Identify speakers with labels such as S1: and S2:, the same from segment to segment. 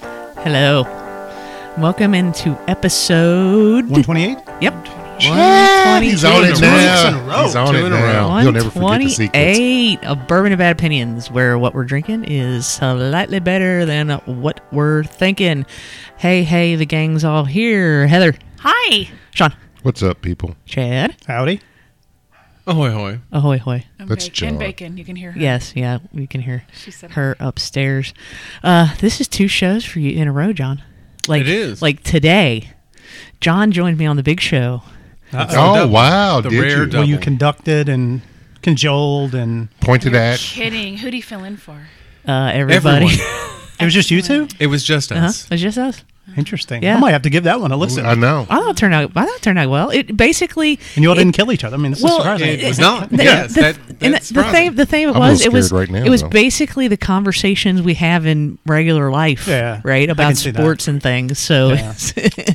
S1: Hello. Welcome into episode.
S2: 128?
S1: Yep.
S2: Chad, he's on
S1: 128.
S2: it now.
S3: Two in a row.
S2: He's on
S3: Two
S2: it
S3: in a
S2: now.
S3: row.
S2: You'll never forget the sequence.
S1: 128 of Bourbon and Bad Opinions, where what we're drinking is slightly better than what we're thinking. Hey, hey, the gang's all here. Heather,
S4: Hi.
S1: Sean,
S2: What's up, people?
S1: Chad.
S3: Howdy. Ahoy, ahoy.
S1: Ahoy, ahoy.
S4: I'm
S2: That's
S4: bacon.
S2: John.
S4: Bacon. You can hear her.
S1: Yes, yeah, we can hear
S4: She said
S1: her upstairs. Uh, this is two shows for you in a row, John. Like
S3: It is.
S1: Like today, John joined me on the big show.
S2: oh, wow.
S3: The
S2: did
S3: rare
S2: you?
S3: double.
S5: Well, you conducted and cajoled, and
S2: Pointed at.
S4: Kidding. Who do you fill in for?
S1: Uh, everybody.
S3: Everyone.
S5: it was just you two.
S3: It was just
S1: Huh?
S3: us.
S1: It was just us.
S5: Interesting.
S1: Yeah.
S5: I might have to give that one a listen.
S2: I know.
S1: I thought it turned out. I thought it turned out well. It basically.
S5: and you all
S1: it-
S5: didn't kill each other. I mean, this
S1: Well,
S5: is surprising.
S3: It was not.
S1: the-
S3: yes,
S1: the-
S3: that,
S1: and the-
S3: that's
S1: the thing. The thing it
S2: a little
S1: was, it was
S2: scared right now,
S1: it was
S2: though.
S1: basically the conversations we have in regular life,
S5: Yeah,
S1: right,
S5: I
S1: about
S5: can see that.
S1: sports and things. So,
S5: Yeah.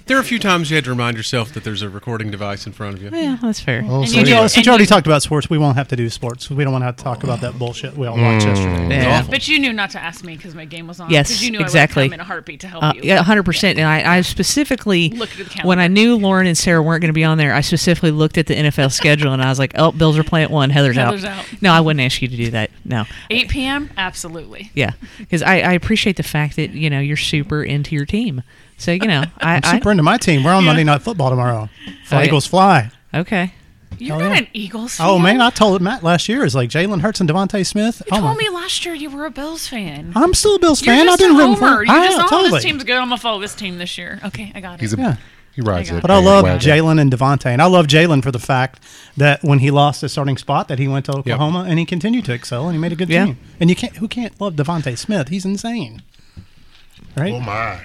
S3: There are a few times you had to remind yourself that there's a recording device in front of you.
S1: yeah, that's fair.
S2: Oh,
S4: And
S2: so
S4: you
S5: You
S4: do-
S5: know, since
S4: and
S5: you already
S4: you-
S5: talked about sports, we won't have to do sports. We don't want to have to talk about that bullshit we all watched yesterday.
S1: Yeah.
S4: But you knew not to ask me because my game was on.
S1: Yes,
S4: 'cause you knew
S1: exactly.
S4: I would come in a heartbeat to help
S1: Uh,
S4: you.
S1: yeah, 100%. And I, I specifically,
S4: Looked at the
S1: when I
S4: calendar.
S1: knew Lauren and Sarah weren't going to be on there, I specifically looked at the NFL schedule and I was like, oh, Bills are playing at one. Heather's,
S4: Heather's out.
S1: No, I wouldn't ask you to do that. No.
S4: 8 p.m. Absolutely.
S1: Yeah. Because I, I appreciate the fact that, you know, you're super into your team. So, you know, I.
S5: I'm super into my team. We're on Monday Night Football tomorrow. Fly
S1: yeah.
S5: Eagles fly.
S1: I okay.
S4: You're
S5: Hell
S4: not
S5: yeah.
S4: an Eagles fan.
S5: Oh man, I told Matt last year is like Jalen Hurts and Devontae Smith.
S4: You
S5: oh,
S4: told
S5: my-
S4: me last year you were a Bills fan.
S5: I'm still a Bills
S4: You're
S5: fan.
S4: just
S5: I didn't
S4: a
S5: root
S4: homer.
S5: for.
S4: You're
S5: I
S4: just
S5: am,
S4: all
S5: totally.
S4: this team's good. I'm gonna follow this team this year. Okay, I got it.
S2: He's a,
S5: Yeah.
S2: He rides
S4: I got
S2: it.
S4: it.
S5: But I love Jalen and Devontae, and I love Jalen for the fact that when he lost his starting spot, that he went to Oklahoma and he continued to excel and he made a good
S1: Yeah.
S5: team. And you can't, who can't love Devontae Smith? He's insane, right?
S2: Oh, my.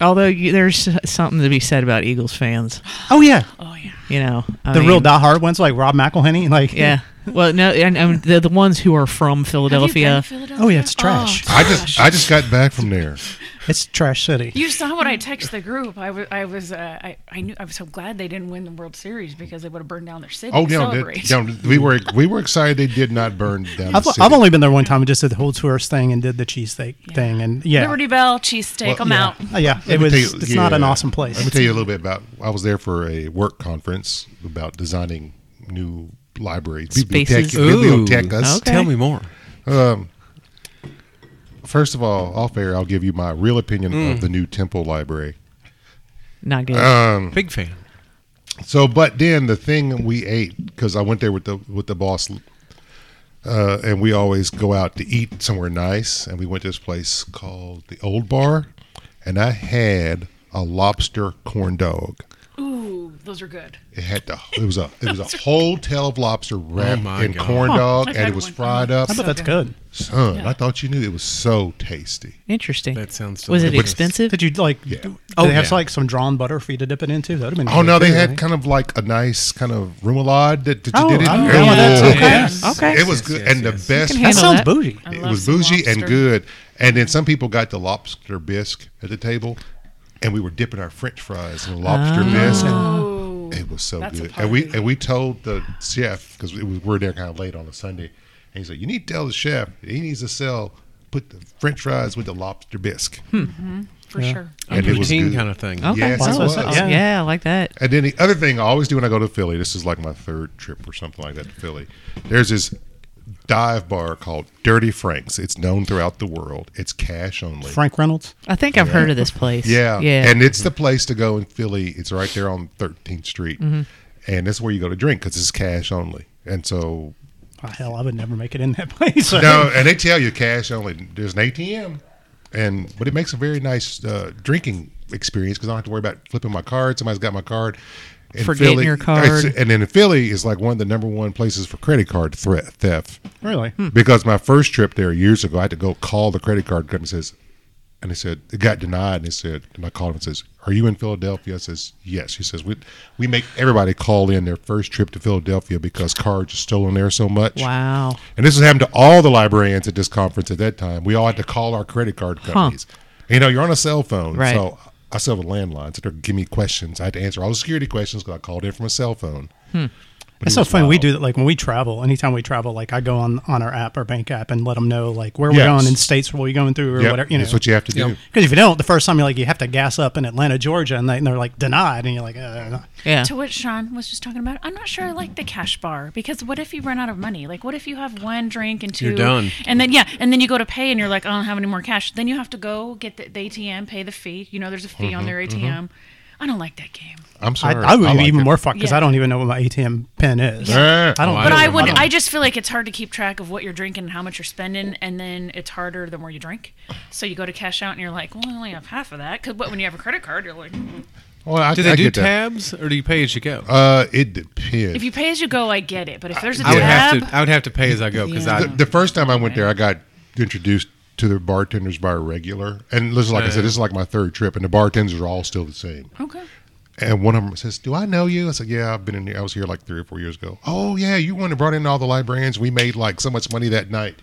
S1: Although you, there's something to be said about Eagles fans,
S5: oh yeah,
S4: oh yeah.
S1: you know. I
S5: the
S1: mean,
S5: real diehard ones like Rob McElhenney, like
S1: Yeah. Well, no, and, and the, the ones who are from
S4: Have you been to
S1: Philadelphia.
S4: Philadelphia?
S5: Oh yeah, it's trash.
S2: I just, I just got back from there.
S5: It's trash city.
S4: You saw what I texted the group. I was, I was, uh, I, I knew. I was so glad they didn't win the World Series because they would have burned down their city.
S2: Oh,
S4: to
S2: no,
S4: celebrate.
S2: that- no, we were, we were excited they did not burn down
S5: I've,
S2: the city.
S5: I've only been there one time and just did the whole tourist thing and did the cheesesteak thing and yeah,
S4: Liberty Bell cheesesteak.
S2: Well,
S4: I'm
S5: yeah,
S4: out.
S5: Uh, yeah.
S2: Let
S5: It
S2: me
S5: was.
S2: tell you-
S5: it's not an
S2: yeah.
S5: awesome
S2: Let me
S5: place.
S2: tell you a little bit about. I was there for a work conference about designing new libraries,
S1: Spaces.
S2: bibliotheca- bibliotecas.
S1: Okay.
S3: Tell me more.
S2: First of all, off air, I'll give you my real opinion
S3: Mm.
S2: of the new Temple Library.
S1: Not good.
S2: Hmm.
S3: Big fan.
S2: So, but then the thing we ate because I went there with the with the boss, uh, and we always go out to eat somewhere nice, and we went to this place called the Old Bar, and I had a lobster corn dog.
S4: Ooh, those are good.
S2: It had the it was a it was a whole tail of lobster wrapped
S3: Oh my
S2: in
S3: God.
S2: corn dog,
S4: I've
S2: and
S4: had
S2: it was
S4: one.
S2: fried up.
S5: I bet that's good.
S2: Son, I thought you knew it was so tasty.
S1: Interesting.
S3: That sounds
S1: Was it
S3: delicious.
S1: expensive?
S5: Did you like?
S2: Yeah.
S5: Did
S3: Oh,
S5: they have
S3: yeah.
S5: like some drawn butter for you to dip it into? That would have been.
S2: Oh no, they
S5: really
S2: had
S5: good.
S2: kind of like a nice kind of remoulade that, that you
S5: Oh,
S2: did it.
S5: I'm down with that.
S2: Oh,
S5: Okay.
S1: Okay.
S2: It was
S3: Yes,
S2: good,
S3: yes,
S2: and
S3: yes.
S2: the best.
S1: can
S5: That
S1: handle
S5: sounds
S1: that.
S5: bougie.
S4: I
S2: It
S4: love
S2: was
S4: some
S2: bougie and
S4: lobster.
S2: good. And then some people got the lobster bisque at the table, and we were dipping our French fries in the lobster
S4: Ooh.
S2: bisque. It was so
S4: Oh. That's a
S2: good. And we
S4: party.
S2: and we told the chef because we we were there kind of late on a Sunday, and he said, "You need to tell the chef that he needs to sell put the French fries with the lobster bisque."
S4: for sure.
S3: A
S2: And it was
S3: poutine
S2: good.
S3: kind of thing.
S1: Okay.
S2: Yes,
S1: Wow.
S2: it was.
S5: Oh,
S1: Yeah.
S5: Yeah.
S1: I like that.
S2: And then the other thing I always do when I go to Philly, this is like my third trip or something like that to Philly. There's this dive bar called Dirty Franks. It's known throughout the world. It's cash only.
S5: Frank Reynolds.
S1: I think I've heard of this place.
S2: Yeah.
S1: Yeah.
S2: And it's the place to go in Philly. It's right there on 13th Street. And that's where you go to drink because it's cash only. And so,
S5: Oh, hell, I would never make it in that place.
S2: no, and they tell you cash only. There's an ATM. And, but it makes a very nice uh, drinking experience because I don't have to worry about flipping my card. Somebody's got my card. In
S1: Forgetting
S2: Philly-
S1: your card.
S2: And then in Philly is like one of the number one places for credit card threat, theft.
S5: Really?
S2: Because my first trip there years ago, I had to go call the credit card company. Says, and they said it got denied. And they said, and I called him and says, "Are you in Philadelphia?" I says, "Yes." He says, "We we make everybody call in their first trip to Philadelphia because cards are stolen there so much."
S1: Wow.
S2: And this has happened to all the librarians at this conference at that time. We all had to call our credit card companies. You know, you're on a cell phone,
S1: Right.
S2: so I still have a landline, so they're giving me questions. I had to answer all the security questions because I called in from a cell phone. But
S5: It's
S2: it
S5: so
S2: was
S5: funny. We
S2: wild.
S5: do that like when we travel. Anytime we travel, like I go on on our app or bank app and let them know like where
S2: Yes.
S5: we're going and states where we're going through or
S2: Yep,
S5: whatever. You know,
S2: That's what you have to do.
S3: Yep.
S5: because if you don't, the first time you're like you have to gas up in Atlanta, Georgia, and, they, and they're like denied, and you're like, uh,
S1: Yeah.
S4: To what Sean was just talking about, I'm not sure I like the cash bar because what if you run out of money? Like, what if you have one drink and 2
S3: You're done.
S4: And then, yeah, and then you go to pay and you're like, I don't have any more cash. Then you have to go get the, the ATM, pay the fee. You know, there's a fee on their ATM. I don't like that game.
S2: I'm
S5: I,
S2: sorry.
S5: I would be
S2: like
S5: even
S2: it.
S5: more fucked because
S4: Yeah.
S5: I don't even know what my ATM pin is.
S2: Yeah.
S5: I don't.
S3: Oh,
S4: But I
S3: don't-
S4: would,
S3: I don't-
S4: I just feel like it's hard to keep track of what you're drinking and how much you're spending, and then it's harder the more you drink. So you go to cash out and you're like, well, I only have half of that. Because when you have a credit card, you're like,
S2: Well, I,
S3: Do they
S2: I
S3: do
S2: get that.
S3: tabs or do you pay as you go?
S2: Uh, it depends.
S4: if you pay as you go, I get it. But if there's a
S3: I would
S4: tab,
S3: have to. I would have to pay as I go because
S2: the, the first time I went there, I got introduced to the bartenders by a regular, and this is like I
S3: Yeah.
S2: said, this is like my third trip, and the bartenders are all still the same.
S4: okay.
S2: And one of them says, "Do I know you?" I said, "Yeah, I've been in. here. I was here like three or four years ago." Oh yeah, you one that brought in all the librarians. We made like so much money that night,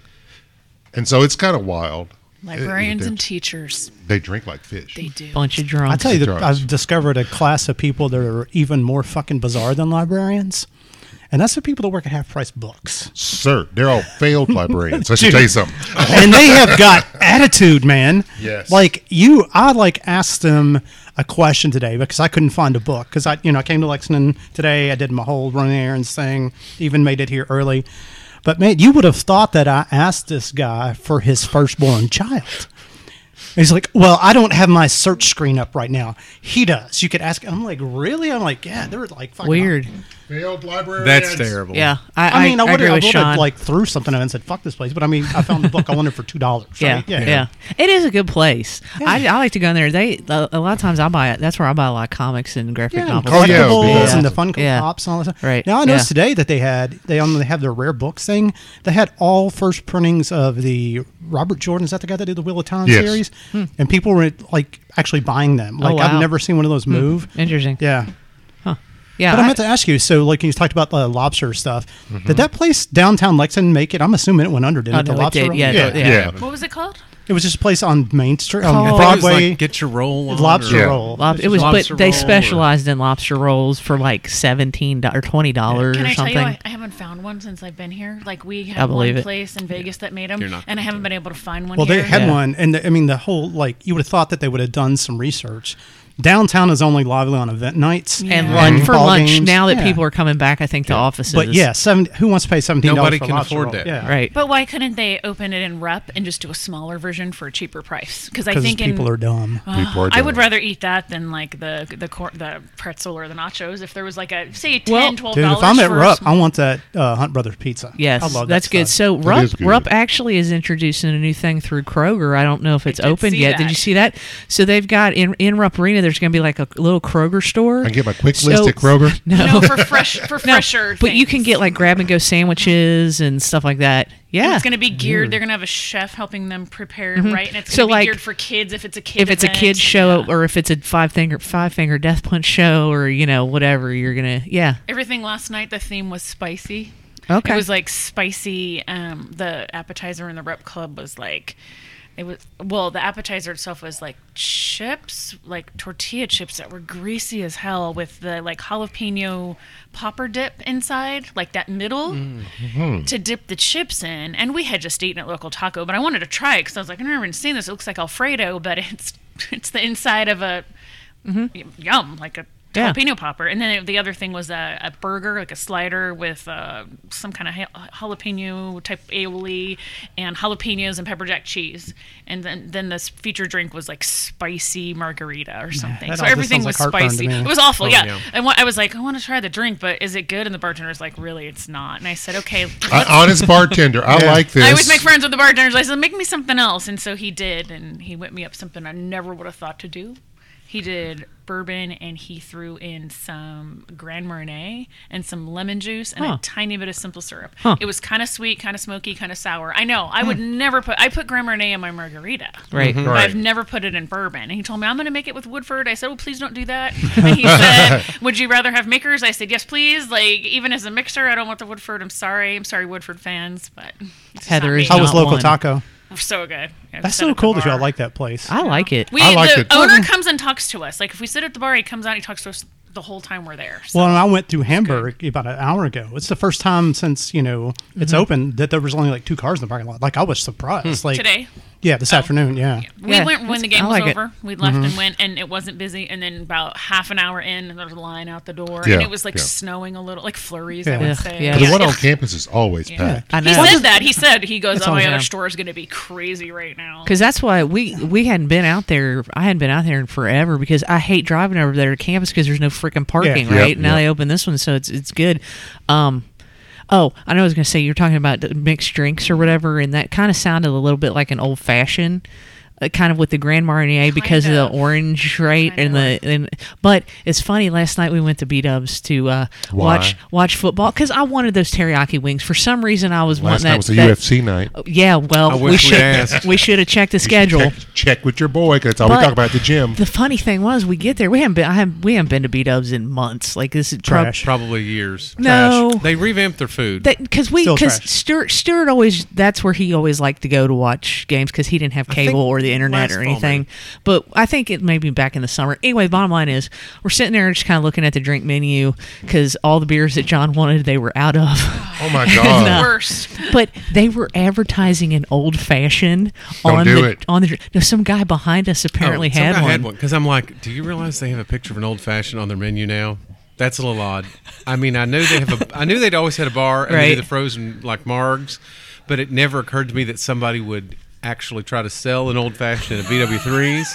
S2: and so it's kind of wild. It- it
S4: Librarians and
S2: depends.
S4: teachers,
S2: they drink like fish.
S4: they do.
S1: Bunch of
S5: I
S1: drunks.
S5: tell you, that
S2: drugs.
S5: I've discovered a class of people that are even more fucking bizarre than librarians, and that's the people that work at half price books.
S2: Sir, they're all failed librarians. I should tell you something.
S5: and they have got attitude, man.
S2: Yes.
S5: Like you, I like asked them a question today because I couldn't find a book because I, you know, I came to Lexington today. I did my whole run errands thing. Even made it here early. But man, you would have thought that I asked this guy for his firstborn child. He's like, well, I don't have my search screen up right now. He does. You could ask. I'm like, really? I'm like, yeah. They're like fucking
S1: Weird.
S2: Failed librarians.
S3: that's terrible.
S1: Yeah. I,
S5: I mean, I, would
S1: agree
S5: have, I
S1: with
S5: would
S1: Sean.
S5: have like threw something at it and said, "Fuck this place." But I mean, I found the book I wanted for two dollars.
S1: yeah, yeah, It is a good place. I, I like to go in there. They a, a lot of times I buy it. That's where I buy a lot of comics and graphic
S5: Yeah, and
S1: novels.
S2: Oh, yeah, it would
S5: collectibles
S2: be awesome.
S5: and the Funko
S1: Yeah.
S5: Pops and all that stuff.
S1: Right,
S5: Now I noticed
S1: yeah.
S5: today that they had they on they have their rare books thing. They had all first printings of the Robert Jordan. Is that the guy that did the Wheel of Time
S2: Yes.
S5: series? And people were like actually buying them. Like
S1: Hmm. Oh, wow.
S5: I've never seen one of those move.
S1: Interesting. Yeah,
S5: Yeah.
S1: yeah.
S5: But I
S1: I-
S5: meant to ask you. So, like you talked about the lobster stuff. Did that place downtown Lexington make it? I'm assuming it went under. Didn't
S1: Oh,
S5: it? The
S1: no, it
S5: lobster.
S1: did. Oh.
S5: Roll?
S1: Yeah,
S2: Yeah,
S1: Yeah.
S2: yeah.
S4: What was it called?
S5: It was just a place on Main Street, on
S1: Called-
S3: It was
S5: Broadway.
S3: like, get your roll on.
S5: lobster
S2: Yeah.
S5: roll.
S1: Lob- it was, but
S3: lobster
S1: they
S3: roll or-
S1: specialized in lobster rolls for like seventeen or twenty dollars
S4: Can
S1: or
S4: I
S1: something.
S4: tell you, I, I haven't found one since I've been here. Like we
S1: I
S4: had
S1: believe
S4: one
S1: it.
S4: place in Vegas that made them,
S3: You're not
S4: and I
S3: gonna
S4: haven't been able to find one.
S5: Well,
S4: here.
S5: they had
S1: Yeah.
S5: one, and the, I mean, the whole like you would have thought that they would have done some research. Downtown is only lively on event nights
S1: and
S4: Yeah.
S1: lunch
S5: and
S1: for
S5: ball
S1: lunch.
S5: games.
S1: Now that
S5: Yeah.
S1: people are coming back, I think the offices.
S5: but yeah, seven. Who wants to pay seventeen dollars?
S3: Nobody
S5: for a
S3: can
S5: lobster
S3: afford
S5: roll?
S3: that.
S5: Yeah,
S1: right.
S4: But why couldn't they open it in Rep and just do a smaller version for a cheaper price? Because I
S5: Because
S4: think in,
S5: people are dumb.
S2: People are
S4: I
S2: doing
S4: would
S2: it.
S4: rather eat that than like the the cor- the pretzel or the nachos. If there was like a say
S1: Well,
S4: ten, twelve
S5: Dude,
S4: dollars.
S5: if I'm at
S4: for a
S5: Rupp,
S4: sm-
S5: I want that uh, Hunt Brothers pizza.
S1: Yes,
S5: I love
S1: that's
S5: that
S1: good.
S5: stuff.
S1: So Rupp,
S2: is good.
S1: Rupp actually is introducing a new thing through Kroger. I don't know if it's
S4: did
S1: open
S4: see
S1: yet. Did
S4: that.
S1: you see that? So they've got in in Rupp Arena. There's going to be like a little Kroger store.
S2: I can get my quick
S1: So-
S2: list at Kroger.
S4: no for fresh for fresher.
S1: But you can
S4: things.
S1: get like grab and go sandwiches and stuff like that. Yeah, Mm. Mm-hmm.
S4: And It's going to be geared. They're going to have a chef helping them prepare, right? And it's
S1: So,
S4: going to be
S1: like,
S4: geared for kids if it's a kid.
S1: if it's a
S4: event.
S1: kids show or if it's a five finger five finger death punch show or you know whatever you're gonna yeah
S4: Everything last night, the theme was spicy.
S1: Okay.
S4: It was like spicy. Um, the appetizer in the rep club was like, it was well, the appetizer itself was like chips, like tortilla chips that were greasy as hell with the like jalapeno popper dip inside, like that middle
S5: Mm.
S4: to dip the chips in. And we had just eaten at local taco, but I wanted to try it because I was like, I've never even seen this. It looks like Alfredo, but it's it's the inside of a
S5: Mm-hmm.
S4: yum, like a
S1: Yeah.
S4: jalapeno popper. And then the other thing was a, a burger, like a slider with uh, some kind of ha- jalapeno type aioli and jalapenos and pepper jack cheese. And then then this feature drink was like spicy margarita or something.
S5: that
S4: so
S5: all just
S4: everything
S5: sounds
S4: was
S5: like heartburn to
S4: spicy.
S5: me.
S4: It was awful. yeah.
S3: yeah.
S4: And wha- I was like, I want to try the drink, but is it good? And the bartender's like, really, it's not. And I said, okay.
S2: I, honest bartender, I like this.
S4: I always make friends with the bartenders. I said, make me something else. And so he did. And he whipped me up something I never would have thought to do. He did bourbon and he threw in some Grand Marnier and some lemon juice and
S1: Huh.
S4: a tiny bit of simple syrup.
S1: Huh.
S4: It was kind of sweet, kind of smoky, kind of sour. I know. I would never put, I put Grand Marnier in my margarita.
S1: right
S4: But
S2: Right.
S4: I've never put it in bourbon. And he told me, I'm going to make it with Woodford. I said, Well, please don't do that. And he said, Would you rather have makers? I said, Yes, please. Like, even as a mixer, I don't want the Woodford. I'm sorry. I'm sorry, Woodford fans, but. it's just
S1: Heather
S4: not me.
S1: is
S5: How was
S1: Not
S5: local
S1: one.
S5: taco?
S4: So good. Yeah,
S5: That's
S4: sit
S5: so
S4: at the
S5: cool that y'all
S4: bar.
S5: like that place.
S1: I like it
S4: We
S2: I like
S4: the
S2: it.
S1: Mm-hmm.
S4: owner comes and talks to us. Like if we sit at the bar, he comes out, he talks to us the whole time we're there. So
S5: Well, and I went to Hamburg about an hour ago. It's the first time since you know it's
S1: Mm-hmm.
S5: open that there was only like two cars in the parking lot. Like I was surprised. Like
S4: today
S5: yeah, this afternoon, yeah.
S4: we
S1: Hmm. Oh. Yeah,
S4: went when the
S1: that's- I
S4: game was
S1: like it. Mm-hmm.
S4: over. We left and went, and it wasn't busy. And then about half an hour in, there was a line out the door,
S2: Yeah,
S4: and it was like
S2: yeah.
S4: snowing a little, like flurries.
S5: Yeah.
S4: I would
S1: Ugh,
S4: say.
S1: yeah.
S2: But the
S1: Yeah.
S2: one on campus is always packed.
S1: I
S4: He
S1: know.
S4: said that. He said he goes,
S5: That's
S4: "Oh,
S5: all
S4: my
S5: I
S4: other
S1: know.
S4: store is going to be crazy right now."
S1: Because that's why we we hadn't been out there. I hadn't been out there in forever because I hate driving over there to campus because there's no freaking parking.
S2: Yep,
S1: right now
S2: yep.
S1: they open this one, so it's it's good. Um, oh, I know I was gonna say you're talking about the mixed drinks or whatever, and that kind of sounded a little bit like an old fashioned. Uh, kind of with the Grand Marnier because of,
S4: of.
S1: the orange, right? And
S4: Kind
S1: the and but it's funny. Last night we went to B Dubs to uh,
S2: Why?
S1: watch watch football because I wanted those teriyaki wings. For some reason, I was wanting
S2: Last night
S1: that.
S2: was a
S1: that-
S2: UFC night.
S1: Yeah, well,
S3: I
S1: we
S3: wish we
S1: should
S3: asked.
S1: we should have checked the schedule.
S2: Check, check with your boy because that's all
S1: But
S2: we talk about at the gym.
S1: The funny thing was, we get there. We haven't been. I haven't. We haven't been to B Dubs in months. Like this is prob-
S5: Trash.
S3: Probably years.
S1: No.
S3: They revamped their food.
S1: Because we,
S5: Still
S1: because
S5: trash.
S1: Stuart, Stuart always, that's where he always liked to go to watch games because he didn't have cable or the internet
S3: last
S1: or
S3: fall,
S1: anything.
S3: maybe.
S1: But I think it may be back in the summer. Anyway, bottom line is we're sitting there just kind of looking at the drink menu because all the beers that John wanted, they were out of.
S2: Oh my god!
S1: No.
S4: Worst.
S1: but they were advertising an old fashioned
S2: Don't
S1: on
S2: do
S1: the
S2: it.
S1: on the. No, some guy behind us apparently
S3: Oh, some
S1: had,
S3: guy
S1: one.
S3: had one because I'm like, do you realize they have a picture of an old fashioned on their menu now? That's a little odd. I mean, I knew they have a, I knew they'd always had a bar and they
S1: Right.
S3: do the frozen like margs, but it never occurred to me that somebody would actually try to sell an old fashioned and a BW threes.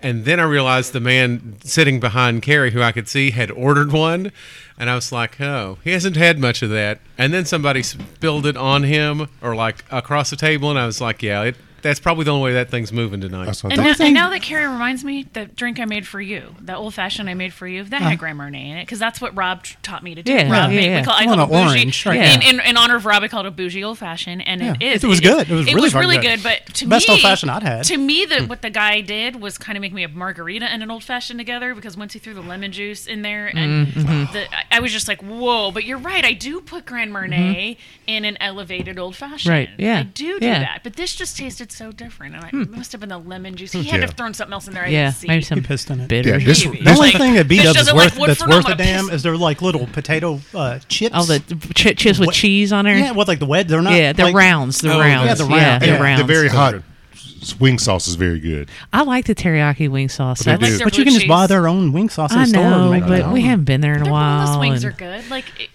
S3: And then I realized the man sitting behind Carrie, who I could see, had ordered one, and I was like, "Oh, he hasn't had much of that." And then somebody spilled it on him, or like across the table, and I was like, "Yeah, it, that's probably the only way that thing's moving tonight."
S2: That's what I
S4: And now,
S2: thought.
S4: and now that Carrie reminds me, the drink I made for you, that old fashioned I made for you,
S5: Uh-huh.
S4: that had Grand Marnier in it, because that's what Rob t- taught me to do.
S1: Yeah,
S4: Rob
S1: yeah,
S4: made,
S1: yeah.
S4: We call, I
S5: You want
S4: call it
S5: an
S4: bougie.
S5: orange, right?
S1: Yeah.
S4: In, in, in honor of Rob, I called it bougie old fashioned, and it
S5: Yeah.
S4: is.
S5: It was good. It was really darn
S4: really
S5: good.
S4: good. But to
S5: Best
S4: me,
S5: old fashioned I'd had. Hmm.
S4: To me, the, what the guy did was kind of make me a margarita and an old fashioned together, because once he threw the lemon juice in there, and
S5: Mm, mm-hmm.
S4: the, I- I was just like, whoa. But you're right, I do put
S5: Mm-hmm.
S4: Grand Marnier in an elevated old fashioned.
S1: Right, yeah,
S4: I do do
S1: yeah.
S4: that, but this just tasted so different, and I, it must have been the lemon juice. He had
S2: Yeah.
S4: to have thrown something else in there. I
S1: yeah,
S4: didn't see.
S1: maybe some
S5: pissed on it.
S1: bitters.
S2: Yeah, this-
S5: The only
S4: Like,
S5: thing that B
S4: this
S5: Dubs is
S4: doesn't like
S5: worth
S4: Woodford,
S5: that's
S4: I'm
S5: worth a
S4: gonna
S5: damn
S4: piss.
S5: is they're like little potato uh, chips.
S1: all the ch- chips with
S5: What-
S1: cheese on there.
S5: yeah, with like the wed. They're not
S1: Yeah, the
S5: like-
S1: rounds, the
S3: Oh, yeah,
S1: rounds,
S5: the
S1: yeah,
S5: round.
S1: the
S5: Yeah.
S1: rounds.
S2: The very hot
S3: good.
S2: s- wing sauce is very good.
S1: I like the teriyaki wing sauce.
S2: But they
S1: That's-
S2: do.
S5: But you can just
S4: Blue
S5: buy
S4: cheese.
S5: their own wing sauce in
S1: I
S5: the store. and
S1: know,
S5: make
S1: but
S5: their
S1: we
S5: own.
S1: haven't been there in a
S4: Their boneless
S1: while.
S4: wings are
S1: and,
S4: good. Like it,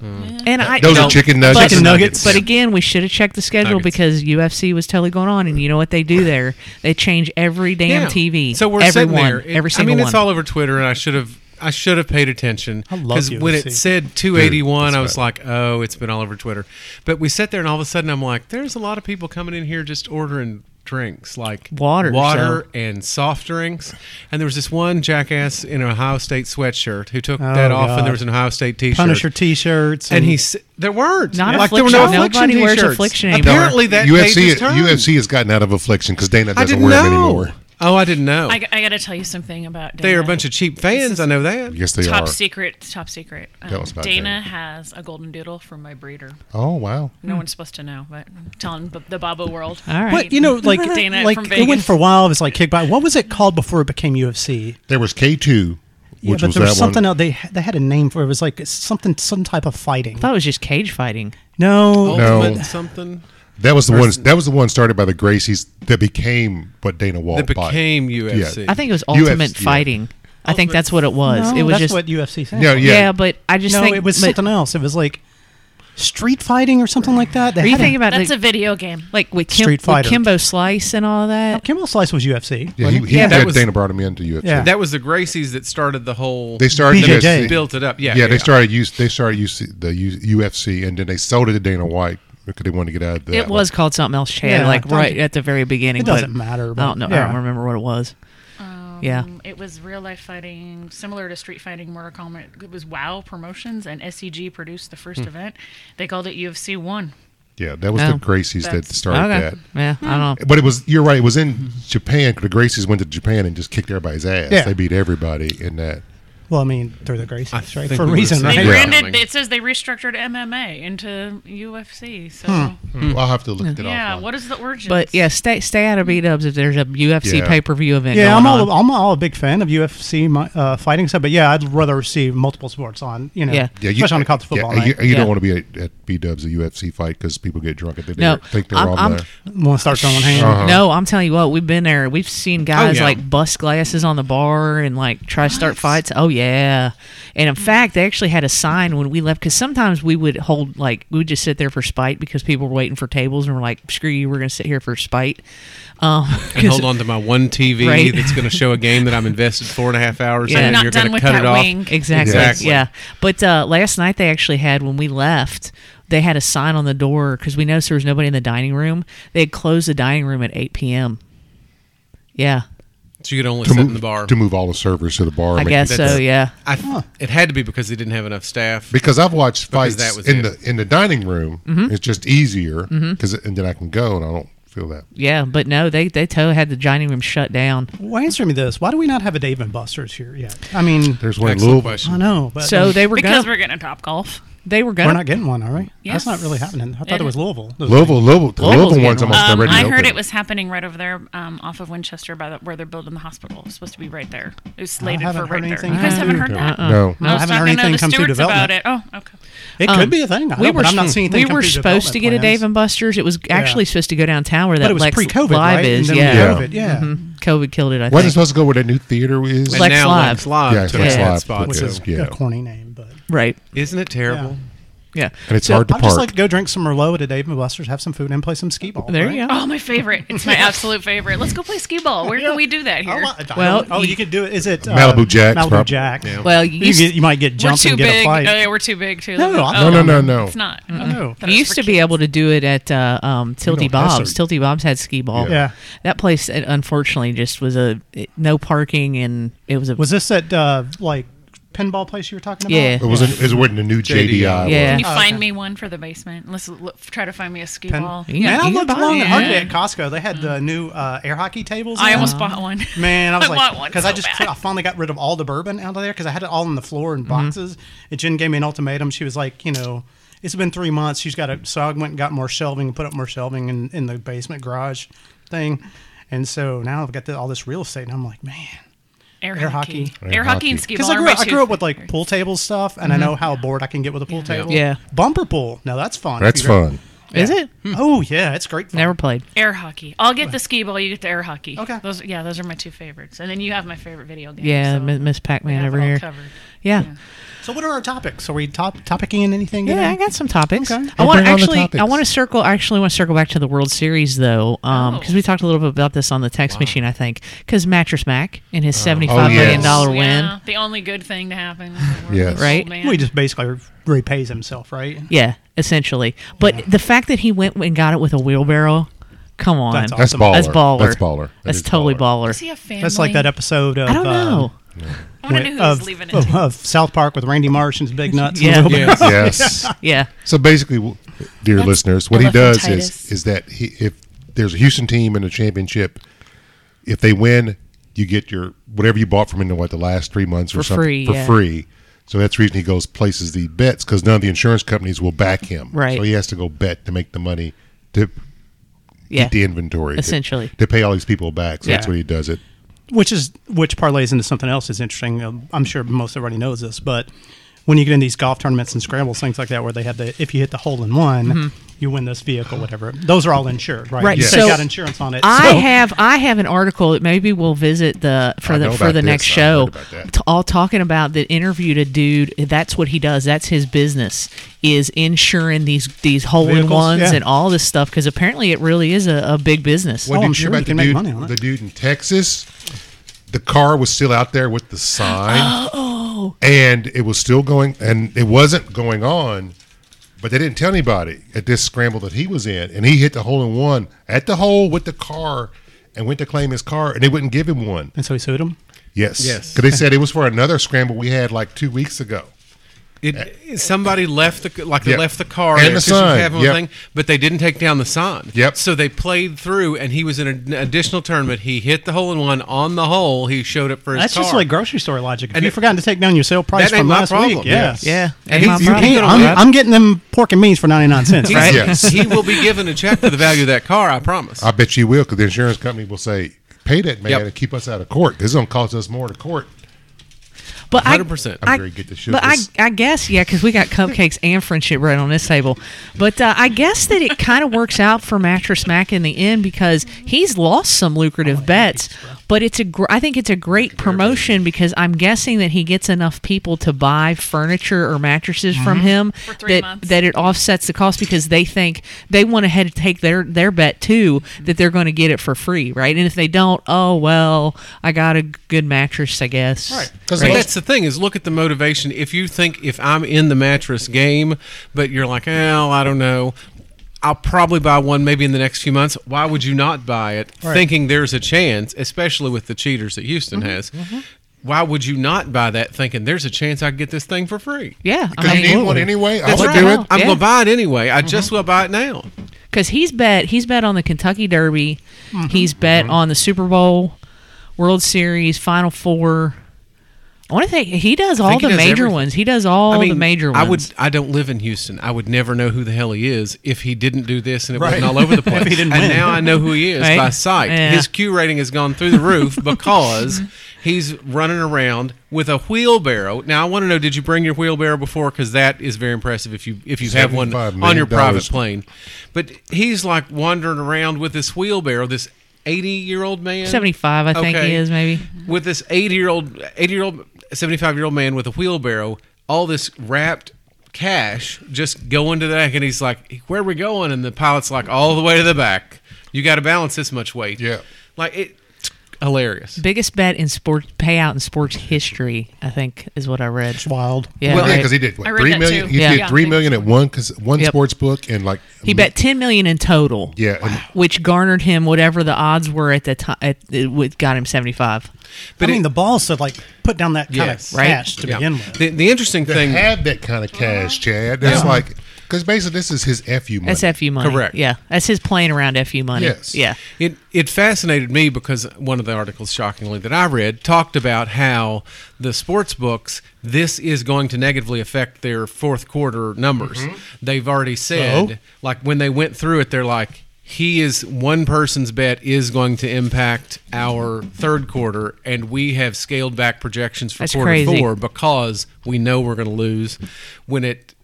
S1: and I,
S2: Those
S1: you know,
S2: are chicken
S1: but-
S2: nuggets.
S5: Chicken nuggets.
S1: But again, we should have checked the schedule
S3: Nuggets.
S1: because UFC was totally going on, and you know what they do there? They change every damn
S3: Yeah.
S1: TV.
S3: So we're sitting
S1: everyone,
S3: there. It-
S1: every single
S3: I mean,
S1: one.
S3: it's all over Twitter, and I should have. I should have paid attention
S5: I love
S3: when
S5: UFC.
S3: it said 281,
S2: Dude,
S3: I
S2: that's
S3: was like, "Oh, it's been all over Twitter." But we sat there, and all of a sudden, I'm like, "There's a lot of people coming in here just ordering drinks, like
S1: Water,
S3: water, and soft drinks." And there was this one jackass in an Ohio State sweatshirt who took
S5: Oh,
S3: that off, and
S5: God.
S3: there was an Ohio State T-shirt.
S5: Punisher T-shirts
S3: and he s- there weren't
S1: Not
S3: like there were no
S1: affliction.
S3: affliction
S1: Nobody wears
S3: t-shirts.
S1: affliction anymore.
S3: Apparently, that
S2: UFC
S3: page is turned.
S2: UFC has gotten out of affliction because Dana
S3: I
S2: doesn't
S3: didn't
S2: wear
S3: know.
S2: them anymore.
S3: Oh, I didn't know.
S4: I, g- I got to tell you something about. Dana.
S3: they are a bunch of cheap fans. I know that.
S2: Yes, they
S4: top
S2: are.
S4: secret. Top secret. Um,
S2: Tell us about Dana.
S4: Dana has a golden doodle from my breeder.
S2: Oh wow!
S4: No one's supposed to know, but I'm telling b- the Babo world.
S1: All right.
S5: But you know, like,
S4: Dana
S5: like
S4: from
S5: it went
S4: Vegas.
S5: for a while. It was like kickback. What was it called before it became UFC?
S2: There was K two,
S5: Yeah,
S2: which
S5: but
S2: was
S5: there
S2: that
S5: was something
S2: one.
S5: else. They they had a name for it. It was like something, some type of fighting.
S1: I thought it was just cage fighting.
S5: No,
S2: No.
S3: Ultimate something
S2: That was the one. That was the one started by the Gracies that became what Dana Wall.
S3: that
S2: bought.
S3: became UFC.
S1: I think it was
S2: UFC,
S1: ultimate
S2: yeah.
S1: fighting. I think that's what Oh, it was.
S5: No,
S1: it was
S5: that's
S1: just
S5: what UFC said.
S2: Yeah,
S1: yeah.
S2: yeah.
S1: but I just
S5: no,
S1: think
S5: it was
S1: but,
S5: something else. It was like street fighting or something like that. They
S1: Are you
S5: had a-
S1: thinking about
S4: That's
S1: the,
S4: a video game.
S1: like with, Kim,
S5: Street
S1: with
S5: Fighter.
S1: Kimbo Slice and all that?
S5: Kimball Slice was UFC.
S2: yeah, he, he,
S1: Yeah,
S2: yeah,
S1: that
S2: that
S3: was-
S2: Dana brought him into UFC.
S5: Yeah.
S3: that was the Gracies that started the whole.
S2: They started
S5: BJJ.
S2: they-
S3: built it up. Yeah,
S2: yeah,
S3: yeah.
S2: they started use they started UC, the U, UFC and then they sold it to Dana White because they wanted to get out of that.
S1: It was called something else, Chad,
S5: Yeah,
S1: like
S5: don't-
S1: right at the very beginning.
S5: It doesn't
S1: but
S5: matter,
S1: I don't
S5: but-
S1: know. I
S5: yeah.
S1: don't remember what it was. yeah.
S4: Um, it was real life fighting, similar to street fighting, Mortal Kombat. It was WoW Promotions, and SCG produced the first event. They called it UFC One.
S2: yeah, that was
S1: Oh.
S2: the Gracies that
S4: That's-
S2: started
S1: okay. Yeah. I don't
S5: Hmm.
S1: know.
S2: that. But it was you're right. It was in Japan. 'cause The Gracies went to Japan and just kicked everybody's ass.
S5: Mm-hmm. Yeah.
S2: They beat everybody in that.
S5: Well, I mean, through the grace,
S3: I
S5: right?
S3: think
S5: For a
S3: we would've
S5: reason,
S3: seen
S4: They
S5: right?
S2: Yeah.
S4: branded. It says they restructured MMA into UFC. So
S5: Hmm. Mm-hmm.
S2: I'll have to look it
S4: yeah,
S2: up.
S4: what is the origin?
S1: But yeah, stay stay out of B Dubs if there's a UFC
S2: Yeah.
S1: pay per view event.
S5: Yeah,
S1: going
S5: I'm
S1: on.
S5: all I'm all a big fan of UFC my, uh, fighting stuff, but yeah, I'd rather see multiple sports on, you know,
S1: Yeah.
S2: Yeah,
S5: especially on a college football
S2: yeah,
S5: night.
S2: you, you
S1: Yeah.
S2: don't want to be at, at B Dubs a UFC fight because people get drunk and they
S1: No,
S2: think they're
S1: I'm-
S2: on
S1: I'm-
S2: the.
S5: Want to start someone hand?
S4: Uh-huh.
S1: No, I'm telling you what, we've been there. We've seen guys
S3: Oh, yeah.
S1: like bust glasses on the bar and like try to start fights. Oh yeah. And
S3: Hmm.
S1: in fact, they actually had a sign when we left because sometimes we would hold like we would just sit there for spite because people were waiting for tables and we're like, screw you, we're gonna sit here for spite. Um,
S3: And hold on to my one TV
S1: Right.
S3: that's going to show a game that I'm invested four and a half hours
S1: Yeah.
S3: in.
S1: I'm
S4: not
S3: You're
S4: done
S3: going to
S4: with
S3: cut
S4: that
S3: it off.
S4: wing.
S1: Exactly.
S3: Exactly.
S1: Yeah. But uh, last night they actually had when we left, they had a sign on the door because we noticed there was nobody in the dining room. They had closed the dining room at 8 p.m. Yeah,
S3: So you could only
S2: To
S3: sit
S2: move,
S3: in the bar.
S2: to move all the servers to the bar.
S1: I
S2: make it-
S1: guess so.
S3: that's-
S1: Yeah.
S3: I, It had to be because they didn't have enough staff.
S2: because I've watched
S3: Because
S2: fights
S3: that was
S2: in
S3: it.
S2: the in the dining room. It's just easier because and then I can go and I don't feel that.
S1: Yeah, but no, they they to- had the dining room shut down.
S5: Well, answer me this: Why do we not have a Dave and Buster's here yet? I mean,
S2: There's one in
S3: Excellent
S2: Louisville.
S3: question.
S5: I know, but
S1: So they were
S4: because
S1: gonna
S4: we're getting a top golf.
S1: they were
S5: we're
S1: gonna
S5: not getting one, are we?
S4: Yes.
S5: That's not really happening. I thought it was Louisville.
S2: Louisville, Louisville,
S1: Louisville's
S2: the Louisville one's
S1: getting
S2: almost
S1: one.
S4: Um,
S2: already
S4: I heard
S2: open.
S4: it was happening right over there, um, off of Winchester, by the, where they're building the hospital. It's supposed to be right there. It was slated
S5: haven't
S4: for
S5: heard
S4: right there.
S5: anything
S4: You guys
S5: come
S4: haven't
S5: through.
S4: heard
S1: Uh-uh.
S4: that?
S2: no.
S5: No, I
S4: was
S5: haven't heard
S4: talking to
S5: anything
S4: the
S5: come through
S4: stewards about
S5: development.
S4: it. Oh, okay.
S5: It
S1: Um,
S5: could be a thing. I
S1: we
S5: don't,
S1: were
S5: but I'm not seeing anything
S1: we
S5: come
S1: were
S5: through
S1: supposed to
S5: development
S1: get a
S5: plans.
S1: Dave and Buster's. It was actually supposed to go downtown where that
S5: but it was
S1: Lex
S5: pre-COVID,
S1: Live
S5: right?
S1: is.
S5: And
S1: Yeah,
S5: then
S2: Yeah.
S5: COVID, yeah.
S1: Mhm. COVID killed it. I
S2: Wasn't it
S1: think.
S2: supposed to go where that new theater is?
S3: And
S1: Lex
S3: now
S1: Live.
S3: Lex Live
S2: Yeah, it's
S3: took
S1: Lex
S3: that
S2: Live.
S3: spot,
S2: Which
S5: which
S3: too.
S2: Yeah.
S5: is
S2: Yeah.
S5: a corny name, but
S1: right.
S3: Isn't it terrible?
S1: Yeah.
S2: and it's
S1: So,
S2: hard to
S5: I'd just
S2: park.
S5: like to go drink some Merlot at Dave and Buster's, have some food, and play some skee ball.
S1: There
S5: right?
S1: you go.
S4: Oh, my favorite. It's my absolute favorite. Let's go play skee ball. Where can we do that
S5: I
S4: here?
S5: want- I don't-
S1: Well,
S5: oh,
S1: you-
S5: you, could do it. Is it uh,
S2: Malibu Jack's
S5: Malibu
S2: prob-
S5: Jack.
S3: Yeah.
S1: Well, you,
S5: You,
S1: used,
S5: get, you might get
S4: We're
S5: jumped
S4: too
S5: and get
S4: big.
S5: a
S4: Oh,
S5: fight.
S4: yeah, we're too big too.
S5: No, I'm-
S4: oh,
S2: no, no, no, no.
S4: It's not.
S5: No.
S1: you used to be able to do it at uh, um, Tilty
S5: don't have
S1: Bob's.
S5: certain-
S1: Tilty Bob's had skee ball.
S5: Yeah.
S1: That place, uh, unfortunately, just was a it- no parking, and it was a
S5: Was this that uh, like pinball place you were talking about?
S1: Yeah.
S2: it was it was where the new JDI. was.
S1: Yeah.
S4: Can you
S5: Oh,
S4: find
S5: okay.
S4: me one for the basement? Let's look, try to find me a skee
S5: Pin-
S4: ball.
S1: Yeah.
S5: Man, I
S1: you can
S5: looked
S1: buy
S5: long
S1: it.
S5: and hard at Costco. They had the new uh, air hockey tables.
S4: I
S5: in.
S4: almost bought one.
S5: Man, I was
S4: I want
S5: like,
S4: one
S5: I
S4: so
S5: just
S4: bad.
S5: quit- I finally got rid of all the bourbon out of there because I had it all on the floor in boxes. And Jen gave me an ultimatum. She was like, you know, it's been three months. She's got a so I went and got more shelving and put up more shelving in, in the basement garage thing. And so now I've got the, all this real estate, and I'm like, man,
S4: Air,
S5: Air
S4: hockey.
S5: hockey.
S2: Air
S4: Air hockey and
S2: hockey.
S4: skee ball.
S5: because I
S4: are
S5: grew
S4: my
S5: up, I
S4: two
S5: grew up with like
S4: favorites.
S5: pool table stuff, and I know how bored I can get with a pool table.
S1: Yeah.
S5: bumper pool. Now that's fun.
S2: That's
S5: If you're-
S2: fun.
S1: Is it?
S5: Oh yeah, it's great. Fun.
S1: Never played.
S4: air hockey. I'll get the skee ball. You get the air hockey.
S5: Okay.
S4: Those yeah, those are my two favorites. And then you have my favorite video game.
S1: Yeah,
S4: so
S1: Mi- Miss Pac
S4: we
S1: Man
S4: have
S1: over
S4: it all
S1: here.
S4: covered.
S1: Yeah.
S5: So what are our topics? Are we top topicing in anything?
S1: Yeah,
S5: today?
S1: I got some topics.
S5: Okay.
S1: I
S2: Well,
S1: want
S2: bring on the
S1: actually. I
S2: topics.
S1: want to circle. I actually want to circle back to the World Series though, because
S4: Oh.
S1: we talked a little bit about this on the text machine. I think because Mattress Mac and his seventy-five
S2: Oh,
S1: million
S2: yes.
S1: dollar
S4: Yeah,
S1: win.
S4: the only good thing to happen.
S2: Yes.
S1: Right?
S5: Well, he just basically repays himself, right?
S1: Yeah, essentially. But the fact that he went and got it with a wheelbarrow, come on,
S5: That's awesome.
S2: That's baller.
S1: That's baller.
S2: That's baller. That
S1: That's
S2: is
S1: totally baller.
S4: Does he have family?
S5: That's like that episode of
S1: I don't
S5: uh,
S1: know.
S4: I want to
S5: when-
S4: know who's
S5: of,
S4: leaving it.
S5: of, of South Park with Randy Marsh and his big nuts.
S1: Yeah.
S5: and little-
S3: Yes.
S2: Yes.
S1: yeah,
S2: So basically, w- dear
S4: That's
S2: listeners, what he does
S4: elephantitis.
S2: is is that he, if there's a Houston team in a championship, if they win, you get your whatever you bought from in what the last three months or
S1: For
S2: something
S1: free,
S2: for
S1: yeah.
S2: free. So that's the reason he goes places the bets because none of the insurance companies will back him.
S1: Right.
S2: So he has to go bet to make the money to
S1: yeah.
S2: the inventory to-
S1: Essentially.
S2: to, pay all these people back. So that's
S1: Yeah.
S2: what he does it.
S5: which is which parlays into something else is interesting. Um, I'm sure most everybody knows this, but when you get in these golf tournaments and scrambles, things like that, where they have the if you hit the hole in one, you win this vehicle, whatever. Those are all insured, right?
S1: Mm-hmm. Right,
S5: You
S1: Yes.
S5: take
S1: so
S5: out insurance on it.
S1: I
S5: so-
S1: have I have an article that maybe we'll visit the for
S2: I
S1: the
S2: know
S1: for
S2: about
S1: the
S2: this.
S1: next
S2: I
S1: show.
S2: heard about that.
S1: T- all talking about that interviewed a dude. That's what he does. That's his business is insuring these these hole in
S5: Vehicles,
S1: ones
S5: yeah.
S1: and all this stuff because apparently it really is a, a big business.
S2: What
S5: Oh,
S2: did
S5: I'm
S2: you
S5: sure
S2: hear
S5: you
S2: about the
S5: can make
S2: dude,
S5: money on it.
S2: the dude in Texas? The car was still out there with the sign.
S5: Oh.
S2: And it was still going, and it wasn't going on, but they didn't tell anybody at this scramble that he was in. And he hit the hole in one at the hole with the car and went to claim his car, and they wouldn't give him one.
S5: and so he sued him.
S2: Yes.
S3: Yes.
S2: Because they said it was for another scramble we had like two weeks ago.
S3: It, somebody left the like they
S2: Yeah.
S3: left the car
S2: And
S3: there
S2: the
S3: 'cause you
S2: sign,
S3: have them
S2: yep.
S3: thing, but they didn't take down the sign.
S2: Yep.
S3: So they played through, and he was in an additional tournament. He hit the hole in one on the hole. He showed up for his
S5: That's just
S3: car.
S5: like grocery store logic. If
S3: And
S5: you
S3: it-
S5: forgotten to take down your sale price
S3: That ain't
S5: from
S3: my
S5: last
S3: problem.
S5: week, yes.
S1: Yeah.
S3: And
S1: Ain't
S3: he's-
S1: my
S5: You
S1: problem.
S5: can't, I'm, I'm getting them pork and beans for 99 cents.
S3: He's-
S1: Right?
S2: Yes.
S3: he will be given a check for the value of that car. I promise.
S2: I bet you will, because the insurance company will say, "Pay that man
S3: Yep.
S2: to keep us out of court. 'cause It's going to cost us more to court."
S1: But
S3: 100%.
S1: I,
S2: I'm
S1: I,
S2: very good to shoot
S1: but I,
S2: this.
S1: I guess yeah, because we got cupcakes and friendship bread on this table. But uh, I guess that it kind of works out for Mattress Mac in the end because he's lost some
S2: Oh,
S1: lucrative bets. But it's a gr- I think it's a great promotion because I'm guessing that he gets enough people to buy furniture or mattresses
S2: Mm-hmm.
S1: from him
S4: three
S1: that
S4: months.
S1: that it offsets the cost because they think they went ahead to take their their bet too
S2: Mm-hmm.
S1: that they're going to get it for free, right? And if they don't, oh well, I got a good mattress, I guess.
S2: Right. 'Cause
S3: But
S2: most-
S3: that's the thing is look at the motivation. If you think if I'm in the mattress game, but you're like, well, I don't know. I'll probably buy one maybe in the next few months. Why would you not buy it thinking there's a chance, especially with the cheaters that Houston has? Why would you not buy that thinking there's a chance I could get this thing for free?
S1: Yeah,
S2: Because you need one anyway. I
S3: That's
S2: would
S3: right.
S2: do it.
S1: now.
S3: I'm
S1: Yeah.
S3: going to buy it anyway. I just will buy it now.
S1: Because he's bet he's bet on the Kentucky Derby,
S3: Mm-hmm.
S1: he's bet on the Super Bowl, World Series, Final Four. I want to think he does all
S3: think he
S1: the
S3: does
S1: major
S3: everything.
S1: ones. He does all the major ones.
S3: I would. I don't live in Houston. I would never know who the hell he is if he didn't do this and it wasn't all over the place.
S5: didn't
S3: and
S5: win.
S3: now I know who he is
S1: Right?
S3: by sight.
S1: Yeah.
S3: His Q rating has gone through the roof because he's running around with a wheelbarrow. Now I want to know: Did you bring your wheelbarrow before? Because that is very impressive. If you if you have one
S2: $75
S3: on your private
S2: million.
S3: plane, but he's like wandering around with this wheelbarrow. This. 80 year old man
S1: 75, I think he is, maybe.
S3: with this 80 year old 80 year old 75 year old man with a wheelbarrow all this wrapped cash just going to the back and he's like where are we going and the pilot's like all the way to the back you got to balance this much weight
S2: Yeah.
S3: like it hilarious
S1: biggest bet in sport payout in sports history. I think is what I read.
S5: It's wild.
S1: Yeah,
S2: Well, yeah,
S1: right.
S2: because he did what,
S4: I read
S2: three
S4: that
S2: million.
S4: too.
S2: He
S1: Yeah.
S2: did
S1: Yeah.
S2: three million at one cause one
S1: Yep.
S2: sports book and like
S1: he bet ten million in total.
S2: Yeah, and-
S1: which garnered him whatever the odds were at the time. It would- got him seventy five.
S3: But
S5: I mean,
S3: it-
S5: the ball said, like, put down that kind
S3: Yes.
S5: of
S1: Right.
S5: cash to
S3: yeah.
S5: begin with.
S3: the, the interesting
S2: to
S3: thing
S2: have that kind of cash, Chad. That's like because basically this is his fu money.
S1: That's fu money.
S3: Correct.
S1: Yeah, that's his playing around fu money.
S2: Yes.
S1: Yeah.
S3: It it fascinated me because one of the articles, shockingly, that I read talked about how the sports books this is going to negatively affect their fourth quarter numbers. They've already said, like when they went through it, they're like. He is one person's bet is going to impact our third quarter, and we have scaled back projections for
S1: That's
S3: quarter
S1: crazy.
S3: four because we know we're going to lose. When it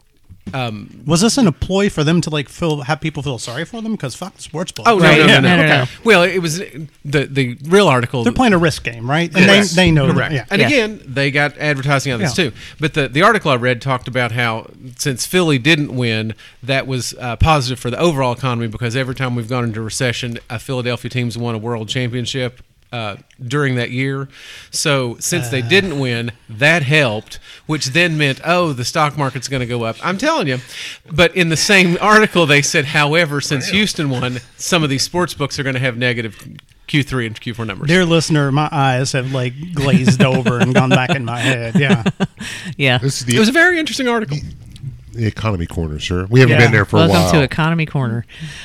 S5: Was this an employ for them to like feel have people feel sorry for them? Because fuck the sports book.
S3: oh no,
S1: Right,
S3: no, no,
S1: yeah. No,
S3: no,
S1: no, no.
S3: well it was the the real article
S5: They're playing a risk game, right? And
S3: Yes.
S5: they, they know
S3: Correct.
S5: that. Yeah.
S3: And
S1: Yeah.
S3: again, they got advertising on this
S5: Yeah.
S3: too. But the, the article I read talked about how since Philly didn't win, that was uh, positive for the overall economy because every time we've gone into recession, a Philadelphia team's won a world championship. Uh, during that year, so since
S5: Uh.
S3: they didn't win, that helped, which then meant oh, the stock market's going to go up. I'm telling you. But in the same article, they said, however, since Houston won, some of these sports books are going to have negative Q3 and Q4 numbers.
S5: Dear listener, my eyes have like glazed over and gone back in my head. Yeah.
S1: Yeah.
S2: This is
S3: it was a
S2: the,
S3: very interesting article.
S2: the economy corner, sir. We haven't
S5: Yeah.
S2: been there for
S1: Welcome
S2: a while.
S1: to Economy Corner.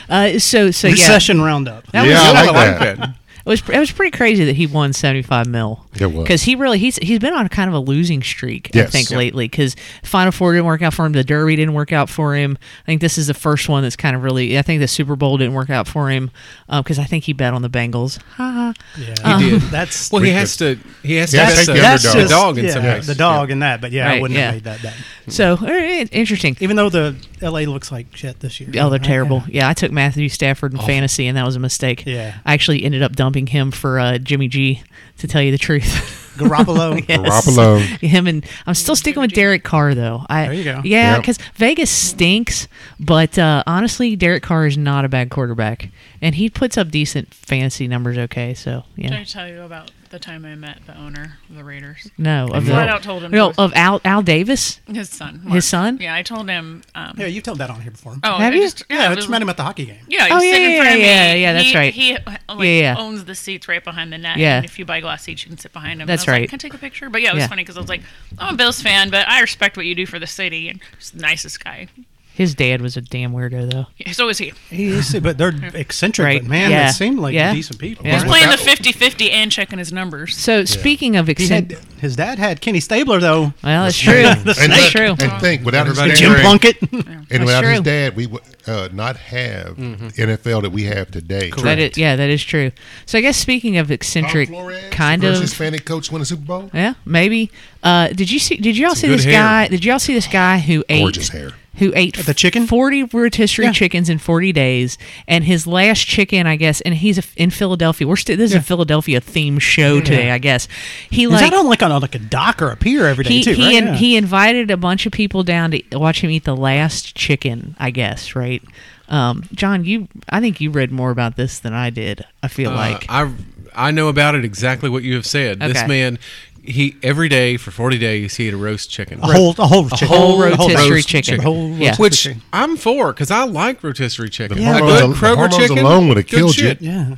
S1: Uh, so so yeah,
S5: Recession roundup.
S1: That
S2: Yeah,
S1: was,
S2: I
S3: I
S2: like
S3: like
S2: that.
S3: that.
S1: it was it was pretty crazy that he won seventy five mil.
S2: It was.
S1: because he really he's he's been on kind of a losing streak I
S2: Yes.
S1: think
S2: Yep.
S1: lately because Final Four didn't work out for him, the Derby didn't work out for him. I think this is the first one that's kind of really. I think the Super Bowl didn't work out for him because I think he bet on the Bengals. Ha ha.
S5: Yeah.
S3: He did.
S5: That's
S3: Well, he
S2: Pretty
S3: has to. He has
S2: Yeah, take
S3: to bet
S2: the
S3: the,
S2: That's
S3: the
S2: underdog. just-
S3: dog in
S5: yeah,
S3: some ways.
S5: The dog and that, but yeah, I
S1: Right,
S5: wouldn't have
S1: yeah.
S5: made that bet.
S1: So all right, interesting.
S5: Even though the LA looks like shit this year.
S1: Oh, they're
S5: Right?
S1: terrible. Yeah, I took Matthew Stafford in
S2: Oh.
S1: fantasy, and that was a mistake.
S5: Yeah.
S1: I actually ended up dumping him for uh, Jimmy G. To tell you the truth,
S5: Garoppolo.
S1: Yes.
S2: Garoppolo.
S1: him and I'm still sticking with Derek Carr though. I,
S5: There you go.
S1: Yeah,
S2: Yep.
S1: because Vegas stinks, but uh, honestly, Derek Carr is not a bad quarterback, and he puts up decent fantasy numbers. Okay, so
S4: Did I
S1: yeah,
S4: tell you about the time I met the owner of the Raiders.
S1: No, of
S4: Flat
S1: the-
S4: out told him
S1: No,
S4: to-
S1: of Al Al Davis.
S5: Mm.
S4: His son.
S1: His son?
S4: Yeah, I told him. Um,
S5: Yeah, you've told that on here before.
S4: oh,
S1: Have
S4: I
S1: you?
S4: Just,
S5: yeah,
S4: yeah,
S5: I
S4: it
S5: just
S4: was-
S5: met him at the hockey game.
S4: Yeah,
S1: Oh,
S4: he's
S1: yeah,
S4: sitting in front of
S1: yeah,
S4: me.
S1: yeah, yeah, that's
S4: He-
S1: right.
S4: He uh, like,
S1: Yeah, yeah.
S4: owns the seats right behind the net.
S1: Yeah.
S4: And if you buy glass seats, you can sit behind him. And
S1: That's
S4: I was
S1: right.
S4: Like, can I take a picture? But yeah, it was
S1: Yeah.
S4: funny because I was like, I'm a Bills fan, but I respect what you do for the city. And he's the nicest guy.
S1: His dad was a damn weirdo, though.
S4: Yeah, so is he.
S5: He is, but they're eccentric.
S1: Right,
S5: But man,
S1: yeah,
S5: they seem like
S1: yeah.
S5: decent people.
S1: Yeah.
S4: He's
S1: Well,
S4: playing
S2: that-
S4: the 50 50 and checking his numbers.
S1: So speaking of
S5: He had
S1: eccentric,
S5: his dad had Kenny Stabler though.
S1: well, that's true.
S2: and
S1: that's
S2: look,
S1: true.
S2: And think without his
S3: Everybody-
S2: dad,
S5: Jim Plunkett.
S2: and without
S1: That's
S2: his
S1: true. Mm-hmm.
S2: dad, we would uh, not have the NFL that we have today.
S1: That is, yeah, that is true. So I guess speaking of eccentric,
S2: Tom Flores
S1: kind
S2: versus
S1: of
S2: Hispanic coach win a Super Bowl.
S1: Yeah, maybe. Uh, did you see? Did y'all see
S3: good
S1: this
S3: hair.
S1: guy? Did y'all see this guy who ate
S2: Gorgeous hair.
S1: Who ate
S5: The chicken?
S1: Forty rotisserie
S5: Yeah.
S1: chickens in forty days, and his last chicken, I guess. And he's a, in Philadelphia. We're still this is a Philadelphia themed show today, I guess. He
S5: Is
S1: like
S5: that on like on like a dock or a pier every day
S1: he
S5: too?
S1: he,
S5: right?
S1: in-
S5: Yeah.
S1: he invited a bunch of people down to watch him eat the last chicken, I guess. Right, um, John? You, I think you read more about this than I did. I feel like
S3: I I know about it exactly what you have said. This
S1: Okay.
S3: man, he every day for forty days he ate a roast chicken.
S5: a whole a whole chicken.
S1: whole
S5: A
S1: rotisserie
S5: roast
S1: chicken.
S5: A whole
S1: Yeah.
S5: rotisserie
S3: which
S5: chicken.
S3: I'm for because I like rotisserie chicken.
S2: The
S3: A
S2: hormones
S3: good
S2: al- the
S3: Kroger
S2: hormones
S3: chicken,
S2: alone would've
S3: good
S2: killed
S3: shit.
S2: you.
S5: yeah.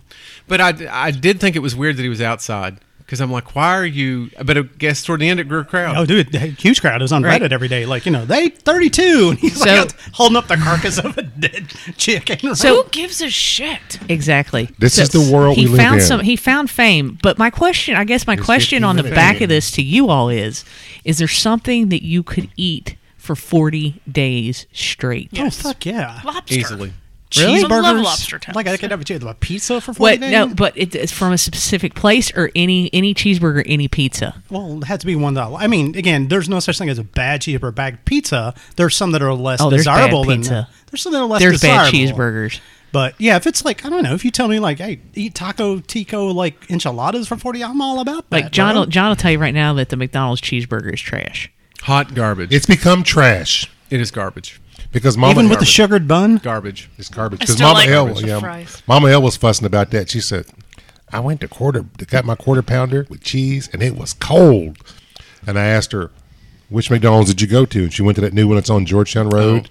S3: But I, I did think it was weird that he was outside because I'm like, why are you? But I guess toward the end it grew a crowd.
S5: Oh, dude, the huge crowd. It was on
S1: Right.
S5: Reddit every day. Like, you know, they 32. And he's
S1: So-
S5: like out holding up the carcass of a dead chicken.
S1: So-
S4: Who gives a shit?
S1: Exactly.
S2: This is the world
S1: he
S2: we live
S1: found
S2: in.
S1: Some, he found fame, but my question, I guess, my question
S2: 15
S1: on the
S2: minutes.
S1: back of this to you all is: Is there something that you could eat for forty days straight?
S5: oh, fuck yeah.
S4: Lobster.
S3: easily.
S1: Really?
S4: I love
S5: Cheeseburgers.
S4: lobster tails.
S5: Like, I could have a, a pizza for 40
S1: What?
S5: days?
S1: No, but it, it's from a specific place or any any cheeseburger, any pizza.
S5: Well, it had to be one that I mean, again, there's no such thing as a bad cheeseburger, bad pizza. There's some that are less
S1: Oh, there's bad
S5: desirable than
S1: pizza.
S5: there's some that are less
S1: There's
S5: desirable.
S1: bad cheeseburgers.
S5: But yeah, if it's like I don't know, if you tell me like, hey, eat taco tico like enchiladas for forty, I'm all about that.
S1: Like John, will,
S5: bro.
S1: John will tell you right now that the McDonald's cheeseburger is trash.
S3: Hot garbage.
S2: It's become trash
S3: it is garbage.
S2: because Mama
S5: even with the
S2: garbage.
S5: sugared bun.
S3: Garbage.
S2: It's garbage.
S4: I
S2: Because
S4: still
S2: Mama
S4: like
S2: L,
S4: garbage with
S2: yeah,
S4: fries.
S2: Mama L was fussing about that. She said, "I went to quarter, got my quarter pounder with cheese, and it was cold." And I asked her, "Which McDonald's did you go to?" And she went to that new one that's on Georgetown Road.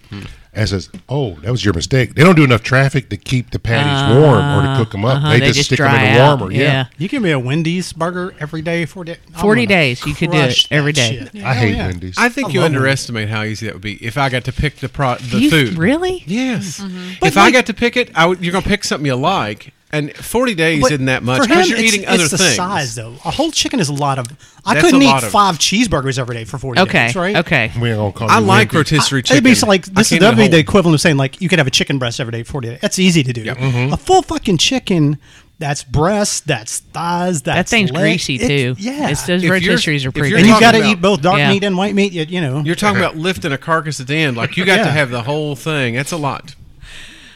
S2: And says, "Oh, that was your mistake. They don't do enough traffic to keep the patties warm or to cook them up.
S1: Uh-huh,
S2: they, just, stick them in
S1: dry
S2: the
S1: out.
S2: warmer. Yeah,
S5: You give me a Wendy's burger every day for day.
S1: 40 days, you could do it every day.
S2: I hate Wendy's.
S3: I think
S5: I
S3: you
S5: love it.
S3: underestimate how easy that would be if I got to pick the pro the
S1: You-
S3: food.
S1: really?
S3: Yes.
S5: Mm-hmm. But
S3: If I
S5: like-
S3: got to pick it, I would, you're gonna pick something you like, and 40 days
S5: But
S3: isn't that much
S5: for him,
S3: because you're
S5: it's-
S3: eating other
S5: it's the
S3: things.
S5: size, though. A whole chicken is a lot of. I
S3: That's
S5: couldn't
S3: a
S5: eat
S3: lot of-
S5: five cheeseburgers every day for forty
S1: Okay.
S5: days. Right?
S1: Okay.
S2: we ain't gonna call
S3: I
S2: you
S3: like
S2: Wendy's.
S3: rotisserie
S5: It'd
S3: chicken.
S5: be so like
S3: I
S5: this is
S3: can't
S5: that'd be
S3: even
S5: the
S3: hold-
S5: equivalent of saying like you could have a chicken breast every day for forty days. That's easy to do.
S3: mm-hmm.
S5: A full fucking chicken. That's breast. That's thighs.
S1: That
S5: That's
S1: thing's
S5: leg.
S1: greasy
S5: It-
S1: too.
S5: yeah.
S1: it's, those
S3: If you're-
S1: rotisseries are
S3: if
S1: pretty.
S3: you're
S5: and you
S3: talking
S5: got to
S3: about-
S5: eat both dark
S1: Yeah.
S5: meat and white meat. You, you know.
S3: You're talking about lifting a carcass at the end. Like you got
S5: Yeah.
S3: to have the whole thing. That's a lot.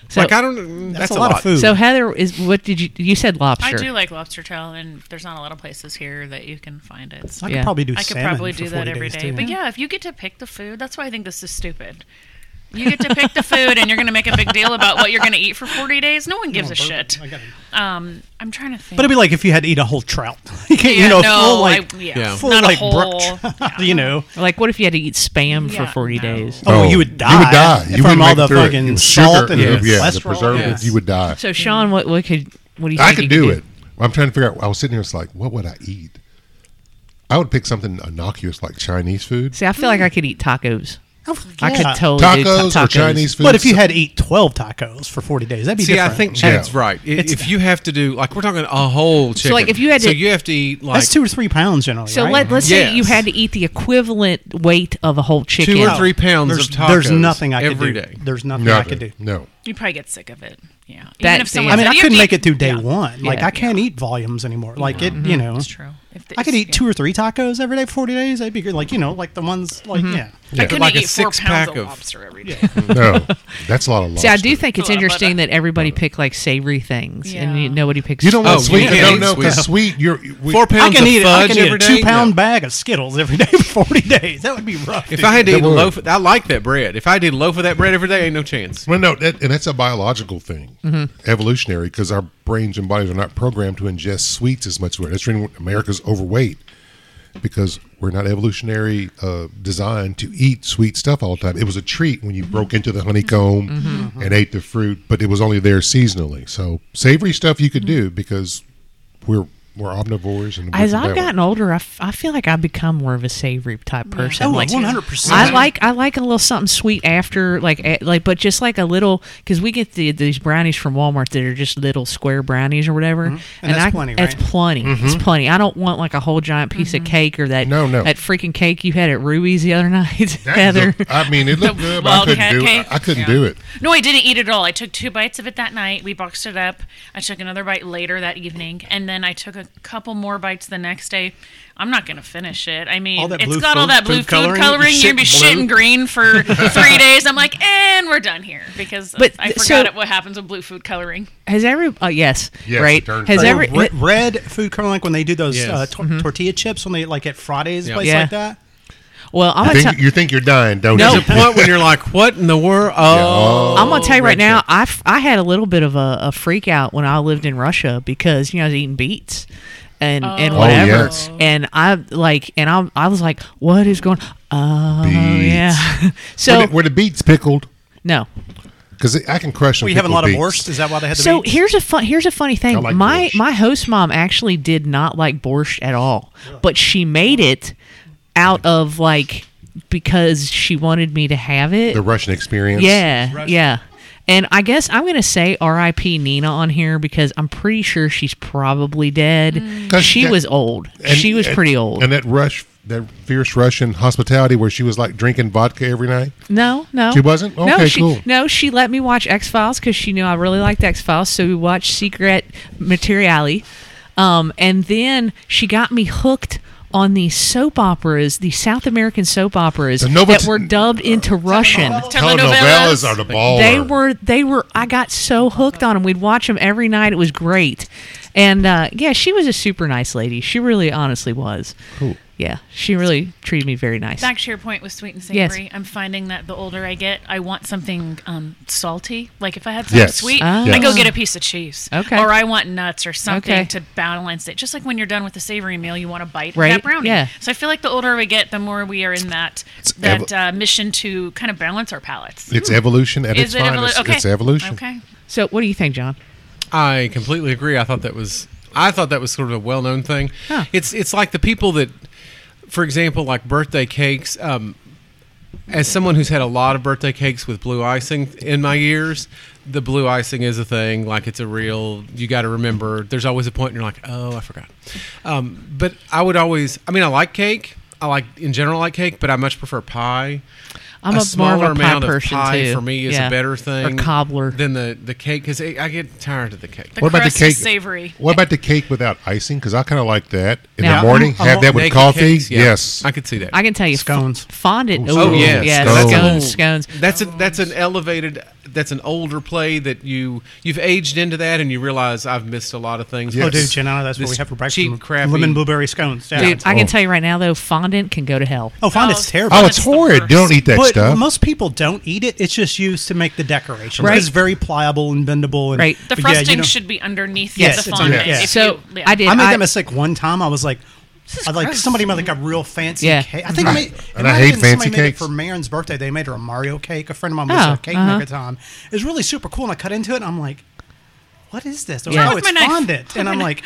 S1: So-
S3: like I don't. mm,
S5: that's, a lot, of food.
S1: So Heather is what did you you said lobster?
S4: I do like lobster tail, and there's not a lot of places here that you can find it. So
S5: I
S1: yeah.
S5: could probably do.
S4: I could
S5: salmon
S4: probably
S5: for
S4: do that
S5: 40
S4: every
S5: days,
S4: day.
S5: too.
S4: But yeah, if you get to pick the food, that's why I think this is stupid. You get to pick the food, and you're going to make a big deal about what you're going to eat for 40 days. No one gives a shit.
S5: I got it.
S4: Um, I'm trying to think.
S5: But it'd be like if you had to eat a whole trout. you can't,
S4: Yeah,
S5: you know,
S4: no,
S5: full like,
S4: I- yeah.
S3: Yeah.
S5: full
S4: Not a
S5: like brook
S4: whole-
S5: trout, you know.
S1: Like, what if you had to eat spam for
S4: Yeah,
S1: 40
S4: no.
S1: days?
S5: Oh,
S2: Oh,
S5: you would die.
S2: You would die. You
S5: from
S2: wouldn't
S5: all
S2: make
S5: the
S2: it through it.
S5: fucking
S2: With sugar
S5: salt and
S3: yes.
S5: the
S2: yeah, the
S5: cholesterol.
S2: preservatives.
S3: Yeah.
S2: You would die.
S1: So, Sean, what, what could what do you?
S2: I
S1: think
S2: could
S1: you
S2: do it. I'm trying to figure out. I was sitting here, it's like, what would I eat? I would pick something innocuous like Chinese food,
S1: See, I feel like I could eat tacos. I
S5: Yeah.
S1: could totally do
S2: tacos,
S1: ta-
S2: or
S1: tacos.
S2: Chinese food.
S5: But if you had to eat twelve tacos for forty days, that'd be
S3: See,
S5: different.
S3: I think
S2: Yeah.
S3: Chad's right. I-
S5: It's-
S3: if you have to do like we're talking a whole chicken,
S1: like, if you had
S3: so
S1: to-
S3: you have to eat like
S5: that's two or three pounds generally.
S1: So
S5: right?
S1: let, let's say you
S3: Yes.
S1: had to eat the equivalent weight of a whole chicken. Oh.
S3: two or three pounds
S5: there's,
S3: of tacos.
S5: There's nothing I could
S3: every
S5: do.
S3: day.
S5: There's nothing I could do.
S2: No,
S4: you probably get sick of it. Yeah.
S1: That-
S4: Even if someone
S5: I mean,
S4: said,
S5: I
S4: "You
S5: couldn't
S4: have
S5: make
S4: to
S5: it through day
S4: Yeah.
S5: one. Like
S1: Yeah. Mm-hmm.
S5: I can't eat volumes anymore. Like it, you know.
S4: It's true. If the-
S5: I could eat
S4: yeah.
S5: two or three tacos every day, for forty days. That'd be good. Like you know, like the ones like
S1: Mm-hmm.
S5: yeah.
S4: I couldn't
S3: Like a
S4: eat four
S3: six
S4: pounds
S3: pack
S4: of
S3: of-
S4: lobster every day.
S2: no, that's a lot of
S1: See,
S2: lobster.
S1: I do think it's
S4: A lot of
S1: interesting
S4: butter.
S1: that everybody picked like savory things, and you,
S4: Yeah.
S1: nobody picks.
S2: you don't want
S3: Oh, you
S2: sweet.
S3: can't
S2: No,
S3: eat
S2: no, because sweet. You're we,
S3: Four
S5: I
S3: pounds
S5: can
S3: of
S5: eat. I
S3: fudge
S5: can eat a
S3: every day?
S5: two pound
S3: No.
S5: bag of Skittles every day for forty days. That would be rough.
S3: If
S5: dude.
S3: I had to
S2: That
S3: eat a
S2: would.
S3: loaf, I like that bread. If I did a loaf of that bread every day, ain't no chance.
S1: Mm-hmm.
S2: Well, no, that, and that's a biological thing, evolutionary, because our brains and bodies are not programmed to ingest sweets as much. as we are. That's the reason America's overweight because we're not evolutionary uh, designed to eat sweet stuff all the time. It was a treat when you
S1: Mm-hmm.
S2: broke into the honeycomb and ate the fruit, but it was only there seasonally. So savory stuff you could
S1: Mm-hmm.
S2: do because we're we're omnivores and
S1: As
S2: we're that
S1: I've
S2: way.
S1: gotten older, I, f- I feel like I've become more of a savory type person.
S5: Oh,
S1: like,
S5: 100%.
S1: I like I like a little something sweet after, like eh, like, but just like a little because we get the, these brownies from Walmart that are just little square brownies or whatever, and,
S5: Mm-hmm. that's
S1: I-
S5: plenty,
S1: That's
S5: right? Mm-hmm.
S1: plenty. It's plenty. I don't want like a whole giant piece of cake or that
S2: Mm-hmm. No, no.
S1: that freaking cake you had at Ruby's the other night,
S2: That
S1: Heather.
S2: looked- I mean, it looked good, but I couldn't
S4: Wildcat
S2: do
S4: cake?
S2: it. I couldn't
S4: Yeah.
S2: do it.
S4: No, I didn't eat it at all. I took two bites of it that night. We boxed it up. I took another bite later that evening, and then I took a couple more bites the next day. I'm not gonna finish it. I mean,
S5: All that
S4: it's
S5: blue
S4: got
S5: food-
S4: all that blue
S5: food
S4: food
S5: coloring,
S4: coloring.
S5: you
S4: You're gonna be
S5: shitting blue.
S4: shitting green for three days. I'm like, and we're done here because
S1: But
S4: I
S1: th-
S4: forgot
S1: so-
S4: what happens with blue food coloring.
S1: Has every uh, yes,
S2: Yes, it
S1: right?
S2: turned
S1: Has
S2: purple.
S1: every Mm-hmm.
S5: Or re- red food coloring, like when they do those
S3: Yes.
S5: uh, tor- tortilla chips when they like at Fridays,
S3: Yeah.
S5: place
S1: Yeah.
S5: like that.
S1: well? I'm
S2: Think-
S1: gonna tell
S2: you think you're dying, don't
S1: No.
S2: you?
S1: There's
S3: The point when you're like, what in the world? Oh,
S1: I'm gonna tell you right
S3: red
S1: now.
S3: chip.
S1: I, f- I had a little bit of a, a freak out when I lived in Russia because you know I was eating beets and and
S4: Oh.
S1: whatever,
S2: Oh, yes.
S1: and I like and I I was like, what is going? Oh
S2: Beets.
S1: yeah. so
S2: Were the, were the beets pickled?
S1: no.
S2: Because I can crush them.
S5: We having a
S2: pickled
S5: lot of
S2: beets.
S5: borscht. Is that why they had the
S1: So
S5: beets?
S1: here's a fun here's a funny thing.
S2: I like
S1: my
S2: borscht.
S1: my host mom actually did not like borscht at all, but she made it out of like because she wanted me to have it.
S2: The Russian experience.
S1: Yeah, yeah. And I guess I'm gonna say R.I.P. Nina on here because I'm pretty sure she's probably dead.
S2: 'Cause
S1: She
S2: that-
S1: was old.
S2: And-
S1: she was
S2: and-
S1: pretty old.
S2: And that rush, that fierce Russian hospitality where she was like drinking vodka every night.
S1: no, no,
S2: She wasn't?
S1: no,
S2: Okay,
S1: she,
S2: cool.
S1: No, she let me watch X Files because she knew I really liked X Files, so we watched Secret Materiale, um, and then she got me hooked. On these soap operas, these South American soap operas
S2: The Nova-
S1: that were dubbed into Russian.
S2: Telenovelas are the baller.
S1: They were they were I got so hooked on them. We'd watch them every night. It was great. And uh, yeah, she was a super nice lady. She really honestly was.
S2: Cool.
S1: Yeah, she really treated me very nice.
S4: Back to your point with sweet and
S1: Yes.
S4: savory, I'm finding that the older I get, I want something um, salty. Like if I had something
S2: Yes.
S4: sweet,
S1: Ah.
S4: I go
S1: Yes.
S4: get a piece of cheese.
S1: Okay.
S4: Or I want nuts or something
S1: Okay.
S4: to balance it. Just like when you're done with a savory meal, you want to bite
S1: Right.
S4: that brownie.
S1: Yeah.
S4: So I feel like the older we get, the more we are in that
S2: evo-
S4: that uh, mission to kind of balance our palates.
S2: It's evolution at its
S4: Is it
S2: finest.
S4: evolution? Okay.
S2: It's evolution.
S4: Okay.
S1: So what do you think, John?
S3: I completely agree. I thought that was I thought that was sort of a well known thing.
S1: Huh.
S3: It's it's like the people that, for example, like birthday cakes. Um, as someone who's had a lot of birthday cakes with blue icing in my years, the blue icing is a thing. Like it's a real. You got to remember. There's always a point, and you're like, oh, I forgot. Um, but I would always. I mean, I like cake. I like in general I like cake, but I much prefer pie.
S1: I'm
S3: a,
S1: a, more
S3: smaller
S1: of a pie
S3: amount
S1: person
S3: of pie
S1: too.
S3: for me is
S1: Yeah.
S3: a better thing
S1: Or cobbler.
S3: than the the cake because I get tired of the cake.
S4: The
S2: What about the
S4: crust
S2: cake?
S4: is savory.
S2: What about the cake without icing? Because I kind of like that in
S1: Now-
S2: the morning.
S5: I'm-
S2: have that with
S3: Naked
S2: coffee.
S3: cakes, yeah.
S2: Yes.
S3: I could see that.
S1: I can tell you f-
S5: Scones.
S1: fondant.
S2: Ooh,
S1: Ooh,
S3: oh yeah,
S1: yes,
S2: scones.
S1: scones, scones.
S3: That's a, that's an elevated. That's an older play that you you've aged into that, and you realize I've missed a lot of things.
S5: Oh,
S2: Yes.
S5: dude, you know that's what
S3: This
S5: we have for
S3: cheap,
S5: breakfast.
S3: crappy-
S5: Lemon blueberry scones. Yeah.
S1: Dude, I
S2: Oh.
S1: can tell you right now though, fondant can go to hell.
S5: oh, fond
S4: Oh,
S5: it's terrible.
S2: oh,
S4: But
S2: it's
S4: it's the
S2: horrid.
S4: worst.
S2: Don't eat that
S5: but
S2: stuff.
S5: most people don't eat it. It's just used to make the decoration.
S1: Right.
S5: It's very pliable and bendable. And,
S1: Right.
S4: The
S5: but yeah, you
S4: frosting
S5: know-
S4: should be underneath
S5: Yes,
S4: the
S5: it's
S4: fondant.
S2: under- yeah.
S4: If
S1: So
S4: you- yeah.
S1: I did.
S5: I made
S1: I,
S5: that mistake one time. I was like, I like
S4: gross.
S5: somebody made like a real fancy
S1: Yeah.
S5: cake. I think it made,
S2: And
S5: it might
S2: I
S5: have
S2: hate
S5: been somebody
S2: fancy
S5: made it
S2: cakes.
S5: for Marin's birthday. They made her a Mario cake. A friend of mine
S1: Oh,
S5: was a cake
S1: uh-huh.
S5: maker at the time. It was really super cool. And I cut into it and I'm like, what is this? They're
S1: Yeah.
S5: Like, oh,
S1: With
S5: it's
S4: my knife.
S5: fondant. And I'm like,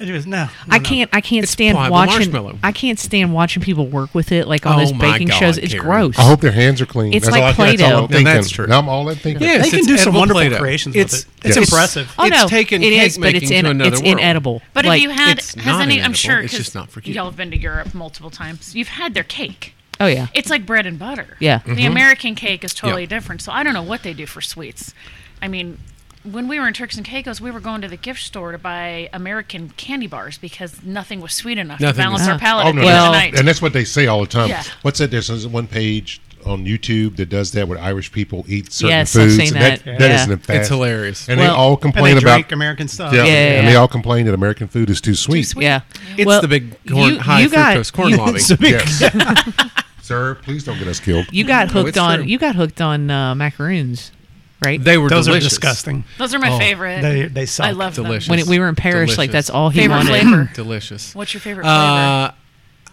S5: it was no. no,
S1: I
S5: no.
S1: can't. I can't
S3: It's
S1: stand
S3: pliable marshmallow.
S1: watching. I can't stand watching people work with it like on
S3: Oh
S1: those
S3: my
S1: baking
S3: God,
S1: shows. It's
S3: Karen.
S1: gross.
S2: I hope their hands are clean.
S1: It's
S2: that's
S1: like
S2: all, I- That's all
S1: Play-Doh.
S2: I'm thinking.
S3: No, that's true.
S2: Now I'm all I'm thinking.
S3: Yes,
S5: They can
S3: it's
S5: do some
S3: edible
S5: wonderful
S3: Play-Doh.
S5: creations
S3: It's
S5: with it. It's
S2: Yes.
S5: impressive.
S1: Oh
S3: It's
S1: no,
S3: taken
S1: it
S3: cake
S1: is, but it's
S3: making to
S1: in,
S3: another
S1: it's
S3: world.
S1: inedible.
S4: But
S1: Like-
S4: if you had,
S3: It's
S4: has
S3: not
S4: any? I'm
S3: inedible.
S4: sure
S3: It's
S4: 'cause
S3: just not for you.
S4: Y'all have been to Europe multiple times. You've had their cake.
S1: oh yeah,
S4: It's like bread and butter.
S1: Yeah.
S4: The American cake is totally
S3: Yeah.
S4: different. So I don't know what they do for sweets. I mean, when we were in Turks and Caicos, we were going to the gift store to buy American candy bars because nothing was sweet enough to
S3: Nothing
S4: balance
S3: was-
S4: our palate
S2: Oh
S4: at the
S2: no,
S4: end of
S1: Well-
S4: the
S2: that's-
S4: night.
S2: and that's what they say all the time.
S4: Yeah.
S2: What's that? There's this one page on YouTube that does that where Irish people eat certain
S1: Yes, I've
S2: foods.
S1: seen
S2: and that,
S1: that.
S2: that
S1: Yeah.
S2: is an
S3: It's hilarious.
S2: And they
S1: Well-
S2: all
S5: And they
S2: complain about
S5: drink American stuff.
S1: Yeah,
S2: yeah,
S1: yeah,
S2: and they
S1: yeah.
S2: all complain that American food is too sweet.
S1: yeah.
S3: It's
S1: Well,
S3: the big corn,
S1: you-
S3: high
S1: you got-
S3: fructose corn lobby.
S5: It's a big-
S2: Yes. Sir, please don't get us killed.
S1: You got
S3: No,
S1: hooked
S3: it's
S1: on.
S3: true.
S1: You got hooked on uh, macaroons. right?
S3: They were
S5: Those
S3: delicious.
S5: are disgusting.
S4: Those are my favorite.
S5: They- they suck.
S4: I love
S3: Delicious.
S4: them.
S1: when it, we were in Paris, like
S3: Delicious.
S1: that's all he
S4: Favorite
S1: wanted.
S4: flavor.
S3: Delicious.
S4: What's your favorite flavor?
S3: Uh,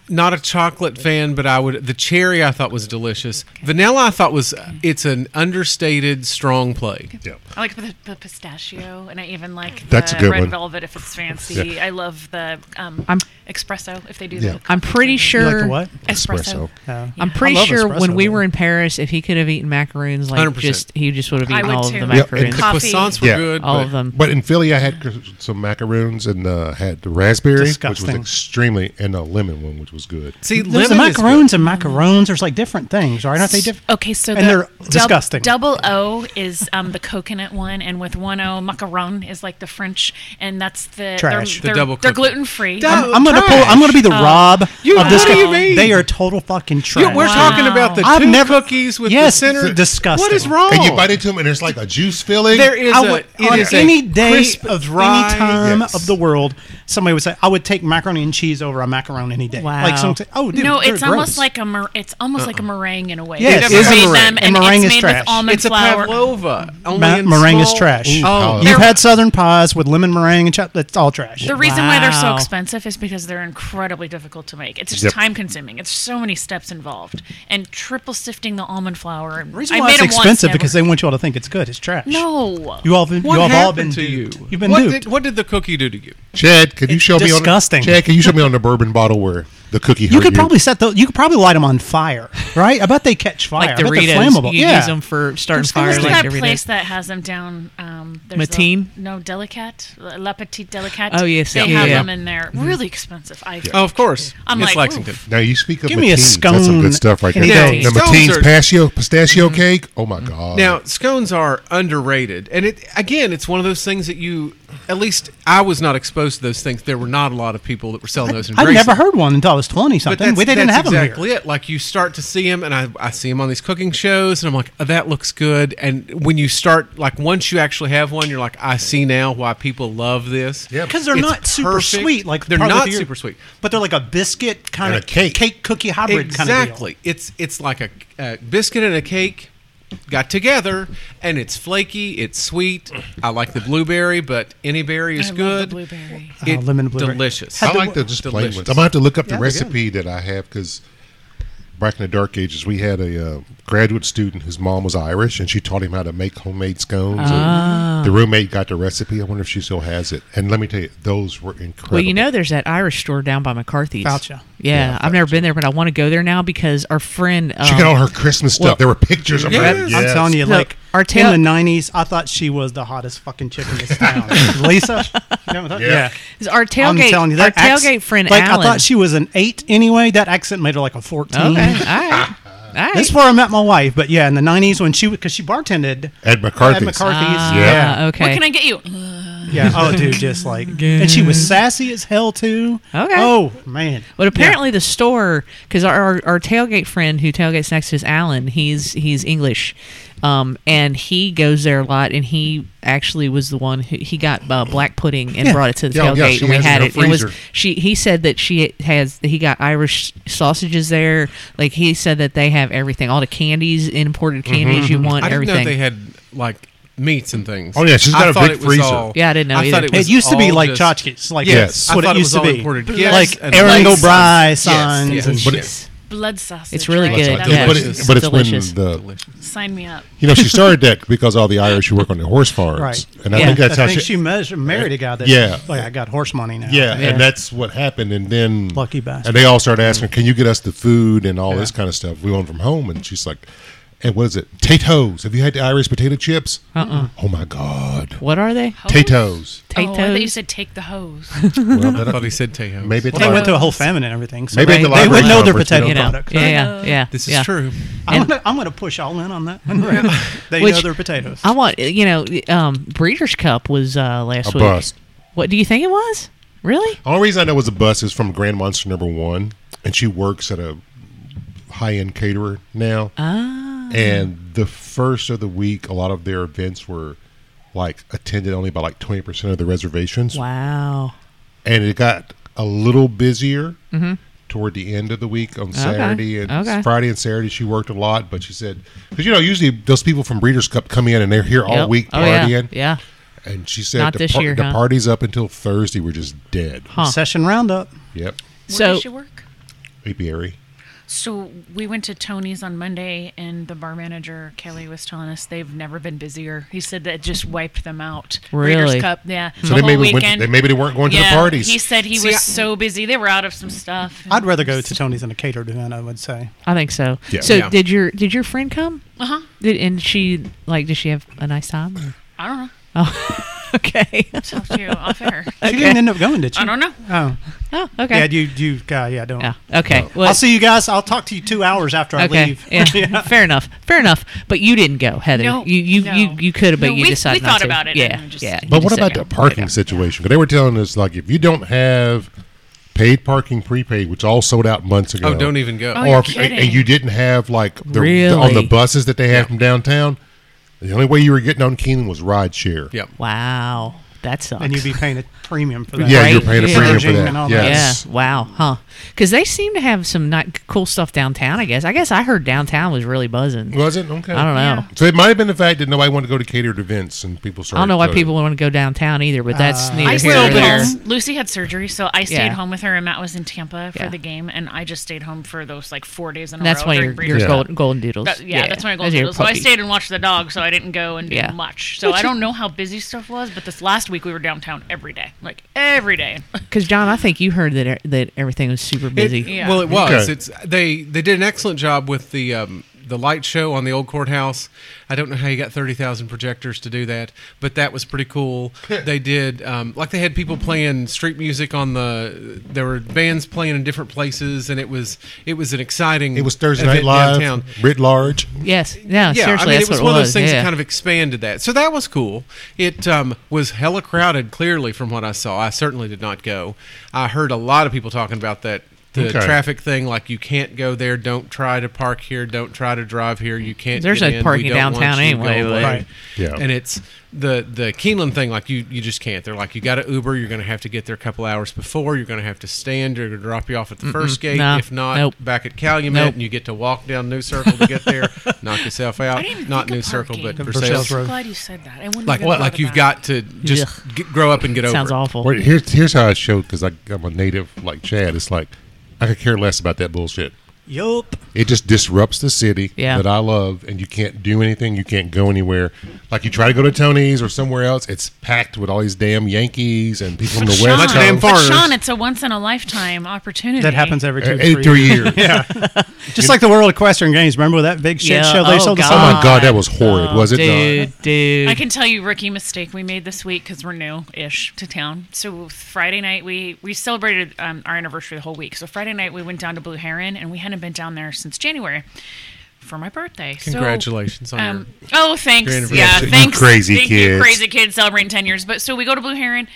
S3: not a chocolate fan, but I would. The cherry I thought was delicious. Vanilla I thought was. It's an understated strong play.
S2: Yeah.
S4: I like the, the pistachio, and I even like the
S2: That's a good
S4: red
S2: one.
S4: velvet if it's fancy.
S2: Yeah.
S4: I love the um,
S1: I'm-
S4: espresso if they do
S2: Yeah.
S4: that.
S1: I'm pretty sure.
S5: You like the what?
S4: Espresso.
S2: Espresso.
S5: Yeah.
S1: I'm
S4: Yeah.
S1: pretty
S5: I love
S1: sure
S5: espresso,
S1: when we
S5: though.
S1: were in Paris, if he could have eaten macaroons, like
S3: 100%.
S1: just he just would have
S4: I
S1: eaten
S4: would
S1: all of
S4: too.
S1: the
S4: Yeah, and
S1: macaroons,
S4: coffee.
S3: Croissants were
S2: Yeah.
S3: good.
S1: all
S3: but
S1: of them.
S2: But in Philly, I had cr- some macaroons and uh, had the raspberry, which
S5: Disgusting.
S2: was extremely, and a lemon one, which was good.
S3: See,
S5: There's the
S3: lemon is good.
S5: macaroons and macaroons. There's like different things, right? Aren't they different?
S4: Okay, so
S5: And
S4: the
S5: they're disgusting.
S4: Double O is um, the coconut one, and with one O, macaron is like the French, and that's the
S5: Trash. The
S4: They're, they're,
S3: double
S4: they're Um,
S3: coconut.
S4: gluten free.
S3: Duh.
S5: I'm, I'm gonna pull. I'm gonna be the
S4: Oh.
S5: Rob of this.
S3: what do you
S5: guy.
S3: mean?
S5: They are total fucking trash.
S3: Yeah, we're talking about the
S5: I've
S3: two
S5: never-
S3: cookies with
S5: Yes,
S3: the center.
S5: disgusting.
S3: What is wrong?
S2: And you bite into them, and there's like a juice filling.
S3: oh. There is
S5: I
S3: a-
S5: would,
S3: it
S5: on
S3: is a
S5: any day
S3: crisp,
S5: of
S3: dry-
S5: any time
S2: Yes.
S5: of the world, somebody would say, "I would take macaroni and cheese over a macaroni any day."
S1: Wow.
S5: Like some, oh, dude,
S4: No,
S5: they're
S4: it's almost
S5: gross.
S4: like a mer- it's almost like a meringue in a way.
S5: Yes,
S4: They've
S5: it's a
S4: made
S5: meringue.
S4: them,
S5: And
S4: and,
S5: meringue is
S4: it's made
S5: trash.
S4: with almond
S3: It's a
S4: flour.
S3: pavlova. Only
S5: Ma-
S3: in
S5: meringue is
S3: small-
S5: trash. Ooh,
S3: oh,
S2: Colin.
S5: You've
S4: They're-
S5: had southern pies with lemon meringue and chocolate. That's all trash.
S4: The reason why they're so
S1: Wow.
S4: expensive is because they're incredibly difficult to make. It's just
S2: Yep.
S4: time consuming. It's so many steps involved and triple sifting the almond flour. And
S5: The reason
S4: I
S5: why
S4: made
S5: it's
S4: them once,
S5: expensive
S4: never-
S5: because they want you all to think it's good. It's trash.
S4: no.
S5: you all, have- you
S3: what
S5: have
S3: happened
S5: all been
S3: to you?
S5: duped. You've been
S3: what
S5: duped.
S3: did, what did the cookie do to you?
S2: Chad, can you
S5: It's
S2: show me
S5: disgusting.
S2: on Chad? Can you show me on the bourbon bottle where the cookie?
S5: you
S2: hurt
S5: could probably set those. You could probably light them on fire, right? I bet they catch fire.
S1: like
S5: I bet
S1: Doritos.
S5: they're flammable.
S1: You can
S5: yeah.
S1: use them for starting fire.
S4: Where's
S1: Like
S4: that
S1: every day.
S4: place that has them down? Um, there's the-
S1: Mateen?
S4: no, Delicat. La Petite Delicat.
S1: Oh, yes, yeah.
S4: They have
S1: Yeah. Mm-hmm.
S4: them in there. Really expensive. I
S3: Oh, of course.
S4: I'm
S3: it's
S4: like,
S3: Lexington.
S2: Now you speak of
S5: Give me a
S2: Mateen's. That's some
S5: scone
S2: good stuff right there.
S5: any
S3: day.
S2: The
S3: Scones
S2: Mateen's
S3: are- Mm-hmm.
S2: pistachio pistachio cake. Oh my god!
S3: Now, scones are underrated. And it again, it's one of those things that you at least I was not exposed to those things. There were not a lot of people that were selling those in
S5: I'd
S3: Grayson.
S5: never heard one until I was twenty something.
S3: that's-
S5: We they didn't have
S3: that's
S5: them
S3: exactly it. Like you start to see them, and I, I see them on these cooking shows, and I'm like, oh, that looks good. And when you start, like once you actually have one, you're like, I see now why people love this.
S2: Yeah.
S5: because they're
S3: It's
S5: not super
S3: perfect.
S5: sweet. Like
S3: They're
S5: probably
S3: not
S5: if you're-
S3: super sweet.
S5: but they're like a biscuit kind
S2: And
S5: of
S2: a cake.
S5: cake cookie hybrid kind of deal.
S3: Exactly. It's it's like a, a biscuit and a cake got together, and it's flaky. It's sweet. I like the blueberry, but any berry is
S4: love the
S3: good.
S4: blueberry.
S5: Oh, lemon blueberry.
S3: Delicious.
S2: I like the just plain
S3: delicious.
S2: ones. I'm gonna have to look up the
S5: Yeah, they're good.
S2: recipe that I have because back in the dark ages, we had a uh, graduate student whose mom was Irish, and she taught him how to make homemade scones. and
S5: Ah.
S2: The roommate got the recipe. I wonder if she still has it. And let me tell you, those were incredible.
S1: Well, you know, there's that Irish store down by McCarthy's.
S5: Gotcha.
S1: Yeah, I've never been there, but I want to go there now because our friend. Um,
S2: she got all her Christmas stuff.
S1: well-
S2: there were pictures of her.
S3: Yes.
S5: I'm
S2: Yes.
S5: telling you,
S1: Look,
S5: like
S1: our tail-
S5: in the '90s, I thought she was the hottest fucking chick in this town. Lisa, You know what I'm-
S2: Yeah.
S5: yeah.
S1: our
S5: I'm
S1: tailgate.
S5: telling you,
S1: our
S5: that
S1: tailgate
S5: accent-
S1: friend
S5: Like
S1: Alan.
S5: I thought she was an eight anyway. That accent made her like a
S1: Okay, all
S5: fourteen.
S1: right, all right.
S5: That's where I met my wife. But yeah, in the '90s when she because she bartended
S2: At McCarthy's.
S5: at McCarthy's.
S1: Ah,
S5: yeah.
S1: okay.
S4: What can I get you?
S5: Yeah. Oh, dude, just like, and she was sassy as hell too.
S1: Okay.
S5: Oh man.
S1: But apparently the store, because our, our our tailgate friend who tailgates next to us, Alan, he's he's English, um, and he goes there a lot. And he actually was the one who he got uh, black pudding and
S5: Yeah.
S1: brought it to the
S2: Yeah, yeah,
S1: tailgate,
S2: she
S1: and we
S2: has it
S1: had
S2: in
S1: it.
S2: her
S1: It was
S2: freezer.
S1: she. He said that she has he got Irish sausages there. Like he said that they have everything, all the candies, imported candies you want,
S3: I didn't
S1: everything.
S3: know they had like meats and things.
S2: Oh, yeah, she's got
S3: I
S2: a
S3: thought
S2: big
S3: it was
S2: freezer.
S3: all-
S1: Yeah, I didn't know
S3: I thought
S1: either.
S3: it,
S5: It,
S3: was
S5: used to be
S3: all
S5: like
S3: just-
S5: tchotchkes. Like
S2: Yes.
S5: that's
S3: I
S5: what
S3: thought
S5: it
S3: it
S5: used
S3: was
S5: to
S3: all
S5: be.
S3: imported.
S5: like
S3: Yes, and
S5: Aaron
S3: lights.
S5: O'Brien
S3: Yes,
S5: signs
S3: yes,
S5: and
S3: yes.
S5: shit.
S4: Blood sausage.
S1: It's really
S4: right?
S1: good.
S4: That's
S2: Yeah, but,
S4: delicious.
S2: it, but it's
S1: Delicious.
S2: when the
S3: Delicious.
S4: Sign me up.
S2: you know she started that because all the Irish who work on the horse farms,
S5: Right.
S2: and I
S1: Yeah.
S2: think that's
S5: I
S2: how
S5: think
S2: she.
S5: she meas- married a guy that
S2: Yeah.
S5: like I got horse money now.
S2: yeah,
S1: Yeah.
S2: and that's what happened, and then
S5: Lucky bastard.
S2: And they all started asking, "Can you get us the food and all
S5: Yeah.
S2: this kind of stuff we want from home?" And she's like, "And what is it? Tatoes? Have you had the Irish potato chips? Uh-uh. Oh my god,
S1: what are they?
S4: Hose?
S2: tatoes!
S4: Oh, I thought you
S1: Potatoes?
S4: said take the hose.
S2: Well, that-
S3: I thought he said Tejo.
S2: maybe it's
S5: They went through a
S2: Irish.
S5: whole famine and everything. So
S2: maybe at the
S1: Right. They
S2: library
S1: would know
S5: their
S2: conference, we
S5: potato
S1: you
S2: don't-
S1: know,
S5: products,
S1: yeah,
S5: right?
S1: yeah, yeah.
S3: This is
S1: yeah.
S3: true.
S5: I'm gonna, I'm gonna push all in on that. one. they
S1: Which-
S5: know their potatoes.
S1: I want you know, um, Breeders' Cup was uh, last
S2: A
S1: week.
S2: bust.
S1: What do you think it was? Really?
S2: Only reason I know it was a bus is from Grand Monster Number One, and she works at a high-end caterer now.
S4: Uh,
S1: Mm-hmm.
S2: And the first of the week, a lot of their events were like attended only by like twenty percent of the reservations.
S1: Wow.
S2: and it got a little busier. toward the end of the week on Saturday and
S1: Mm-hmm. Okay.
S2: Friday and Saturday. She worked a lot, but she said because you know usually those people from Breeders' Cup come in and they're here all
S1: Yep.
S2: week
S1: Oh, yeah.
S2: partying.
S1: Yeah.
S2: And she said
S1: Not
S2: the,
S1: this
S2: par-
S1: year,
S2: the
S1: huh?
S2: parties up until Thursday were just dead.
S1: Huh.
S5: Session roundup.
S2: Yep,
S4: Where
S1: So-
S4: does she work?
S2: apiary.
S4: So we went to Tony's on Monday, and the bar manager Kelly was telling us they've never been busier. He said that it just wiped them out.
S1: Really?
S4: Breeders' Cup, yeah.
S2: So they maybe went, they maybe they weren't going to the parties.
S4: He said he
S3: See,
S4: was
S3: I-
S4: so busy. They were out of some stuff.
S5: I'd rather go to Tony's than a catered event. I would say.
S1: I think so.
S2: Yeah.
S1: So
S3: Yeah.
S1: did your did your friend come?
S4: Uh huh.
S1: Did, and she like did she have a nice time? or-
S4: I don't know.
S1: Okay.
S4: Talk to you off air.
S5: She didn't end up going, did she?
S4: I don't know.
S5: Oh,
S1: oh, okay.
S5: yeah. You, you, uh, yeah. Don't.
S1: Yeah. Okay. Well,
S5: I'll see you guys. I'll talk to you two hours after I
S1: okay.
S5: leave.
S1: Yeah. Fair enough. Fair enough. But you didn't go, Heather.
S4: No,
S1: you you
S4: no.
S1: you, you could have, but
S4: No,
S1: you
S4: we-
S1: decided
S4: we
S1: not
S4: thought
S1: to.
S4: about it
S1: Yeah.
S4: and just-
S1: yeah.
S2: But
S1: you
S2: what
S1: just "Oh,
S2: about
S1: said
S2: the parking situation? 'Cause They were telling us like if you don't have paid parking, prepaid, which all sold out months ago.
S3: Oh, don't even go.
S4: Oh,
S2: or
S4: you're
S2: if, and- and
S4: kidding.
S2: you didn't have like the, the- on the
S1: Really?
S2: buses that they have from downtown. The only way you were getting on Keeneland was ride share.
S3: Yep.
S1: no. Wow. That sucks.
S5: And you'd be paying a premium for that.
S2: Yeah,
S1: Right.
S2: you're paying a
S1: Yeah.
S2: premium for
S5: Charging and all
S2: that.
S5: that.
S2: Yes.
S1: Yeah. Wow. Huh. Because they seem to have some not cool stuff downtown. I guess. I guess I heard downtown was really buzzing.
S2: Was it? Okay.
S1: I don't know.
S2: So it might have been the fact that nobody wanted to go to catered events and people
S1: I
S2: started.
S1: don't know why
S2: going.
S1: people want to go downtown either, but that's neither
S4: Uh, I
S1: here
S4: stayed
S1: nor there.
S4: home. Lucy had surgery, so I stayed
S1: Yeah.
S4: home with her, and Matt was in Tampa for
S1: Yeah.
S4: the game, and I just stayed home for those like four days in a
S1: And that's
S4: row.
S1: why
S4: during
S1: your your
S4: Breeders'
S2: Yeah.
S1: golden, golden doodles.
S4: That- yeah, that's my goal.
S1: your
S4: So I
S1: puppies.
S4: stayed and watched the dog, so I didn't go and do
S1: Yeah.
S4: much. So I don't know how busy stuff was, but this last week we were downtown every day, like every day.
S1: Because John, I think you heard that e- that everything was super
S3: It-
S1: busy.
S4: Yeah.
S3: Well, it was.
S2: Okay.
S3: It's they they did an excellent job with the um, the light show on the old courthouse. I don't know how you got thirty thousand projectors to do that, but that was pretty cool. they did um, like they had people playing street music on the. There were bands playing in different places, and it was it was an exciting.
S2: It was Thursday Night
S3: event
S2: Live,
S3: downtown.
S2: writ large.
S1: Yes. No.
S3: Yeah,
S1: seriously,
S3: I mean,
S1: that's
S3: it was
S1: what it
S3: one of
S1: was.
S3: those things
S1: yeah.
S3: that kind of expanded that. So that was cool. It um, was hella crowded, clearly, from what I saw. I certainly did not go. I heard a lot of people talking about that the
S2: Okay.
S3: traffic thing, like you can't go there, don't try to park here, don't try to drive here, you can't.
S1: There's
S3: get
S1: no
S3: in, we
S1: parking
S3: don't want
S1: downtown
S3: you, go
S1: anyway, but-
S3: away.
S5: Right.
S2: Yeah.
S3: And it's the the Keeneland thing, like you you just can't. They're like you got to Uber, you're going to have to get there a couple hours before, you're going to have to stand, or drop you off at the first gate.
S1: nah,
S3: if not,
S1: nope.
S3: back at Calumet,
S1: Nope.
S3: and you get to walk down New Circle to get there, knock yourself out
S4: I didn't even
S3: not
S4: think
S3: New
S4: of
S3: Circle,
S4: parking.
S3: but
S4: The
S5: Versailles
S3: Versailles.
S5: Road.
S4: Glad you said that. I wouldn't
S3: Like
S4: even thought
S3: like
S4: of
S3: you've
S4: that.
S3: got to just
S1: Ugh.
S3: get, grow up and get over.
S1: Sounds
S3: it.
S1: awful.
S2: Wait, here's here's how I showed because I'm a native like Chad. It's like I could care less about that bullshit.
S5: Yup.
S2: It just disrupts the city
S1: Yeah.
S2: that I love, and you can't do anything. You can't go anywhere. Like you try to go to Tony's or somewhere else, it's packed with all these damn Yankees and people from the West
S4: Sean,
S3: Much damn
S2: Coast.
S4: but
S3: foreigners.
S4: Sean, it's a once in a lifetime opportunity.
S5: That happens every two,
S2: Uh,
S5: or
S2: Eight
S5: three.
S2: three years.
S5: Yeah. Just like the World Equestrian Games. Remember that big shit
S1: Yeah.
S5: show they
S1: Oh,
S5: sold the
S1: God.
S2: Oh my
S5: summer?
S2: god, that was horrid, was it? not?
S1: dude, dude.
S4: I can tell you rookie mistake we made this week because we're new ish to town. So Friday night we we celebrated um, our anniversary the whole week. So Friday night we went down to Blue Heron and we hadn't been down there since January for my birthday. So-
S3: Congratulations on
S4: um, oh, thanks.
S3: your anniversary.
S4: yeah,
S2: You
S4: thanks.
S2: crazy
S4: Thank
S2: kids.
S4: You crazy kids celebrating ten years. But so we go to Blue Heron.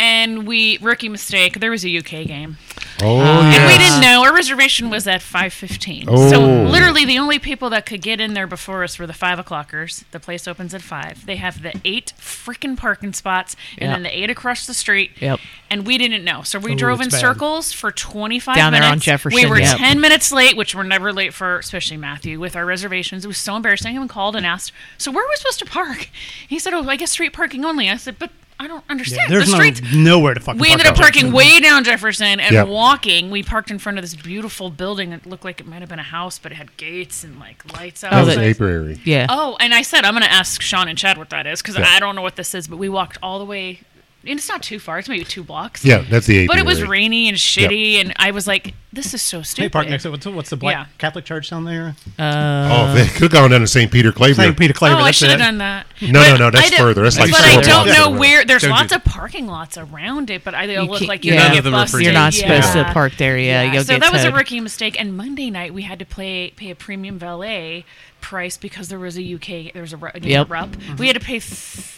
S4: And we rookie mistake. There was a UK game,
S2: Oh
S4: and we
S2: yeah.
S4: didn't know our reservation was at five fifteen. So
S2: Oh.
S4: literally, the only people that could get in there before us were the five o'clockers. The place opens at five. They have the eight freaking parking spots, and
S1: Yeah.
S4: then the eight across the street.
S1: Yep.
S4: And we didn't know, so we drove
S5: it's
S4: in
S5: bad.
S4: circles for twenty five
S1: Down there
S4: minutes.
S1: on Jefferson,
S4: We were
S1: yep.
S4: ten minutes late, which we're never late for, especially Matthew with our reservations. It was so embarrassing. Anyone called and asked, "So where are we supposed to park?" He said, "Oh, I guess street parking only." I said, "But." I don't understand.
S5: Yeah, there's
S4: the
S5: no,
S4: streets,
S5: nowhere to fucking
S4: we
S5: park
S4: ended up
S5: out there.
S4: parking way down Jefferson and
S2: Yep.
S4: walking. We parked in front of this beautiful building that looked like it might have been a house, but it had gates and like lights out.
S2: That was
S1: that-
S2: apiary.
S1: yeah.
S4: Oh, and I said I'm going to ask Sean and Chad what that is because I don't know what this is. But we walked all the way, and it's not too far. It's maybe two blocks.
S2: Yeah, that's the apiary.
S4: But it was rainy and shitty, and I was like, "This is so stupid."
S5: They park next to what's, what's the black
S4: Yeah.
S5: Catholic church down there?
S2: Oh, they could have gone down to St. Peter Claver.
S5: St. Peter
S4: Oh,
S5: Claver.
S4: I
S5: that's
S4: should have
S5: it.
S4: done that.
S2: No, no, no, that's
S4: I did-
S2: further. That's like
S4: but
S2: several
S4: I don't
S2: blocks
S4: know
S2: in a row.
S4: where. There's
S3: Don't do
S4: lots
S3: that.
S4: of parking lots around it, but I they all
S1: You
S4: look
S1: can't-
S4: like you're
S1: yeah.
S4: gonna
S1: None
S4: get
S1: of
S3: them are
S4: busted.
S1: You're not supposed
S4: Yeah.
S1: to park there. Yeah, you'll
S4: so
S1: get
S4: that was a
S1: towed.
S4: rookie mistake. And Monday night we had to play pay a premium valet price because there was a UK there was a, ru- a
S1: Yep. Mm-hmm.
S4: rup. We had to pay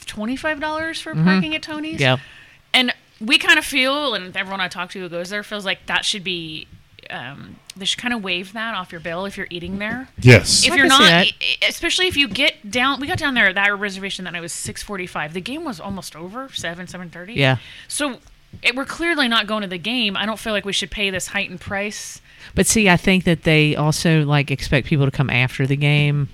S4: twenty five dollars for parking at Tony's.
S1: Yeah.
S4: and we kind of feel, and everyone I talk to who goes there feels like that should be. Um, they should kind of waive that off your bill if you're eating there.
S2: Yes.
S4: If
S1: I
S4: you're
S1: can see
S4: not,
S1: that.
S4: e- especially if you get down, we got down there. That reservation that night was six forty-five. The game was almost over, seven, seven thirty.
S1: Yeah.
S4: So it, we're clearly not going to the game. I don't feel like we should pay this heightened price.
S1: But see, I think that they also like expect people to come after the game,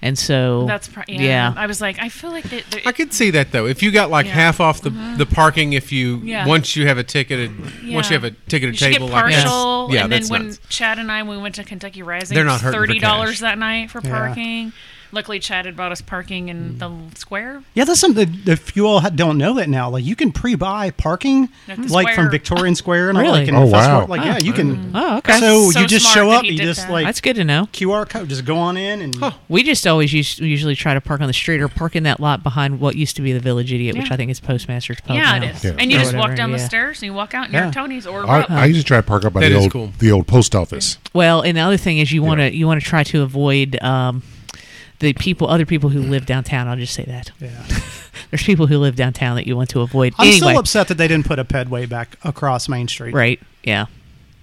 S1: and so
S4: That's pr- yeah. I was like, I feel like that. that-
S3: I could see that though. If you got like
S4: Yeah. Uh-huh.
S3: half off the, the parking, if you
S4: Yeah.
S3: once you have a ticketed once you have a ticketed
S4: you should
S3: table,
S4: get
S3: like that's-
S4: partial.
S3: yeah,
S4: and
S3: that's
S4: then when
S3: nuts.
S4: Chad and I we went to Kentucky Rising,
S3: They're
S4: it
S3: not
S4: was
S3: hurting for
S4: thirty dollars
S3: cash.
S4: that night for
S5: Yeah.
S4: parking. Luckily, Chad had bought us parking in the square.
S5: Yeah, that's something that if you all ha- don't know that now, like you can pre-buy parking,
S4: At the
S5: like
S4: square. Mm.
S5: from Victorian Square and all,
S1: Really?
S5: like in
S2: Oh,
S5: the festival.
S2: wow.
S5: Like yeah, you can.
S1: Oh, okay.
S5: So,
S4: So
S5: you just
S4: smart
S5: show
S4: that
S5: up,
S4: he
S5: you
S4: did
S5: just
S4: that.
S5: like
S1: that's good to know.
S5: QR code, just go on in and
S1: We just always used, usually try to park on the street or park in that lot behind what used to be the Village Idiot, which
S4: Yeah.
S1: I think is Postmaster's Pub.
S4: yeah,
S1: now.
S4: it is.
S2: Yeah.
S4: And you
S1: Or
S4: just walk
S1: Oh, whatever,
S4: down the
S1: yeah.
S4: stairs and you walk out and you're
S5: Yeah.
S4: at Tony's or
S2: I,
S4: Rupp.
S2: I used to try to park up by
S3: That
S2: the
S3: is
S2: old
S3: cool.
S2: the old post office.
S1: Well, and the other thing is you want to you want to try to avoid um, the people, other people who live downtown. I'll just say that
S5: yeah.
S1: there's people who live downtown that you want to avoid.
S5: I'm
S1: anyway,
S5: still upset that they didn't put a pedway back across Main Street.
S1: right? Yeah.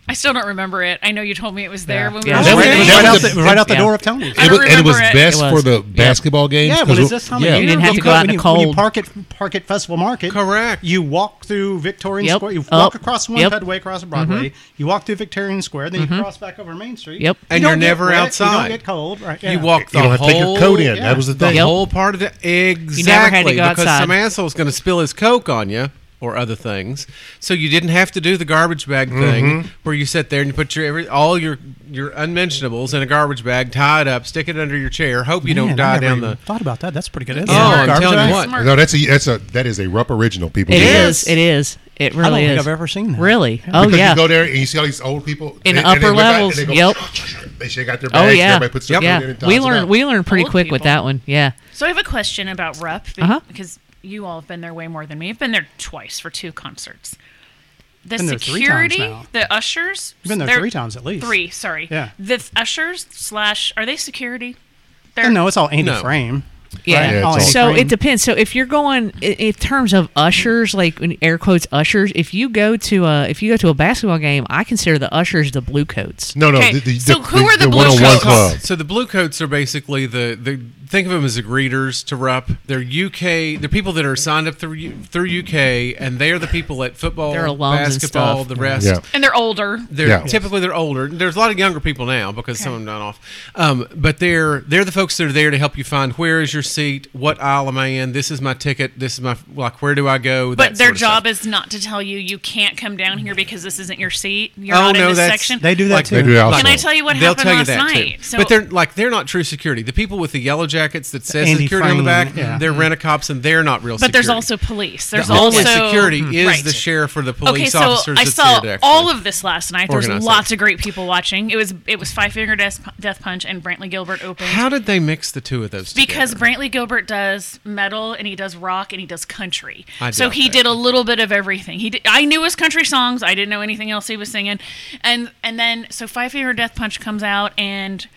S4: I still don't remember it. I know you told me it was there
S5: Yeah.
S4: when we
S1: Yeah,
S4: were
S5: That was, it
S4: there.
S5: was
S2: That
S5: right out
S2: was
S5: the,
S2: the-
S5: right out the
S1: yeah.
S5: door of Tony's.
S4: I
S2: It was, and it was
S4: remember it.
S2: best
S1: It was.
S2: for the
S1: Yeah.
S2: basketball games.
S5: Yeah,
S2: 'cause
S5: but
S2: we-
S5: it's this time
S2: yeah.
S5: of year.
S1: You didn't have to
S5: because
S1: go out in
S5: when
S1: the
S5: you- when you
S1: cold.
S5: park at park at Festival Market.
S3: Correct.
S5: You walk through Victorian
S1: Yep.
S5: Square. You
S1: Up.
S5: walk across one
S1: Yep. Mm-hmm.
S5: pedway across Broadway. You walk through Victorian Square. Then you cross back over Main Street.
S1: Yep.
S5: You
S3: And
S5: don't
S3: you're
S5: get
S3: never
S5: wet, You
S3: outside.
S5: don't get cold. Right.
S3: You
S5: yeah.
S3: walk the
S2: You don't have to
S3: whole
S2: take your coat in. That was the
S3: the
S2: thing.
S3: whole part of the exactly
S1: never had to go
S3: because
S1: outside.
S3: some asshole's going to spill his coke on you or other things. So you didn't have to do the garbage bag
S2: Mm-hmm.
S3: thing where you sit there and you put your every all your your unmentionables in a garbage bag, tie it up, stick it under your chair, hope you
S5: Man,
S3: don't die
S5: I never
S3: down
S5: even
S3: the.
S5: Thought about that. That's pretty good. That's
S3: Oh,
S5: smart.
S3: I'm
S5: Garbage
S3: telling
S5: bag.
S3: you what.
S4: Smart.
S2: No, that's a that's a that is a rep original. People
S1: It
S2: do that.
S1: is. It is. It really
S5: I don't
S1: is.
S5: think I've ever seen that.
S1: Really? Oh
S2: Because
S1: yeah.
S2: you go there and you see all these old people
S1: In
S2: and- and
S1: upper
S2: they whip out and
S1: levels,
S2: They go,
S1: yep.
S2: They shake out their
S1: Oh
S2: bags.
S1: yeah.
S2: Everybody puts something in
S1: yeah.
S2: and
S1: We
S2: tosses it
S1: learned
S2: out.
S1: we learned pretty
S4: Old
S1: quick with
S4: people.
S1: that one. Yeah.
S4: So I have a question about Rupp be-
S1: Uh-huh.
S4: because you all have been there way more than me. I've been there twice for two concerts. The
S5: Been there three times
S4: security,
S5: now.
S4: the ushers.
S5: You've been there
S4: they're-
S5: three times at least.
S4: Three, sorry.
S5: Yeah.
S4: The th- ushers slash are they security? They're
S5: No, it's all Andy
S3: No.
S5: Frame.
S1: Yeah.
S5: Right?
S2: Yeah,
S5: All
S2: it's
S5: Andy
S1: Oh, So
S5: Frame.
S1: it depends. So if you're going i- in terms of ushers, like in air quotes ushers, if you go to a if you go to a basketball game, I consider the ushers the blue coats.
S2: No, no.
S4: Okay,
S2: The, the,
S4: so
S2: the,
S4: who are the
S2: the
S4: blue
S2: one-on-one
S4: shirts?
S2: club?
S3: So the blue coats are basically the, the think of them as the greeters to rep. They're UK. They're people that are signed up through U- through UK, and they are the people at football,
S1: They're alums and
S3: basketball,
S1: stuff.
S3: the rest.
S2: Yeah.
S4: and they're older.
S3: They're
S2: Yeah.
S3: typically they're older. There's a lot of younger people now because some of them not off. Um, but they're they're the folks that are there to help you find where is your seat, what aisle am I in, this is my ticket, this is my like where do I go?
S4: But their job is not to tell you you can't come down here because this isn't your seat. You're
S3: Oh,
S4: not in
S3: no,
S4: this
S3: that's-
S4: section.
S5: They do that
S3: Like,
S5: too.
S2: They do it outside.
S4: Can I tell you what
S3: They'll
S4: happened
S3: tell you
S4: last
S3: that
S4: night?
S3: too. but they're like they're not true security. The people with the yellow jackets that says
S5: Andy
S3: security on the
S5: Frame,
S3: back,
S5: yeah.
S3: they're rent a cops and they're not real.
S4: But there's
S3: security.
S4: also police. There's
S3: the
S4: also Hmm.
S3: only security is
S4: Right.
S3: the sheriff or the police
S4: okay, so
S3: officers.
S4: I
S3: that's
S4: saw
S3: there to actually-
S4: all of this last night. There was
S3: organize
S4: lots
S3: it.
S4: of great people watching. It was it was Five Finger Death, Death Punch and Brantley Gilbert opened.
S3: How did they mix the two of those?
S4: because
S3: together?
S4: Brantley Gilbert does metal and he does rock and he does country.
S3: I
S4: so
S3: doubt
S4: he
S3: that.
S4: did a little bit of everything. He did, I knew his country songs. I didn't know anything else he was singing, and and then so Five Finger Death Punch comes out and.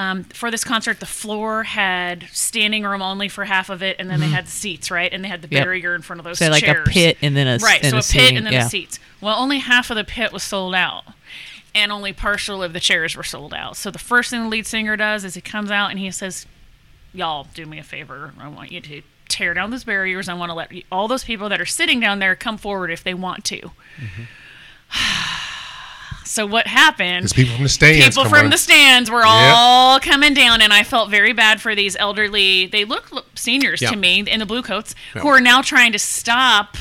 S4: Um, for this concert, the floor had standing room only for half of it, and then they had seats, right? And they had the
S1: Mm-hmm. Yep.
S4: barrier in front of those
S1: So,
S4: chairs.
S1: like, a pit and then a s-
S4: right,
S1: and
S4: so
S1: a
S4: a, pit
S1: seating,
S4: and then
S1: yeah.
S4: a seats. Well, only half of the pit was sold out, and only partial of the chairs were sold out. So the first thing the lead singer does is he comes out and he says, y'all do me a favor. I want you to tear down those barriers. I want to let you, all those people that are sitting down there come forward if they want to. so what happened?
S2: It's people from the stands.
S4: People
S2: come
S4: from
S2: on.
S4: the stands were all coming down, and I felt very bad for these elderly. They look look- seniors
S3: Yeah.
S4: to me in the blue coats
S3: Yeah.
S4: who are now trying to stop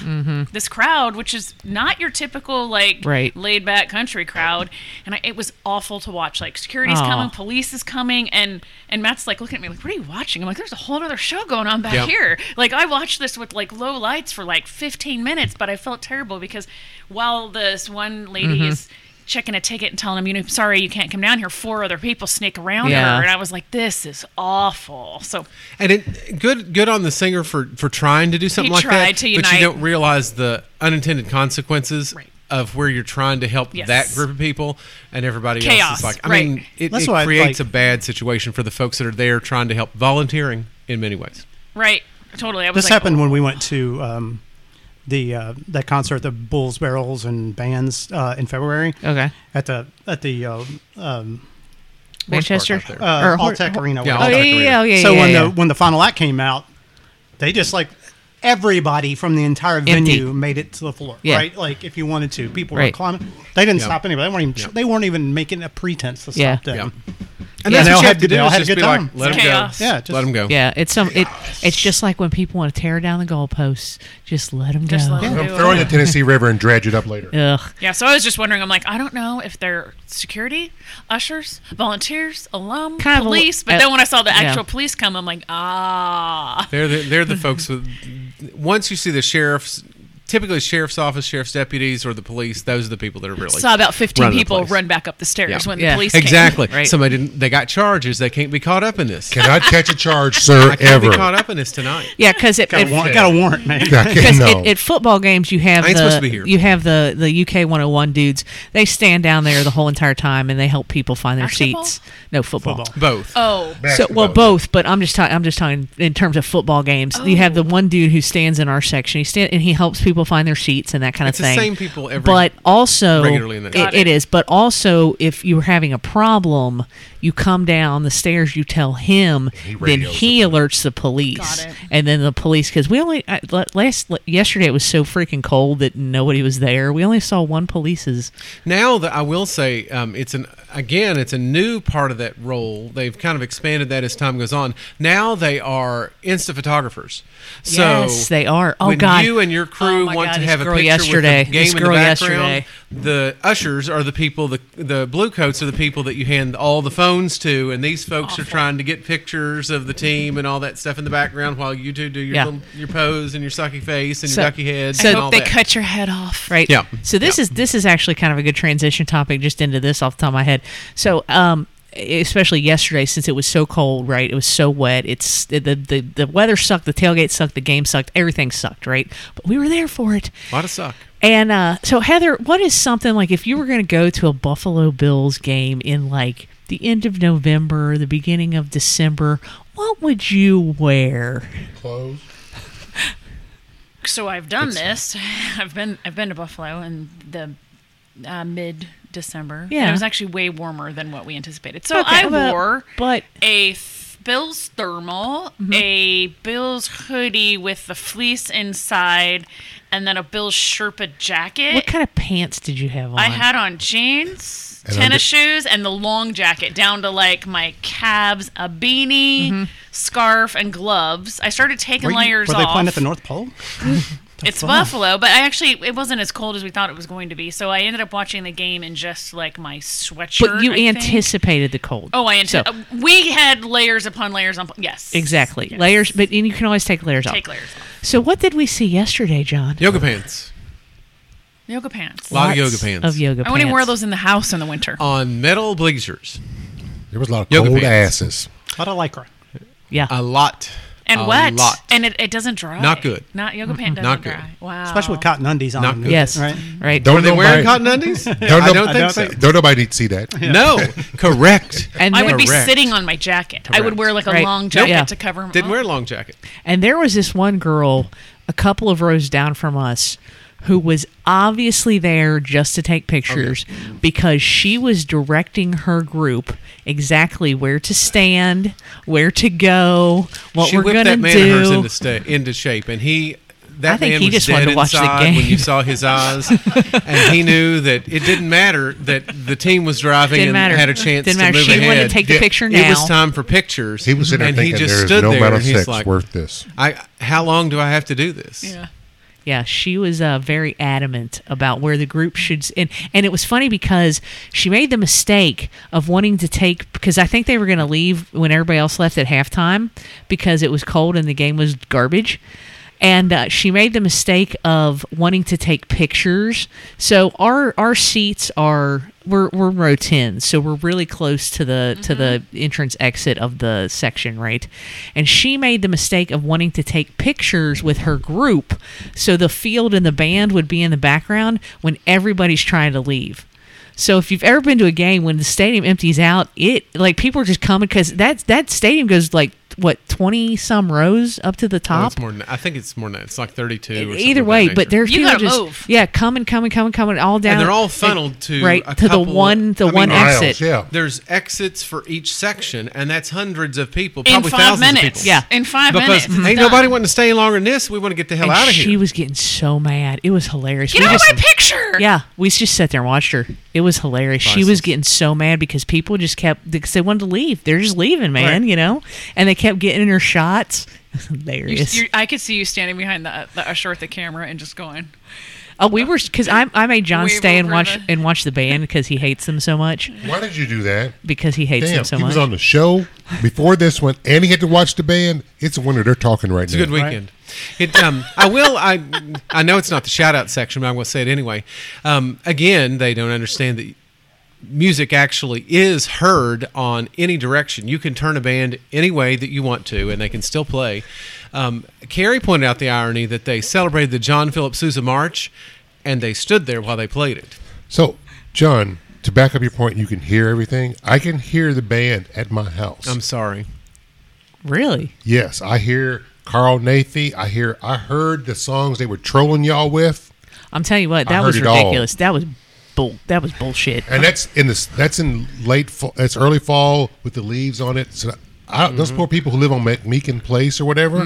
S4: this crowd, which is not your typical like
S1: Mm-hmm. Right.
S4: laid back country crowd. And I, it was awful to watch. Like security's
S1: Aw.
S4: coming, police is coming, and and Matt's like looking at me like, "What are you watching?" I'm like, "There's a whole other show going on back
S3: Yeah.
S4: here." Like I watched this with like low lights for like 15 minutes, but I felt terrible because while this one lady is checking a ticket and telling him, you know, sorry, you can't come down here. Four other people sneak around
S1: Yeah.
S4: her, and I was like, this is awful. So
S3: And it good good on the singer for for trying to do something like
S4: tried
S3: that.
S4: to
S3: but you
S4: unite.
S3: don't realize the unintended consequences
S4: Right.
S3: of where you're trying to help
S4: Yes.
S3: that group of people and everybody else
S4: Chaos,
S3: is like. I
S4: right.
S3: mean, it,
S5: That's
S3: it
S5: why I
S3: creates
S5: like-
S3: a bad situation for the folks that are there trying to help volunteering in many ways.
S4: right, totally. I was
S5: This
S4: like,
S5: happened when we went to um, the uh, that concert, the Bulls, Barrels, and Bands uh, in February
S1: Okay.
S5: at the at the uh, um,
S1: Manchester.
S3: out there.
S5: uh,
S1: Hor-
S5: Alltech Arena.
S3: Yeah,
S5: whatever.
S1: Oh yeah, yeah, yeah, yeah.
S5: so when
S1: yeah.
S5: the when the final act came out, they just like everybody from the entire venue made it to the floor,
S1: Yeah.
S5: right? Like if you wanted to, people were
S1: Right.
S5: climbing. They didn't
S3: Yeah.
S5: stop anybody. They weren't even. They weren't even making a pretense to stop
S1: Yeah.
S5: them.
S3: And
S5: Yeah,
S3: that's
S5: they all
S3: what
S5: had
S3: you have to
S5: good- they
S3: do.
S5: all
S3: Is
S5: had a
S3: just
S5: good
S3: be
S5: time.
S3: like, let
S4: It's
S3: them go.
S4: chaos.
S5: Yeah,
S3: Yeah,
S5: just-
S3: let them go.
S1: Yeah, it's some. It, it's just like when people want to tear down the goalposts, just let them
S4: Just
S1: go.
S4: let 'em
S2: I'm
S4: do it.
S2: throwing the Tennessee River and dredge it up later.
S1: Ugh.
S4: Yeah, so I was just wondering. I'm like, I don't know if they're security, ushers, volunteers, alum,
S1: Kind of a-
S4: police. but
S1: uh,
S4: then when I saw the
S1: yeah.
S4: actual police come, I'm like, ah.
S3: They're the, they're the folks with. Once you see the sheriff's, typically sheriff's office, sheriff's deputies, or the police, those are the people that are really.
S4: Saw about 15
S3: Run the
S4: people
S3: place.
S4: run back up the stairs
S3: Yeah.
S4: when
S1: Yeah.
S4: the police came.
S3: exactly.
S1: Right.
S3: Somebody didn't. They got charges. They can't be caught up in this.
S2: Cannot catch a charge, sir,
S3: I can't
S2: ever.
S3: be caught up in this tonight.
S1: Yeah, because it,
S5: Got a,
S1: it
S5: warrant, got a warrant, man.
S2: I can't,
S1: Because
S2: no.
S1: at, at football games, you have
S3: I ain't
S1: the,
S3: supposed to be here.
S1: you have the the UK 101 dudes. They stand down there the whole entire time and they help people find their
S4: Basketball?
S1: seats. No football.
S5: Football.
S3: Both.
S4: Oh,
S1: So well,
S2: Basketball.
S1: both, but I'm just talking. I'm just talking in terms of football games. You have the
S4: Oh.
S1: one dude who stands in our section. He stand and he helps people find their seats and that kind
S3: It's
S1: of
S3: the
S1: thing.
S3: same people every-
S1: But also,
S3: regularly in the-
S1: it-
S3: Got
S1: it
S4: it.
S1: is. But also, if you're having a problem, you come down the stairs. You tell him. then
S2: radios
S1: he alerts the police,
S4: Got it.
S1: and then the police because we only I, la- last la- yesterday it was so freaking cold that nobody was there. We only saw one police's.
S3: Now that I will say, um, it's an again, it's a new part of that role. They've kind of expanded that as time goes on. Now they are insta photographers. So
S1: Yes, they are. Oh,
S3: when
S1: God.
S3: you and your crew
S4: Oh, my
S3: want
S1: God,
S3: to
S1: this
S3: have a
S1: girl
S3: picture
S1: yesterday.
S3: with the game
S1: This
S3: in the
S1: girl
S3: background,
S1: yesterday.
S3: the ushers are the people. The the blue coats are the people that you hand all the phones to, and these folks are trying to get pictures of the team and all that stuff in the background while you two do your
S1: Yeah.
S3: little, your pose and your sucky face and
S1: So-
S3: your ducky head.
S1: so-
S4: I
S3: and
S4: hope
S3: all
S4: they
S3: that.
S4: cut your head off.
S1: right?
S3: Yeah.
S1: So this is this is actually kind of a good transition topic just into this off the top of my head. So um especially yesterday since it was so cold, right? It was so wet. It's the the the weather sucked, the tailgate sucked, the game sucked, everything sucked, right? But we were there for it.
S3: A lot of suck.
S1: And uh, so, Heather, what is something like if you were going to go to a Buffalo Bills game in like the end of November, the beginning of December, what would you wear?
S2: Clothes.
S4: So I've done this. I've been I've been to Buffalo in the uh, mid December.
S1: Yeah.
S4: it was actually way warmer than what we anticipated. So
S1: Okay,
S4: I
S1: but-
S4: wore
S1: but-
S4: a th- Bills thermal, a Bills hoodie with the fleece inside, and then a Bills Sherpa jacket.
S1: What kind of pants did you have on?
S4: I had on jeans,
S2: And
S4: tennis
S2: under-
S4: shoes, and the long jacket down to like my calves, a beanie, scarf, and gloves. I started taking
S5: Were, you-
S4: layers
S5: were they
S4: off.
S5: playing at the North Pole?
S4: It's
S5: Wow.
S4: Buffalo, but I actually it wasn't as cold as we thought it was going to be. So I ended up watching the game in just like my sweatshirt.
S1: but you
S4: I think.
S1: anticipated the cold.
S4: Oh, I
S1: So-
S4: anticipated. we had layers upon layers on. Yes,
S1: Exactly.
S4: Yes.
S1: Layers, but and you can always take layers off.
S4: Take layers off.
S1: So what did we see yesterday, John?
S3: Yoga pants.
S4: Yoga pants.
S3: A lot of
S1: Lots
S3: yoga pants.
S1: Of yoga
S4: I
S1: pants.
S4: only wear those in the house in the winter.
S3: on metal bleachers.
S2: There was a lot of
S3: Yoga
S2: cold
S3: pants.
S2: asses.
S5: What a lycra.
S1: Yeah.
S3: A lot.
S4: and
S3: a
S4: wet.
S3: Lot.
S4: And it, it doesn't dry.
S3: Not good.
S4: Not yoga pant doesn't
S3: Not good.
S4: dry. Wow.
S5: Especially with cotton undies on.
S3: Not
S5: them,
S3: good.
S1: yes.
S5: Right?
S1: Right.
S4: Mm-hmm.
S1: Right.
S2: Don't
S3: Were they
S2: nobody,
S3: wearing cotton undies? Don't I
S2: no-
S3: don't think
S5: I don't
S3: so.
S5: think
S2: don't nobody need to see that.
S3: No, correct.
S1: And
S4: I
S1: then-
S4: would be
S3: Correct.
S4: sitting on my jacket. I would wear like a
S1: Right.
S4: long
S1: Nope.
S4: jacket
S1: Yeah.
S4: to cover. my-
S3: Didn't wear a long jacket.
S1: And there was this one girl a couple of rows down from us who was obviously there just to take pictures
S3: Oh,
S1: because she was directing her group exactly where to stand, where to go, what
S3: she
S1: we're
S3: whipped
S1: going to
S3: that man of hers
S1: do.
S3: into, sta- into shape, and he. That
S1: I think
S3: man
S1: he
S3: was
S1: just
S3: dead
S1: wanted to watch the
S3: inside when
S1: game.
S3: you saw his eyes, and he knew that it didn't matter that the team was driving
S1: Didn't
S3: and
S1: matter.
S3: had a chance
S1: Didn't
S3: to
S1: matter.
S3: move
S1: She
S3: ahead.
S1: wanted to take the
S2: Yeah.
S1: picture now.
S3: It was time for pictures.
S2: He was sitting there
S3: and
S2: thinking
S3: he just
S2: there's
S3: stood
S2: no
S3: there
S2: amount of
S3: and he's
S2: sex
S3: like,
S2: worth this.
S3: I, "How long do I have to do this?"
S4: Yeah.
S1: Yeah, she was uh, very adamant about where the group should, s- and and it was funny because she made the mistake of wanting to take because I think they were going to leave when everybody else left at halftime because it was cold and the game was garbage. And uh, she made the mistake of wanting to take pictures. So our our seats are we're we're in row ten, so we're really close to the to the entrance exit of the section, right? And she made the mistake of wanting to take pictures with her group, so the field and the band would be in the background when everybody's trying to leave. So if you've ever been to a game when the stadium empties out, it like people are just coming because that that stadium goes like what twenty some rows up to the
S3: Oh,
S1: top.
S3: it's more than that. I think it's more than that. It's like 32. or something
S1: E-, Either
S3: of that
S1: way,
S3: nature.
S1: but there's
S4: You
S1: people
S4: gotta
S1: just
S4: move.
S1: yeah coming, coming, coming, coming all down.
S3: they're all funneled to
S1: right
S3: a
S1: to the
S3: couple-
S1: one the
S3: I mean,
S1: one
S2: Miles,
S1: exit.
S2: Yeah.
S3: there's exits for each section, and that's hundreds of people,
S4: in
S3: probably
S4: five
S3: thousands
S4: minutes.
S3: of people.
S1: Yeah.
S4: in five minutes.
S3: because
S4: it's
S3: ain't
S4: done.
S3: nobody wanting to stay longer than this. We want to get the hell
S1: And
S3: out of
S1: she
S3: here.
S1: was getting so mad. It was hilarious.
S4: Get
S1: We
S4: out of
S1: just-
S4: my picture.
S1: Yeah, we just sat there and watched her. It was hilarious. She was getting so mad because people just kept because they wanted to leave. They're just leaving, man. You know, and they kept getting her shots.
S4: You-
S1: hilarious.
S4: you- I could see you standing behind the, the usher with the camera and just going.
S1: oh, we were because I I made John
S4: Wave
S1: stay and
S4: over
S1: watch
S4: the-
S1: and watch the band because he hates them so much
S2: Why did you do that?
S1: because he hates
S2: Damn,
S1: them so
S2: he
S1: much.
S2: was on the show before this one, and he had to watch the band. It's a wonder they're talking right
S3: It's a
S2: now.
S3: good weekend. It, um, I will. I I know it's not the shout out section, but I'm going to say it anyway. Um, again, they don't understand that music actually is heard on any direction. You can turn a band any way that you want to, and they can still play. Um, Carrie pointed out the irony that they celebrated the John Philip Sousa March, and they stood there while they played it.
S2: So, John, to back up your point, you can hear everything. I can hear the band at my house.
S3: I'm sorry.
S1: Really?
S2: yes, I hear Carl Nathy. I hear. I heard the songs they were trolling y'all with,
S1: I'm telling you what,
S2: I
S1: that
S2: heard
S1: was
S2: it all.
S1: ridiculous. That was bull. That was bullshit.
S2: and that's in this. That's in late. Fall, that's early fall with the leaves on it. So, I,
S3: Mm-hmm.
S2: Those poor people who live on McMeekin Place or whatever,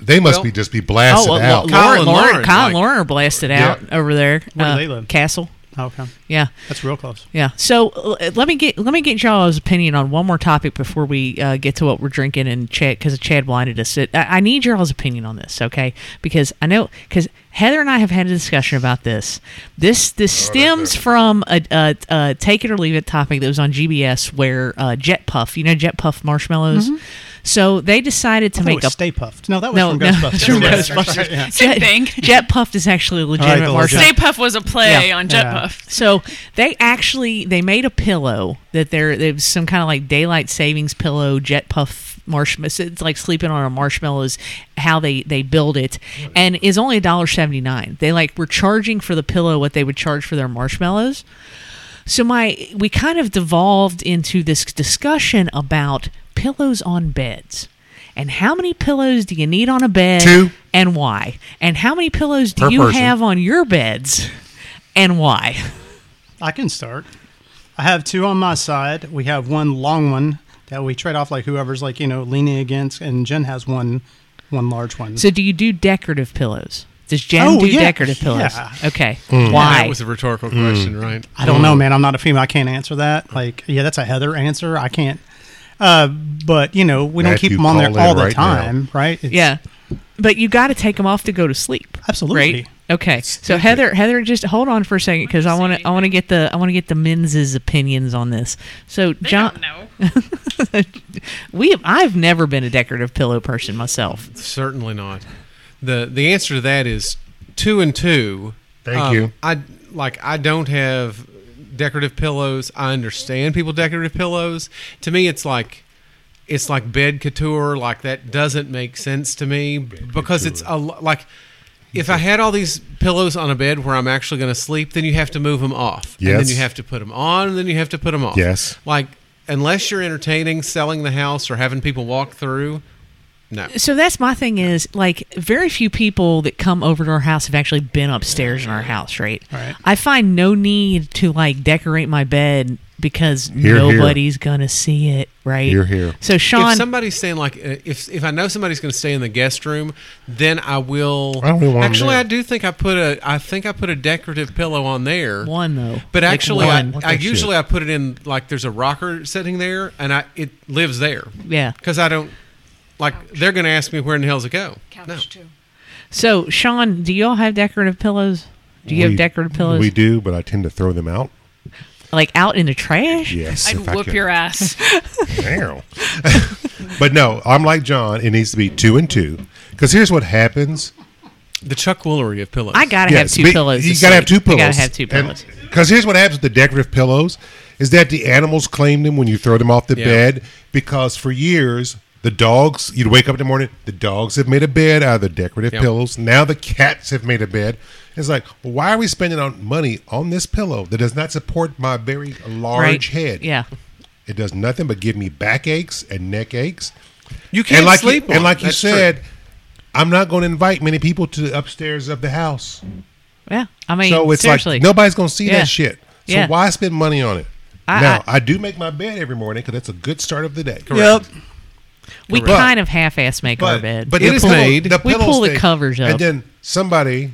S2: they must
S3: Mm. Well-
S2: be just be
S1: Oh,
S2: blasted
S1: well,
S2: out.
S1: Lauren, Lauren,
S3: Kyle and Lauren,
S1: Kyle and
S3: like-
S1: Lauren are blasted
S2: Yeah.
S1: out over there.
S5: Where do
S1: uh,
S5: they live?
S1: Castle.
S5: Okay,
S1: Yeah.
S5: that's real close.
S1: Yeah. So uh, let me get let me get y'all's opinion on one more topic before we uh, get to what we're drinking and Chad because Chad blinded us. It, I, I need y'all's opinion on this, okay? Because I know because Heather and I have had a discussion about this. This
S5: Oh,
S1: this stems from a, a, a take it or leave it topic that was on GBS where uh, Jet Puff, you know Jet Puff marshmallows.
S4: Mm-hmm.
S1: So they decided to
S5: I thought it
S1: make
S5: was
S1: a
S5: Stay Puffed. No, that was
S1: no
S5: from
S1: no
S5: Ghostbusters.
S1: from
S5: You're right.
S1: Ghostbusters.
S5: Yeah.
S4: Same thing.
S1: Jet, Jet Puffed is actually a legitimate
S5: the
S1: marshmallow.
S5: legit-
S4: Stay Puff was a play
S1: Yeah.
S4: on Jet
S5: Yeah.
S4: Puff.
S1: So they actually they made a pillow that there there's some kind of like daylight savings pillow jet puff marshmallow. It's like sleeping on a marshmallow is how they they build it, and is only a dollar seventy nine. They like were charging for the pillow what they would charge for their marshmallows. So my we kind of devolved into this discussion about pillows on beds. And how many pillows do you need on a bed?
S2: Two.
S1: And why? And how many pillows do
S2: Per
S1: you
S2: person.
S1: have on your beds? And why?
S5: I can start. I have two on my side. We have one long one that we trade off, like whoever's like you know leaning against, and Jen has one, one large one.
S1: So do you do decorative pillows? Does Jen
S5: Oh,
S1: do
S5: yeah.
S1: decorative pillows?
S5: Yeah.
S1: Okay. Why?
S3: That was a rhetorical question, right?
S5: I don't know, man. I'm not a female. I can't answer that. Like, yeah, that's a Heather answer. I can't. Uh, but you know, we don't keep
S2: Matthew,
S5: them on there
S2: call in
S5: all the
S2: right now.
S5: time, right? It's-
S1: yeah. But you got to take them off to go to sleep.
S5: Absolutely.
S1: Right? Okay. So Heather, Heather, just hold on for a second because I want to, I want to get the, I want to get the men's opinions on this. So
S4: They
S1: John,
S4: don't know.
S1: we, have, I've never been a decorative pillow person myself.
S3: Certainly not. the The answer to that is two and two. Um,
S2: Thank you.
S3: I like. I don't have decorative pillows. I understand people decorative pillows. To me, it's like it's like bed couture. Like that doesn't make sense to me because it's a lo- like. If I had all these pillows on a bed where I'm actually going to sleep, then you have to move them off. And then
S2: Yes.
S3: you have to put them on, and then you have to put them off.
S2: Yes.
S3: Like, unless you're entertaining, selling the house, or having people walk through, no.
S1: So that's my thing is like very few people that come over to our house have actually been upstairs in our house, right?
S5: Right.
S1: I find no need to like decorate my bed because
S2: Here, here.
S1: nobody's gonna see it, right?
S2: Here, here.
S1: So Sean,
S3: if somebody's staying like uh, if if I know somebody's going to stay in the guest room, then I will.
S2: I don't really want 'em
S3: actually,
S2: there.
S3: I do think I put a I think I put a decorative pillow on there.
S1: One, though.
S3: but
S1: Like
S3: actually,
S1: one.
S2: What
S3: I, I
S2: that shit?
S3: usually I put it in like there's a rocker sitting there, and I it lives there.
S1: Yeah.
S3: because I don't like they're going to ask me where in the hell's it go.
S4: Couch
S3: No.
S4: too.
S1: so Sean, do y'all have decorative pillows? Do you
S2: We-
S1: have decorative pillows
S2: We do, but I tend to throw them out.
S1: like out in the trash?
S2: Yes,
S4: I'd
S2: if I
S4: whoop
S2: could.
S4: your ass.
S2: Damn. but no, I'm like John. It needs to be two and two. Because here's what happens.
S3: The Chuck Woolery of pillows.
S1: I gotta have two
S2: be-
S1: pillows.
S2: You
S1: to
S2: gotta have two
S1: sleep.
S2: pillows.
S1: I gotta have two pillows.
S2: Because here's what happens with the decorative pillows is that the animals claim them when you throw them off the
S3: Yeah.
S2: bed because for years the dogs you'd wake up in the morning, the dogs have made a bed out of the decorative
S3: Yep.
S2: pillows. Now the cats have made a bed. It's like, why are we spending on money on this pillow that does not support my very large
S1: right?
S2: head?
S1: Yeah.
S2: It does nothing but give me backaches and neck aches.
S3: You can't
S2: and like
S3: sleep
S2: you,
S3: on
S2: And like
S3: it.
S2: you
S3: That's
S2: said,
S3: true.
S2: I'm not going to invite many people to the upstairs of the house.
S1: Yeah, I mean,
S2: so it's
S1: seriously,
S2: like nobody's going to see
S1: Yeah.
S2: that shit. So
S1: Yeah.
S2: why spend money on it?
S1: I-
S2: now
S1: I-
S2: I, do make my bed every morning because that's a good start of the day.
S5: Yep.
S1: we
S2: Correct.
S1: kind of half-ass make our bed.
S2: But
S3: It
S2: the
S3: is
S2: pillow-
S3: made.
S2: The
S1: We
S2: pillows
S1: pull the
S2: thing-
S1: covers up.
S2: And then somebody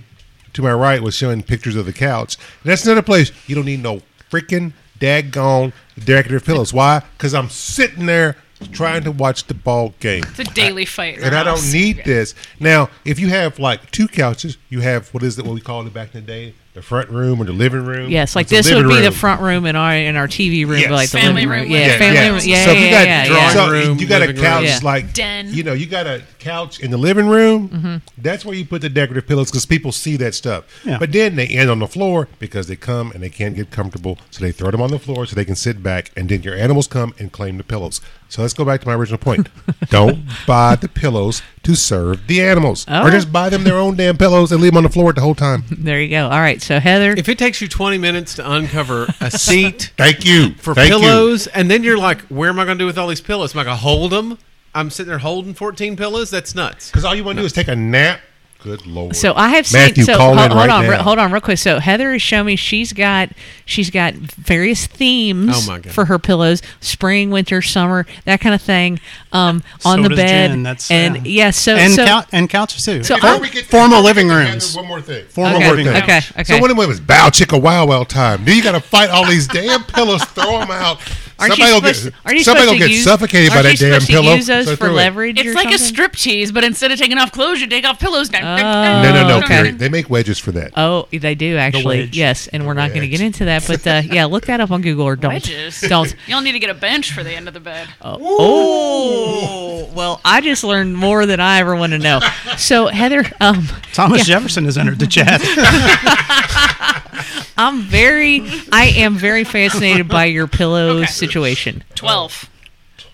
S2: to my right was showing pictures of the couch. And that's another place you don't need no freaking daggone decorative pillows. Why? Because I'm sitting there trying to watch the ball game.
S4: It's a daily fight. in
S2: And
S4: our
S2: I don't
S4: house.
S2: need this. Now, if you have like two couches, you have what is it? What we called it back in the day, the front room or the living room.
S1: yes, like
S2: It's a
S1: this would
S2: living
S1: be the
S2: room.
S1: front room and our and our TV room,
S2: Yes.
S1: but like the
S4: Family
S1: living room.
S4: room,
S1: Yeah,
S4: living
S1: family
S4: room.
S1: room. Yeah,
S2: so
S1: yeah,
S2: if you
S1: yeah,
S2: got
S1: yeah,
S2: drawing
S1: yeah.
S3: room,
S2: you got a
S3: living room.
S2: couch
S1: Yeah.
S2: like
S4: Den.
S2: You know, you got a couch in the living room. That's where you put the decorative pillows because people see that stuff.
S5: Yeah.
S2: But then they end on the floor because they come and they can't get comfortable, so they throw them on the floor so they can sit back, and then your animals come and claim the pillows. So let's go back to my original point. Don't buy the pillows to serve the animals,
S1: Oh.
S2: or just buy them their own damn pillows and leave them on the floor the whole time.
S1: There you go. All right, so Heather,
S3: If it takes you 20 minutes to uncover a seat
S2: Thank you
S3: for
S2: Thank you.
S3: pillows, and then you're like, where am I going to do with all these pillows? Am I going to hold them? I'm sitting there holding 14 pillows? That's nuts.
S2: Because all you want to do is take a nap. Good lord.
S1: So I have seen.
S2: Matthew,
S1: so
S2: call
S1: ho-
S2: in
S1: hold,
S2: right
S1: on, re-
S2: now.
S1: hold on, real quick. So Heather has shown me she's got she's got various
S3: Oh,
S1: themes
S3: my God.
S1: for her pillows: spring, winter, summer, that kind of thing. Um, on
S5: So
S1: the
S5: does
S1: bed,
S5: Jen, that's-
S1: and
S5: yeah.
S1: yeah, so
S5: and,
S1: so
S5: cou- and couches too.
S1: So
S2: Before
S1: I'm-
S2: we get-
S5: Formal living
S2: Heather,
S5: rooms.
S2: One more thing.
S5: Formal
S1: okay,
S5: living rooms.
S1: okay, okay.
S2: So when it was bow chicka wow wow time, then you got to fight all these damn pillows, throw them out.
S1: aren't you
S2: somebody will
S1: supposed,
S2: get,
S1: aren't you
S2: somebody
S1: supposed
S2: will
S1: to
S2: get
S1: use,
S2: suffocated by
S1: aren't you
S2: that damn
S1: supposed to
S2: pillow.
S1: use those
S2: so
S1: for
S2: throw it.
S1: leverage.
S4: It's
S1: or
S4: like a
S1: something?
S4: strip tease, but instead of taking off clothes, you take off pillows. Oh. No,
S2: No, no, no,
S1: Okay.
S2: Carrie. They make wedges for that.
S1: Oh, they do actually.
S5: wedge.
S1: yes, and we're not going to
S2: wedge.
S1: get into that, but uh, yeah, look that up on Google or don't.
S4: Wedges.
S1: Don't.
S4: Y'all need to get a bench for the end of the bed.
S2: Uh,
S1: Oh, well, I just learned more than I ever want to know. So Heather, um,
S5: Thomas Jefferson has entered the chat.
S1: I'm very, I am very fascinated by your pillow
S4: Okay.
S1: situation.
S4: Twelve.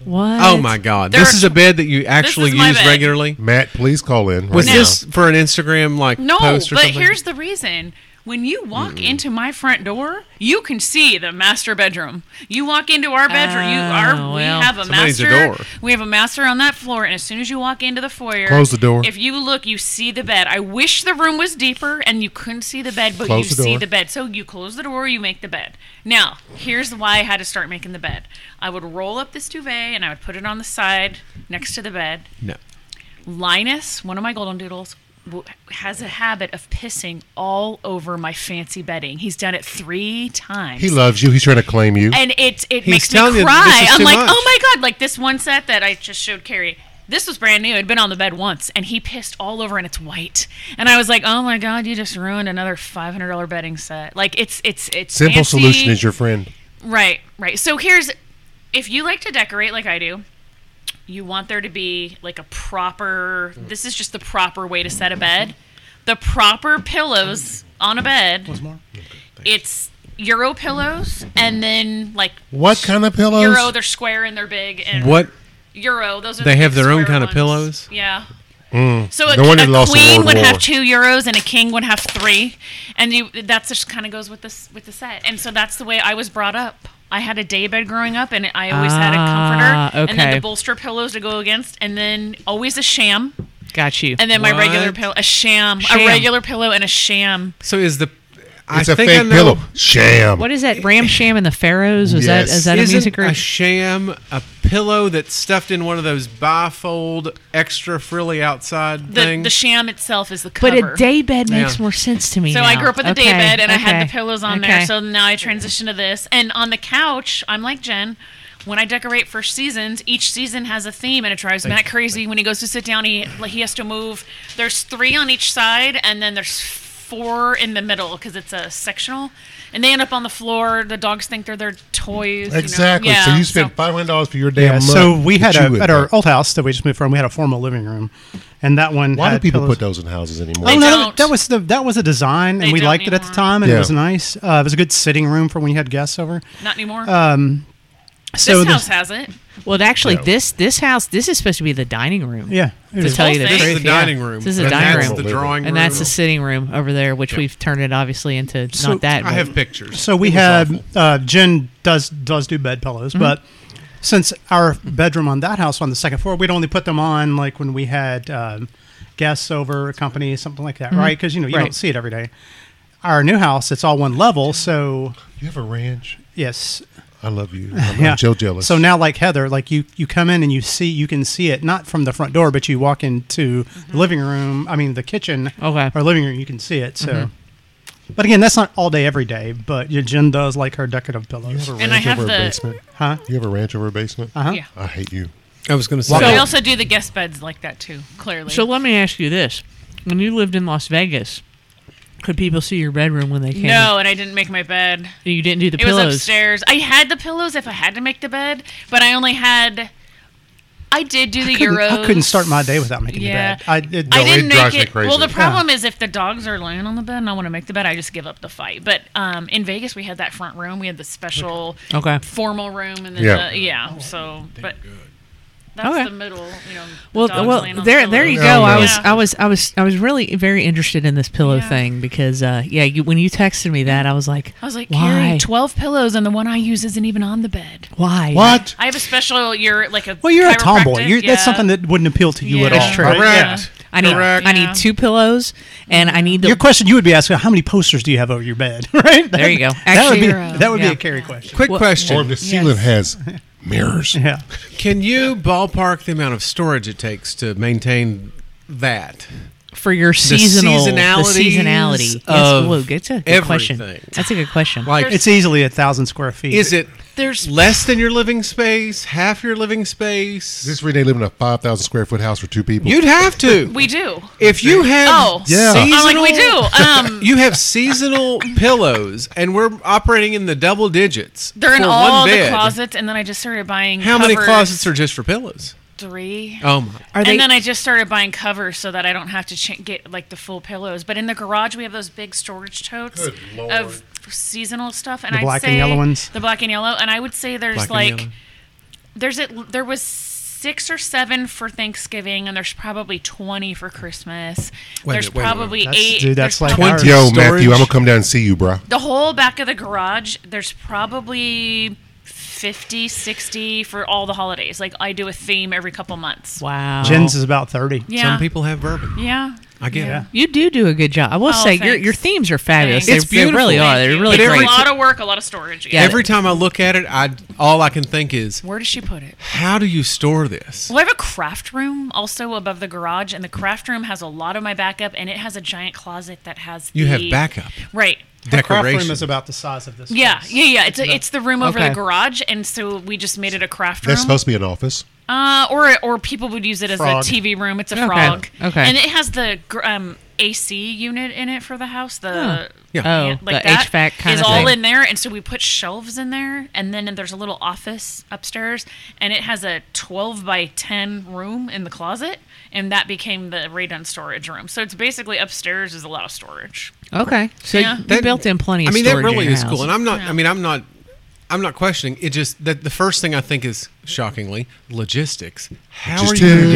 S1: What?
S3: Oh, my God.
S4: There
S3: This
S4: are-
S3: is a bed that you actually
S4: is my
S3: use
S4: bed.
S3: regularly?
S2: Matt, please call in. Right
S3: Was
S2: now.
S3: this for an Instagram like
S4: No,
S3: post or
S4: but
S3: something?
S4: here's the reason. When you walk into my front door, you can see the master bedroom. You walk into our bedroom, you are
S1: Oh,
S4: we
S1: well.
S4: have a
S3: Somebody's a
S4: master.
S3: door.
S4: We have a master on that floor, and as soon as you walk into the foyer,
S2: Close the door.
S4: If you look, you see the bed. I wish the room was deeper and you couldn't see the bed, but
S2: Close
S4: you
S2: the
S4: see
S2: door.
S4: the bed. So you close the door, you make the bed. Now, here's why I had to start making the bed. I would roll up this duvet and I would put it on the side next to the bed.
S3: No.
S4: Linus, one of my golden doodles, w- has a habit of pissing all over my fancy bedding. He's done it three times.
S2: He loves you. He's trying to claim you.
S4: and it it makes me
S3: telling you that this
S4: cry.
S3: is
S4: I'm
S3: too
S4: like,
S3: much.
S4: oh my god! Like this one set that I just showed Carrie. This was brand new. It'd been on the bed once, and he pissed all over, and it's white. And I was like, "Oh my god, you just ruined another five hundred dollar bedding set." Like it's it's it's
S2: Simple
S4: fancy.
S2: solution is your friend.
S4: Right, right. So here's if you like to decorate like I do, you want there to be like a proper this is just the proper way to set a bed. The proper pillows on a bed. It's Euro pillows and then like
S2: What kind of pillows?
S4: Euro, they're square and they're big and
S3: What?
S4: Euro, those are
S3: They
S4: the
S3: have
S4: big
S3: their own
S4: square
S3: kind of
S4: ones.
S3: pillows?
S4: Yeah. So a,
S2: Mm. No wonder they
S4: a
S2: lost in
S4: queen
S2: World
S4: would have
S2: War.
S4: two euros and a king would have three, and you that's just kind of goes with this with the set. And so that's the way I was brought up. I had a day bed growing up, and I always had a
S1: Ah,
S4: comforter, and then
S1: okay.
S4: the bolster pillows to go against, and then always a sham,
S1: Got you.
S4: and then my regular
S3: What?
S4: pillow, a sham, a
S1: Sham.
S4: regular pillow, and a sham.
S3: So is the.
S2: It's
S3: I
S2: a
S3: think I
S2: fake
S3: know-
S2: pillow. Sham.
S1: what is that? Ram Sham and the Pharaohs? Is that
S2: Yes.
S1: is that a
S3: Isn't
S1: music group?
S3: a sham a pillow that's stuffed in one of those bifold extra frilly outside
S4: The,
S3: things?
S4: the sham itself is the
S1: but
S4: cover.
S1: a day bed makes
S3: Yeah.
S1: more sense to me.
S4: So I
S1: now.
S4: grew up with a
S1: okay.
S4: day bed and I had
S1: okay,
S4: the pillows on
S1: okay.
S4: there. So now I transitioned to this. And on the couch, I'm like Jen. When I decorate for seasons, each season has a theme, and it drives Matt crazy. When he goes to sit down, he like, he has to move. There's three on each side, and then there's four in the middle because it's a sectional, and they end up on the floor. The dogs think they're their toys. you know?
S2: Exactly.
S4: Yeah,
S2: So you spent five hundred dollars for your damn
S5: Yeah,
S2: month.
S5: so we had
S2: that you
S5: a,
S2: would
S5: at our
S2: have.
S5: old house that we just moved from. We had a formal living room, and that one.
S2: Why do
S5: had
S2: people
S5: pillows.
S2: put those in houses anymore?
S5: Oh
S4: They
S5: no,
S4: don't.
S5: that was the that was a design,
S4: They
S5: and we
S4: don't
S5: liked it at the
S4: anymore.
S5: time, and
S2: Yeah.
S5: it was nice. Uh, it was a good sitting room for when you had guests over.
S4: not anymore.
S1: Um,
S5: So
S4: this
S5: the-
S4: house has it.
S1: Well, actually,
S2: Yeah.
S1: this this house this is supposed to be the dining room.
S5: yeah, it
S1: To
S5: was-
S1: tell you the
S4: This is
S1: truth,
S4: the
S3: This is the
S1: yeah.
S3: dining room.
S1: This is the
S3: and
S1: dining
S3: that's
S1: room,
S3: the drawing
S1: and
S3: room.
S1: that's the sitting room over there, which we've turned it obviously into not that.
S3: I
S1: but-
S3: have pictures.
S5: So we
S3: It was
S5: had
S3: awful.
S5: uh, Jen does does do bed pillows, but since our bedroom on that house on the second floor, we'd only put them on like when we had um, guests over, company, something like that, right? Because you know you
S1: Right.
S5: don't see it every day. Our new house, it's all one level, so
S2: You have a ranch.
S5: yes,
S2: I love you. I'm yeah. Joe jealous.
S5: Uh-huh. So now, like Heather, like you, you come in and you see, you can see it not from the front door, but you walk into the living room. I mean, the kitchen
S1: Okay.
S5: or living room, you can see it. So, but again, that's not all day every day. But your Jen does like her decorative
S2: you have
S5: pillows.
S2: a ranch
S4: And I have
S2: over a
S4: the-
S2: basement.
S5: Huh?
S2: You have a ranch over a basement.
S5: Uh-huh.
S4: Yeah.
S2: I hate you.
S3: I was going to say.
S4: So we also do the guest beds like that too. Clearly,
S1: So let me ask you this: When you lived in Las Vegas, could people see your bedroom when they came?
S4: no, and I didn't make my bed.
S1: in? you didn't do the
S4: It was
S1: pillows.
S4: upstairs. I had the pillows if I had to make the bed, but I only had. I did do the
S5: I couldn't-
S4: euros.
S5: I couldn't start my day without making
S4: Yeah.
S5: the bed. I, it,
S4: I
S2: No, it
S4: didn't
S2: drives
S4: make
S2: me
S4: it.
S2: crazy.
S4: Well, the
S2: Yeah.
S4: problem is if the dogs are laying on the bed and I want to make the bed, I just give up the fight. But um, in Vegas, we had that front room. We had the special
S1: Okay.
S4: formal room, and then
S2: Yeah.
S4: yeah, the, yeah. So, but that's
S1: Okay.
S4: the middle. You know, the
S1: Well,
S4: dogs
S1: well,
S4: laying on the
S1: there, there you
S4: pillows.
S1: go. I
S2: Yeah.
S1: was, I was, I was, I was really very interested in this pillow
S4: Yeah.
S1: thing because, uh, yeah, you, when you texted me that, I was like,
S4: I was like,
S1: why,
S4: Carrie, twelve pillows, and the one I use isn't even on the bed.
S1: why,
S2: What?
S4: I have a special. You're like a
S5: well, you're a tomboy.
S4: chiropractic,
S5: You're,
S4: yeah.
S5: That's something that wouldn't appeal to you at
S4: Yeah.
S5: all.
S4: That's true.
S5: right?
S3: Correct.
S1: I need,
S3: Correct.
S1: I
S4: Yeah.
S1: need two pillows, and I need the.
S5: Your question you would be asking: How many posters do you have over your bed? right?
S1: There you go.
S5: that would be
S1: Actually,
S5: that would
S1: yeah.
S5: be a carry question.
S3: Quick question.
S2: Or if the ceiling has mirrors.
S5: Yeah.
S3: Can you ballpark the amount of storage it takes to maintain that?
S1: for your seasonal, the
S3: seasonalities
S1: seasonality.
S3: of
S1: yes, whoa, that's a good question.
S3: everything.
S1: That's a good question.
S3: Like,
S5: It's easily a thousand square feet.
S3: is it there's less than your living space, half your living space?
S2: This Renee live in a five thousand square foot house for two people.
S3: You'd have to.
S4: we do.
S3: if you have
S4: Oh,
S2: Yeah. I'm
S3: seasonal,
S4: I'm like we do. Um,
S3: You have seasonal pillows, and we're operating in the double digits.
S4: They're in
S3: for
S4: all
S3: one
S4: the
S3: bed.
S4: closets, and then I just started buying.
S3: How many
S4: covers,
S3: closets are just for pillows?
S4: Three.
S3: Oh my!
S1: Are they?
S4: and then I just started buying covers so that I don't have to ch- get like the full pillows. But in the garage, we have those big storage totes
S2: Good Lord.
S4: of seasonal stuff, and
S5: The
S4: I'd
S5: black and
S4: say
S5: yellow ones?
S4: the black and yellow. And I would say there's
S3: Black and
S4: like
S3: yellow.
S4: there's it there was six or seven for Thanksgiving, and there's probably twenty for Christmas.
S3: Wait a
S4: there's
S3: minute, wait a minute.
S4: probably
S5: That's-
S4: eight.
S5: dude, that's
S4: there's
S5: like
S4: probably-
S5: our-
S2: Yo,
S3: Storage.
S2: Matthew, I'm gonna come down and see you, bro.
S4: the whole back of the garage there's probably 50 60 for all the holidays like i do a theme every couple months
S1: wow,
S5: Jen's is about thirty.
S4: yeah
S3: Some people have bourbon.
S4: yeah
S3: I get
S5: Yeah.
S3: it.
S1: You do do a good job. I will
S4: Oh,
S1: say your
S4: thanks.
S1: your themes are fabulous.
S4: Thanks.
S1: They-
S3: It's
S1: they really
S3: beautiful.
S1: are. They're really
S4: But
S1: great.
S4: it's
S3: every
S4: a lot of work a lot of storage yeah,
S3: Every time I look at it, I all I can think is,
S4: where does she put it
S3: how do you store this?
S4: well i have a craft room also above the garage and the craft room has a lot of my backup and it has a giant closet that has
S3: You have
S4: the-
S3: backup
S4: right
S5: The craft room
S3: decoration.
S5: is about the size of this.
S4: yeah,
S5: place.
S4: yeah, yeah. It's a, it's the room over
S1: Okay.
S4: the garage, and so we just made it a craft room.
S2: That's supposed to be an office.
S4: Uh, or or people would use it as
S5: Frog.
S4: a TV room. It's a
S1: Okay.
S4: frog.
S1: Okay.
S4: And it has the gr- um, AC unit in it for the house. The
S1: Huh.
S3: Yeah.
S1: Oh,
S4: like
S1: the
S4: that
S1: HVAC kind
S4: is
S1: of
S4: all
S1: thing.
S4: in there, and so we put shelves in there, and then there's a little office upstairs, and it has a 12 by 10 room in the closet, and that became the radon storage room. So it's basically upstairs is a lot of storage.
S1: okay, so
S4: Yeah.
S1: you
S3: That-
S1: built in plenty. Of
S3: I mean, that
S1: storage in
S3: really
S1: your
S3: is
S1: house.
S3: cool, and I'm not.
S4: Yeah.
S3: I mean, I'm not. I'm not questioning. It just that the first thing I think is shockingly logistics. How are you going to do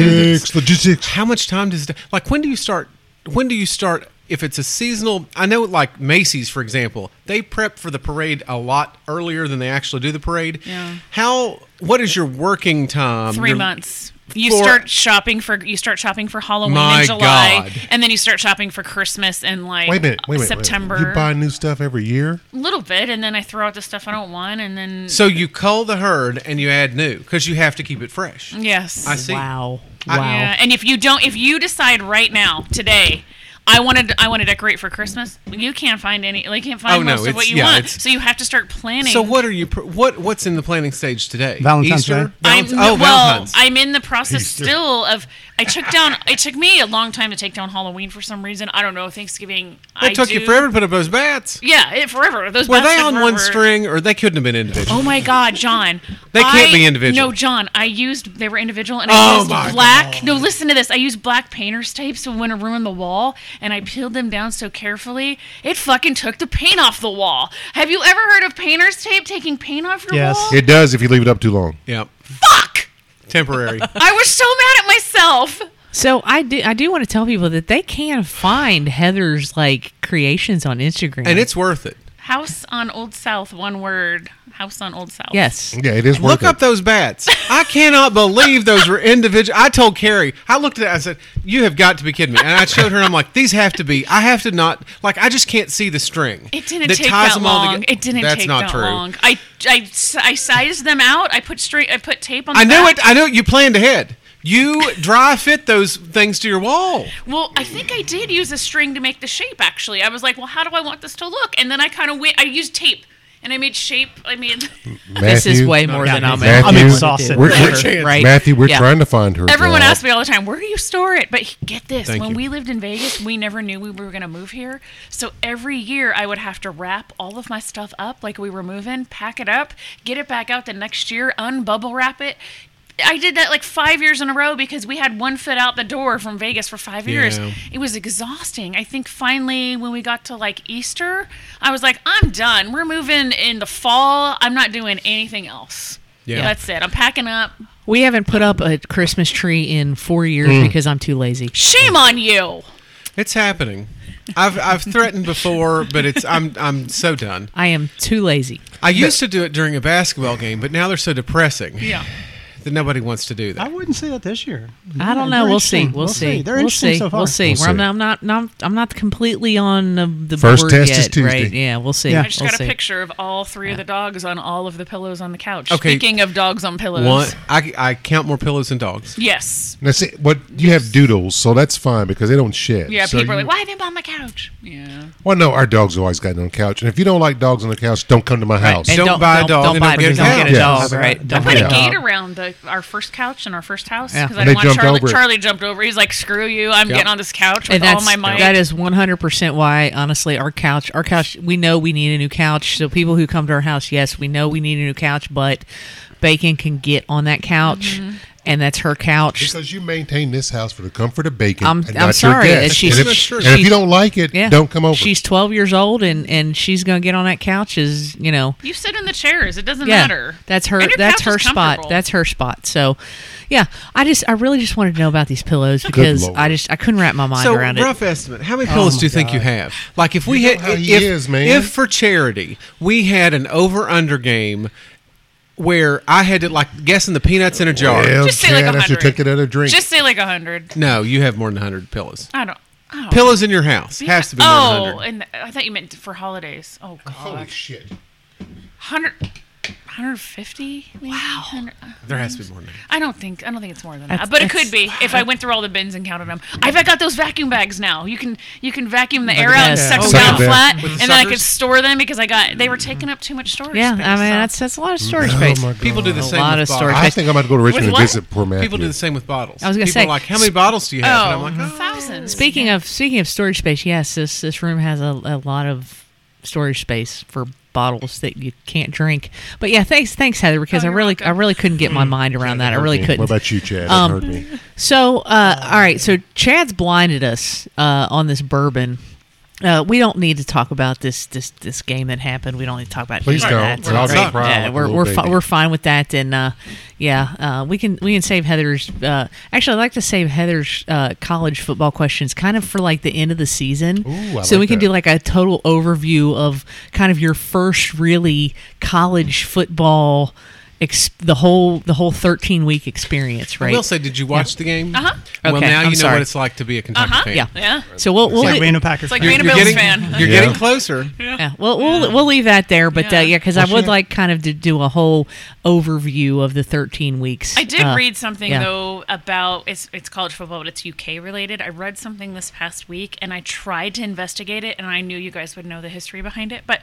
S2: Logistics,
S3: this?
S2: logistics.
S3: How much time does it- like when do you start? When do you start? If it's a seasonal, I know like Macy's, for example, they prep for the parade a lot earlier than they actually do the parade.
S4: Yeah.
S3: How? What is your working time?
S4: three
S3: Your-
S4: months. You
S3: for-
S4: start shopping for you start shopping for Halloween
S3: My
S4: in July,
S3: God.
S4: and then you start shopping for Christmas in like
S2: Wait a minute. Wait a minute.
S4: September.
S2: You buy new stuff every year.
S4: a little bit, and then I throw out the stuff I don't want, and then
S3: So you cull the herd and you add new because you have to keep it fresh.
S4: yes,
S3: I see.
S1: Wow,
S3: I-
S1: wow.
S4: yeah. And if you don't, if you decide right now today. I wanted. I want to decorate for Christmas. You can't find any. Like, you can't find
S3: Oh, no,
S4: most of
S3: it's-
S4: what you
S3: yeah,
S4: want.
S3: it's-
S4: So you have to start planning.
S3: So what are you? pr- What what's in the planning stage today?
S5: Valentine's
S3: Easter?
S5: Day.
S4: I'm
S3: Valentine's- oh,
S4: well.
S3: Valentine's.
S4: I'm in the process
S2: Easter.
S4: still of. I took down. It took me a long time to take down Halloween for some reason. I don't know. Thanksgiving. I
S3: It took you
S4: do.
S3: forever to put up those bats.
S4: Yeah, it, forever. Those
S3: Were
S4: bats
S3: they
S4: took
S3: on one
S4: forever.
S3: string, or they couldn't have been individual?
S4: Oh my God, John!
S3: They can't
S4: I-
S3: be individual.
S4: No, John, I used they were individual, and
S3: Oh
S4: I used
S3: my
S4: black. No, listen to this. I used black painter's tape, so when I ruined the wall, and I peeled them down so carefully, it fucking took the paint off the wall. Have you ever heard of painter's tape taking paint off your
S5: Yes.
S4: wall?
S2: It does if you leave it up too long.
S3: Yeah,
S4: Fuck!
S3: temporary.
S4: I was so mad at myself.
S1: So I do I do want to tell people that they can find Heather's like creations on Instagram.
S3: and it's worth it.
S4: House on Old South, one word. House on Old South.
S1: Yes.
S2: Yeah, it is worth
S3: Look
S2: it.
S3: up those bats. I cannot believe those were individual. I told Carrie, I looked at it, I said, You have got to be kidding me. And I showed her, and I'm like, These have to be. I have to not, like, I just can't see the string.
S4: It didn't
S3: that
S4: take
S3: ties
S4: that
S3: them all
S4: long.
S3: toge-
S4: It didn't
S3: That's
S4: take
S3: not
S4: that
S3: true.
S4: long. I, I, I sized them out. I put straight. I put tape on. The
S3: I know
S4: back.
S3: it. I know you planned ahead. You dry fit those things to your wall.
S4: Well, I think I did use a string to make the shape. Actually, I was like, well, how do I want this to look? And then I kind of went. I used tape, and I made shape. I made.
S1: This is
S2: Matthew-
S1: way more than I'm
S2: Matthew-
S1: ever gonna
S5: exhausted.
S1: do.
S2: We're- we're-
S1: Ever, right?
S2: Matthew, we're
S1: Yeah.
S2: trying to find her.
S4: Everyone
S2: job.
S4: asks me all the time, "Where do you store it?" But he- get this:
S3: Thank
S4: when
S3: you.
S4: we lived in Vegas, we never knew we were going to move here. So every year, I would have to wrap all of my stuff up, like we were moving, pack it up, get it back out the next year, unbubble wrap it. I did that like five years in a row because we had one foot out the door from Vegas for five years.
S3: Yeah.
S4: It was exhausting. I think finally, when we got to like Easter, I was like, "I'm done. We're moving in the fall. I'm not doing anything else.
S3: Yeah.
S4: That's it. I'm packing up.
S1: We haven't put up a Christmas tree in four years
S2: Mm.
S1: because I'm too lazy.
S4: Shame on you."
S3: It's happening. I've I've threatened before, but it's I'm I'm so done.
S1: I am too lazy.
S3: I used to do it during a basketball game, but now they're so depressing
S4: Yeah.
S3: that nobody wants to do
S5: I
S3: that.
S5: wouldn't say that this year.
S1: I don't know.
S5: They're
S1: We'll see.
S5: interesting.
S1: We'll see.
S5: They're
S1: We'll
S5: interesting
S1: see.
S5: so far.
S1: We'll see.
S2: We'll
S1: We're-
S2: see.
S1: I'm not. I'm not. I'm not completely on the, the
S2: First
S1: board
S2: test
S1: yet,
S2: is Tuesday.
S1: Right? Yeah. We'll see.
S5: Yeah.
S4: I just
S1: We'll
S4: got a
S1: see.
S4: picture of all three of the dogs on all of the pillows on the couch.
S3: Okay.
S4: Speaking of dogs on pillows.
S3: One, I, I count more pillows than dogs.
S4: Yes.
S2: Now, see, but you have doodles, so that's fine because they don't shed.
S4: Yeah,
S2: So
S4: people are
S2: you-
S4: like, why have him on my couch? Yeah.
S2: Well, no, our dog's always gotten on the couch, and if you don't like dogs on the couch, don't come to my house.
S1: And
S3: Don't buy a dog
S1: Don't
S3: and
S1: buy.
S3: don't get
S1: Don't
S3: a
S1: get a
S2: dog.
S1: dog. Right.
S5: Don't
S1: Don't
S4: Put
S1: get
S4: a
S1: a
S4: gate
S1: dog.
S4: around the, our first couch in our first house
S1: Yeah.
S4: because I
S2: And
S4: didn't
S2: they
S4: want
S2: jumped
S4: Charlie.
S2: over it.
S4: Charlie jumped over. He's like, screw you. I'm
S3: Yep.
S4: getting on this couch with
S1: And
S4: all
S1: that's
S4: my might.
S1: that is 100 percent why honestly our couch our couch we know we need a new couch so people who come to our house yes we know we need a new couch but Bacon can get on that couch
S4: Mm-hmm.
S1: and that's her couch
S2: Because you maintain this house for the comfort of bacon.
S1: I'm-
S2: and
S1: I'm
S2: not
S1: sorry,
S2: Your guests.
S1: and she's-
S2: and if,
S1: she's-
S2: and if you don't like it,
S1: Yeah.
S2: don't come over.
S1: She's 12 years old and and she's going to get on that couch is, you know.
S4: you sit in the chairs. It doesn't
S1: Yeah.
S4: matter.
S1: That's her
S4: And your
S1: that's
S4: couch
S1: her
S4: is
S1: spot.
S4: comfortable.
S1: That's her spot. So, yeah, I just I really just wanted to know about these pillows because
S2: Lord.
S1: I just I couldn't wrap my mind
S3: So
S1: around
S3: rough
S1: it.
S3: estimate, how many pillows do you think you have? Like if we
S2: You
S3: had,
S2: know how
S3: if,
S2: he is, man.
S3: if for charity we had an over under game where I had to like guessing the peanuts in a jar.
S2: well,
S4: Just say like
S2: Chad, I should
S4: 100.
S2: take another drink.
S4: Just say like 100.
S3: No, you have more than hundred pillows.
S4: I don't. Oh.
S3: Pillows in your house has to be more than
S4: Oh,
S3: hundred.
S4: and I thought you meant for holidays. Oh, God.
S2: Holy shit!
S4: 100, 150 maybe? wow 100,
S3: There has to be more than that.
S4: i don't think i don't think it's more than
S1: That's-
S4: that but it could
S1: that's-
S4: be if i went through all the bins and counted them i've got those vacuum bags now you can you can vacuum the air out and
S1: Oh, Yeah.
S4: suck them
S2: Suck
S4: down
S2: it down.
S4: flat
S3: With the
S4: and then i
S3: suckers?
S4: could store them because i got they were taking up too much storage
S1: Yeah, I mean
S4: space, so-
S1: that's that's a lot of storage space.
S2: Oh, my God.
S3: People do the
S1: A
S3: same.
S1: lot
S3: with
S1: of
S3: bottles.
S1: storage.
S2: I think I'm about to go to Richmond and
S4: what?
S2: visit poor Matthew.
S3: People do the same with bottles.
S1: I was gonna
S3: People are
S1: say-
S3: like, how many bottles do you have?
S4: oh
S3: And I'm like, oh.
S4: thousands
S1: Speaking of speaking of storage space, yes, this this room has a, a lot of storage space for bottles that you can't drink. But yeah, thanks thanks Heather because I
S4: Oh, you're
S1: really I
S4: welcome.
S1: really couldn't get my mind around that. I
S2: Heard
S1: really
S2: me.
S1: couldn't.
S2: Mm-hmm. What about you, Chad?
S1: Um,
S2: I heard me.
S1: So, uh, all right. So, Chad's blinded us uh, on this bourbon. Uh, we don't need to talk about this this this game that happened. We don't need to talk about.
S2: Please
S1: any of
S2: don't.
S1: That.
S2: I'll
S1: It's great.
S2: just cry
S1: Yeah,
S2: like a
S1: we're
S2: little
S1: we're, fi-
S2: baby.
S1: we're fine with that, and uh, yeah, uh, we can we can save Heather's. Uh, actually, I'd like to save Heather's uh, college football questions, kind of for like the end of the season,
S2: Ooh, I
S1: so
S2: like
S1: we can
S2: that.
S1: do like a total overview of kind of your first really college football. Ex- the whole the whole 13 week experience right
S3: I will say, did you watch the game?
S4: Uh-huh.
S3: Well,
S1: Okay,
S3: now
S1: I'm
S3: you know
S1: sorry.
S3: what it's like to be a Kentucky
S4: Uh-huh.
S3: fan.
S1: yeah
S4: yeah
S1: so we'll, we'll
S5: Like
S1: leave-
S5: being a Packers
S4: like
S5: fan.
S4: being a
S3: You're
S4: Bills
S3: getting,
S4: fan.
S3: you're
S2: Yeah.
S3: getting closer.
S1: yeah, Mm-hmm. well, we'll we'll leave that there, but uh, yeah,
S4: Yeah.
S1: because I would like kind of to do a whole overview of the thirteen weeks.
S4: I did
S1: uh,
S4: read something
S1: yeah.
S4: though about it's it's college football, but it's UK related. I read something this past week, and I tried to investigate it, and I knew you guys would know the history behind it. But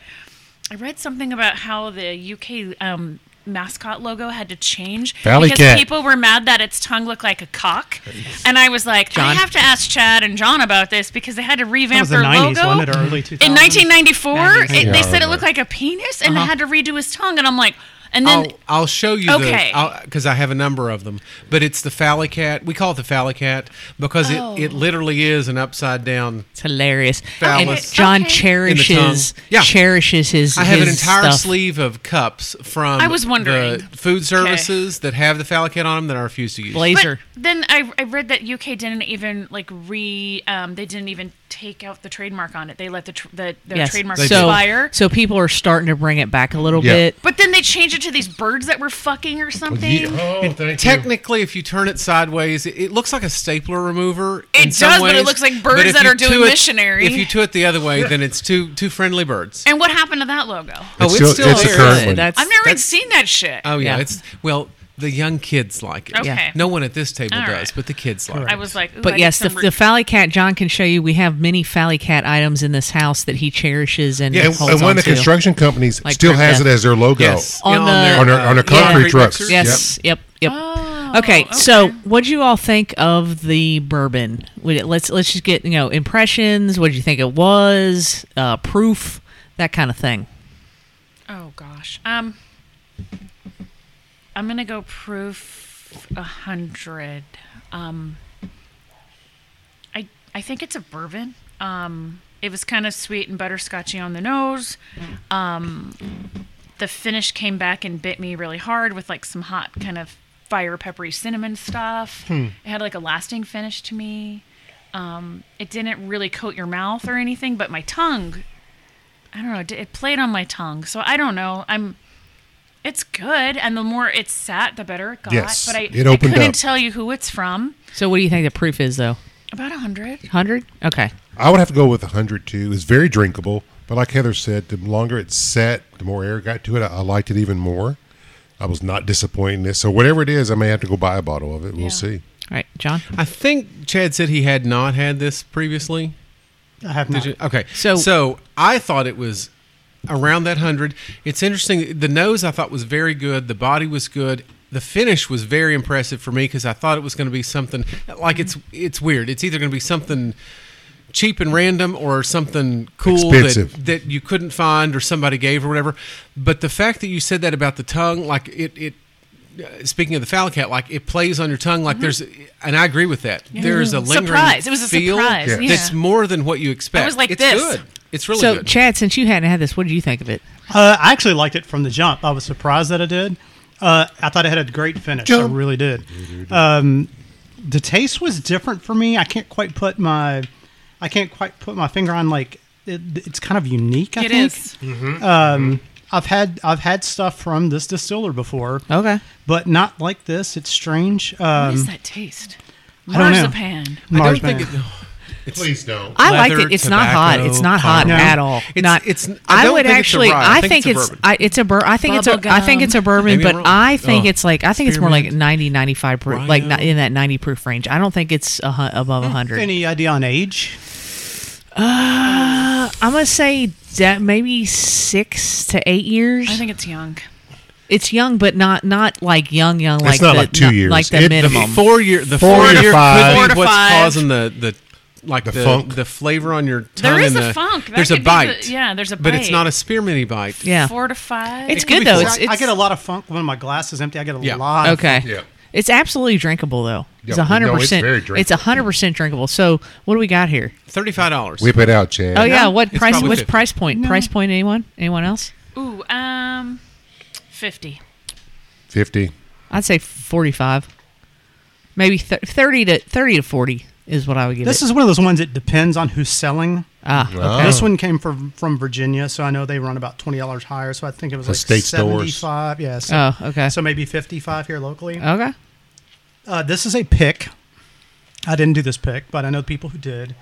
S4: I read something about how the UK um, mascot logo had to change
S2: Valley
S4: because
S2: cat.
S4: people were mad that its tongue looked like a cock, and I was like, I
S1: John.
S4: have to ask Chad and John about this because they had to
S5: That
S4: revamp
S5: was the
S4: their
S5: 90s,
S4: logo.
S5: wasn't it? Or early 2000s?
S4: In 1994,
S1: Nineties.
S4: it,
S2: Yeah, I
S4: they said it
S2: remember.
S5: Uh-huh.
S4: looked like a penis, and they had to redo his tongue. And I'm like, And then
S5: Oh.
S3: I'll, I'll show you
S4: Okay.
S3: the because I have a number of them. But it's the Phallicat. We call it the Phallicat because
S4: Oh.
S3: it, it literally is an upside down.
S1: It's hilarious.
S3: Phallus.
S1: And John
S4: Okay.
S1: cherishes
S3: In the tongue. Yeah.
S1: cherishes his.
S3: I have an
S1: his
S3: entire
S1: stuff.
S3: sleeve of cups from
S4: I was wondering.
S3: the food services that have the Phallicat on them that I refuse to use.
S4: but
S1: blazer.
S4: then I, I read that UK didn't even like re um, they didn't even take out the trademark on it. They let the, tr- the their
S1: yes.
S4: trademark
S3: They did.
S1: so,
S4: expire.
S1: So people are starting to bring it back a little
S2: Yeah.
S1: bit.
S4: But then they changed it to these birds that were fucking or something.
S2: Oh, thank
S3: Technically, if you turn it sideways, it, it looks like a stapler remover.
S4: It
S3: in some
S4: does, but it
S3: ways,
S4: looks like
S3: but
S4: birds
S3: if
S4: that
S3: you
S4: are doing
S3: do it-
S4: missionary.
S3: If you do it the other way, then it's two two friendly birds.
S4: And what happened to that logo?
S3: oh,
S2: It's still- it's the
S3: there.
S2: current one.
S1: That's
S4: I've never even seen that shit.
S3: Oh yeah,
S1: Yeah.
S3: it's well the young kids like it.
S4: Okay. Yeah.
S3: No one at this table
S4: All
S3: does,
S4: right.
S3: but the kids like
S4: I
S3: it.
S4: was like, Ooh, I
S1: But
S4: need
S1: yes, the,
S4: some
S1: the Fally Cat, John can show you. We have many Fally Cat items in this house that he cherishes and
S2: And,
S1: holds
S2: and one
S1: on
S2: of the
S1: to.
S2: construction companies
S1: Like
S2: still has
S1: Trip
S2: it as their logo.
S3: Yes.
S1: On the-
S2: On their- on their concrete trucks.
S3: mixers.
S1: Yes. Yep. Yep.
S4: Oh,
S1: okay,
S4: okay.
S1: So, what do you all think of the bourbon? Would it- Let's let's just get you know impressions. What did you think it was? Uh, proof, that kind of thing.
S4: Oh gosh. Um, I'm gonna go proof a hundred. Um, I I think it's a bourbon. Um, it was kind of sweet and butterscotchy on the nose. Um, the finish came back and bit me really hard with like some hot kind of fire peppery cinnamon stuff.
S2: Hmm.
S4: It had like a lasting finish to me. Um, it didn't really coat your mouth or anything, but my tongue I don't know. it- It played on my tongue, so I don't know. I'm. It's good, and the more it sat, the better it got.
S2: Yes,
S4: but I,
S2: it opened
S4: I couldn't
S2: up.
S4: tell you who it's from.
S1: So, what do you think the proof is though?
S4: About a hundred.
S1: Hundred. Okay.
S2: I would have to go with 102. It's very drinkable, but like Heather said, the longer it set, the more air got to it. I, I liked it even more. I was not disappointed in this. So whatever it is, I may have to go buy a bottle of it. We'll
S4: Yeah.
S2: see.
S1: All right, John.
S3: I think Chad said he had not had this previously.
S5: I have
S3: Did
S5: not.
S3: you? Okay.
S1: So-
S3: So so I thought it was around that hundred. It's interesting. The nose I thought was very good. The body was good. The finish was very impressive for me because I thought it was going to be something like it's it's weird. It's either going to be something cheap and random or something cool that,
S2: Expensive.
S3: that you couldn't find or somebody gave or whatever. But the fact that you said that about the tongue, like it it speaking of the foul cat, like it plays on your tongue. Like there's, and I agree with that. There's a lingering
S4: Mm-hmm. Surprise. It was a
S3: feel
S4: surprise, Yeah.
S3: That's
S4: yeah.
S3: more than what you expect.
S4: I was like
S3: it's
S4: this.
S3: good. It's really
S1: so,
S3: good.
S1: Chad, since you hadn't had this, what did you think of it?
S5: Uh, I actually liked it from the jump. I was surprised that I did. Uh, I thought it had a great finish. I
S2: Jump.
S5: really did. Um, the taste was different for me. I can't quite put my, I can't quite put my finger on like it, it's kind of unique. I
S4: It
S5: think. Um,
S4: is.
S5: I've had I've had stuff from this distiller before,
S1: Okay.
S5: but not like this. It's strange.
S4: What is
S5: Um,
S4: that taste?
S5: I don't know.
S4: Marzipan.
S3: I don't
S5: marzipan.
S3: think it, no, it's,
S2: Please don't.
S1: I liked
S3: Leather,
S1: it. It's not hot.
S3: tobacco,
S1: It's not hot
S5: No.
S1: at all.
S3: It's-
S1: not.
S3: it's- I don't
S1: would
S3: think it's a
S1: actually.
S3: rye.
S1: I, think it's.
S3: a bourbon.
S1: I, it's a bur. I think it's a.
S4: Bubble
S1: I think it's a
S4: gum.
S1: bourbon,
S3: Maybe
S1: but
S3: I'm wrong.
S1: I think
S3: Oh.
S1: it's like. I think it's more like 90, 95 proof, like
S3: Rhino.
S1: not in that ninety proof range. I don't think it's a, hun- above hundred.
S5: Any idea on age?
S1: I'm gonna say that maybe six to eight years.
S4: I think it's young.
S1: it's young, but not not like young young like
S2: not
S1: the,
S2: like two years.
S1: like the
S2: It- the
S1: minimum.
S3: four year, the
S2: Four
S3: four,
S2: to
S3: year could
S2: five.
S3: be
S4: Four to
S3: what's
S4: five.
S3: causing the the like the
S2: The
S3: the,
S2: funk.
S3: flavor on your tongue.
S4: There is
S3: and
S4: a
S3: the-
S4: funk. That
S3: There's
S4: could
S3: a
S4: be the-
S3: bite.
S4: yeah, there's a
S3: but it's
S4: bite.
S3: not a spearminty bite.
S1: yeah,
S4: Four to five.
S1: it's
S3: It could
S1: good
S3: be
S1: though.
S3: four.
S1: Oh, It's,
S5: I, I
S1: it's
S5: get a lot of funk when my glass is empty. I get a
S3: Yeah.
S5: lot. Of
S1: Okay.
S2: Yeah.
S1: It's absolutely drinkable though. It's
S2: Yeah,
S1: hundred
S2: no, it's
S1: percent.
S2: very drinkable.
S1: It's hundred percent drinkable. So what do we got here?
S3: Thirty five dollars.
S2: Whip it out, Chad.
S1: Oh yeah, what
S3: it's
S1: price?
S3: probably
S1: What's
S3: 50.
S1: price point? Price point? Anyone? Anyone else?
S4: Ooh, um, fifty.
S2: 50.
S1: I'd say forty-five, maybe th- thirty to thirty to forty is what I would give
S5: This
S1: it.
S5: is one of those ones that depends on who's selling.
S1: ah,
S2: Wow.
S1: okay.
S5: This one came from from Virginia, so I know they run about twenty dollars higher. So I think it was
S2: The
S5: like
S2: state stores.
S5: seventy-five. Yeah, so,
S1: Oh, okay.
S5: so maybe fifty-five here locally.
S1: okay.
S5: Uh, this is a pick. I didn't do this pick, but I know people who did.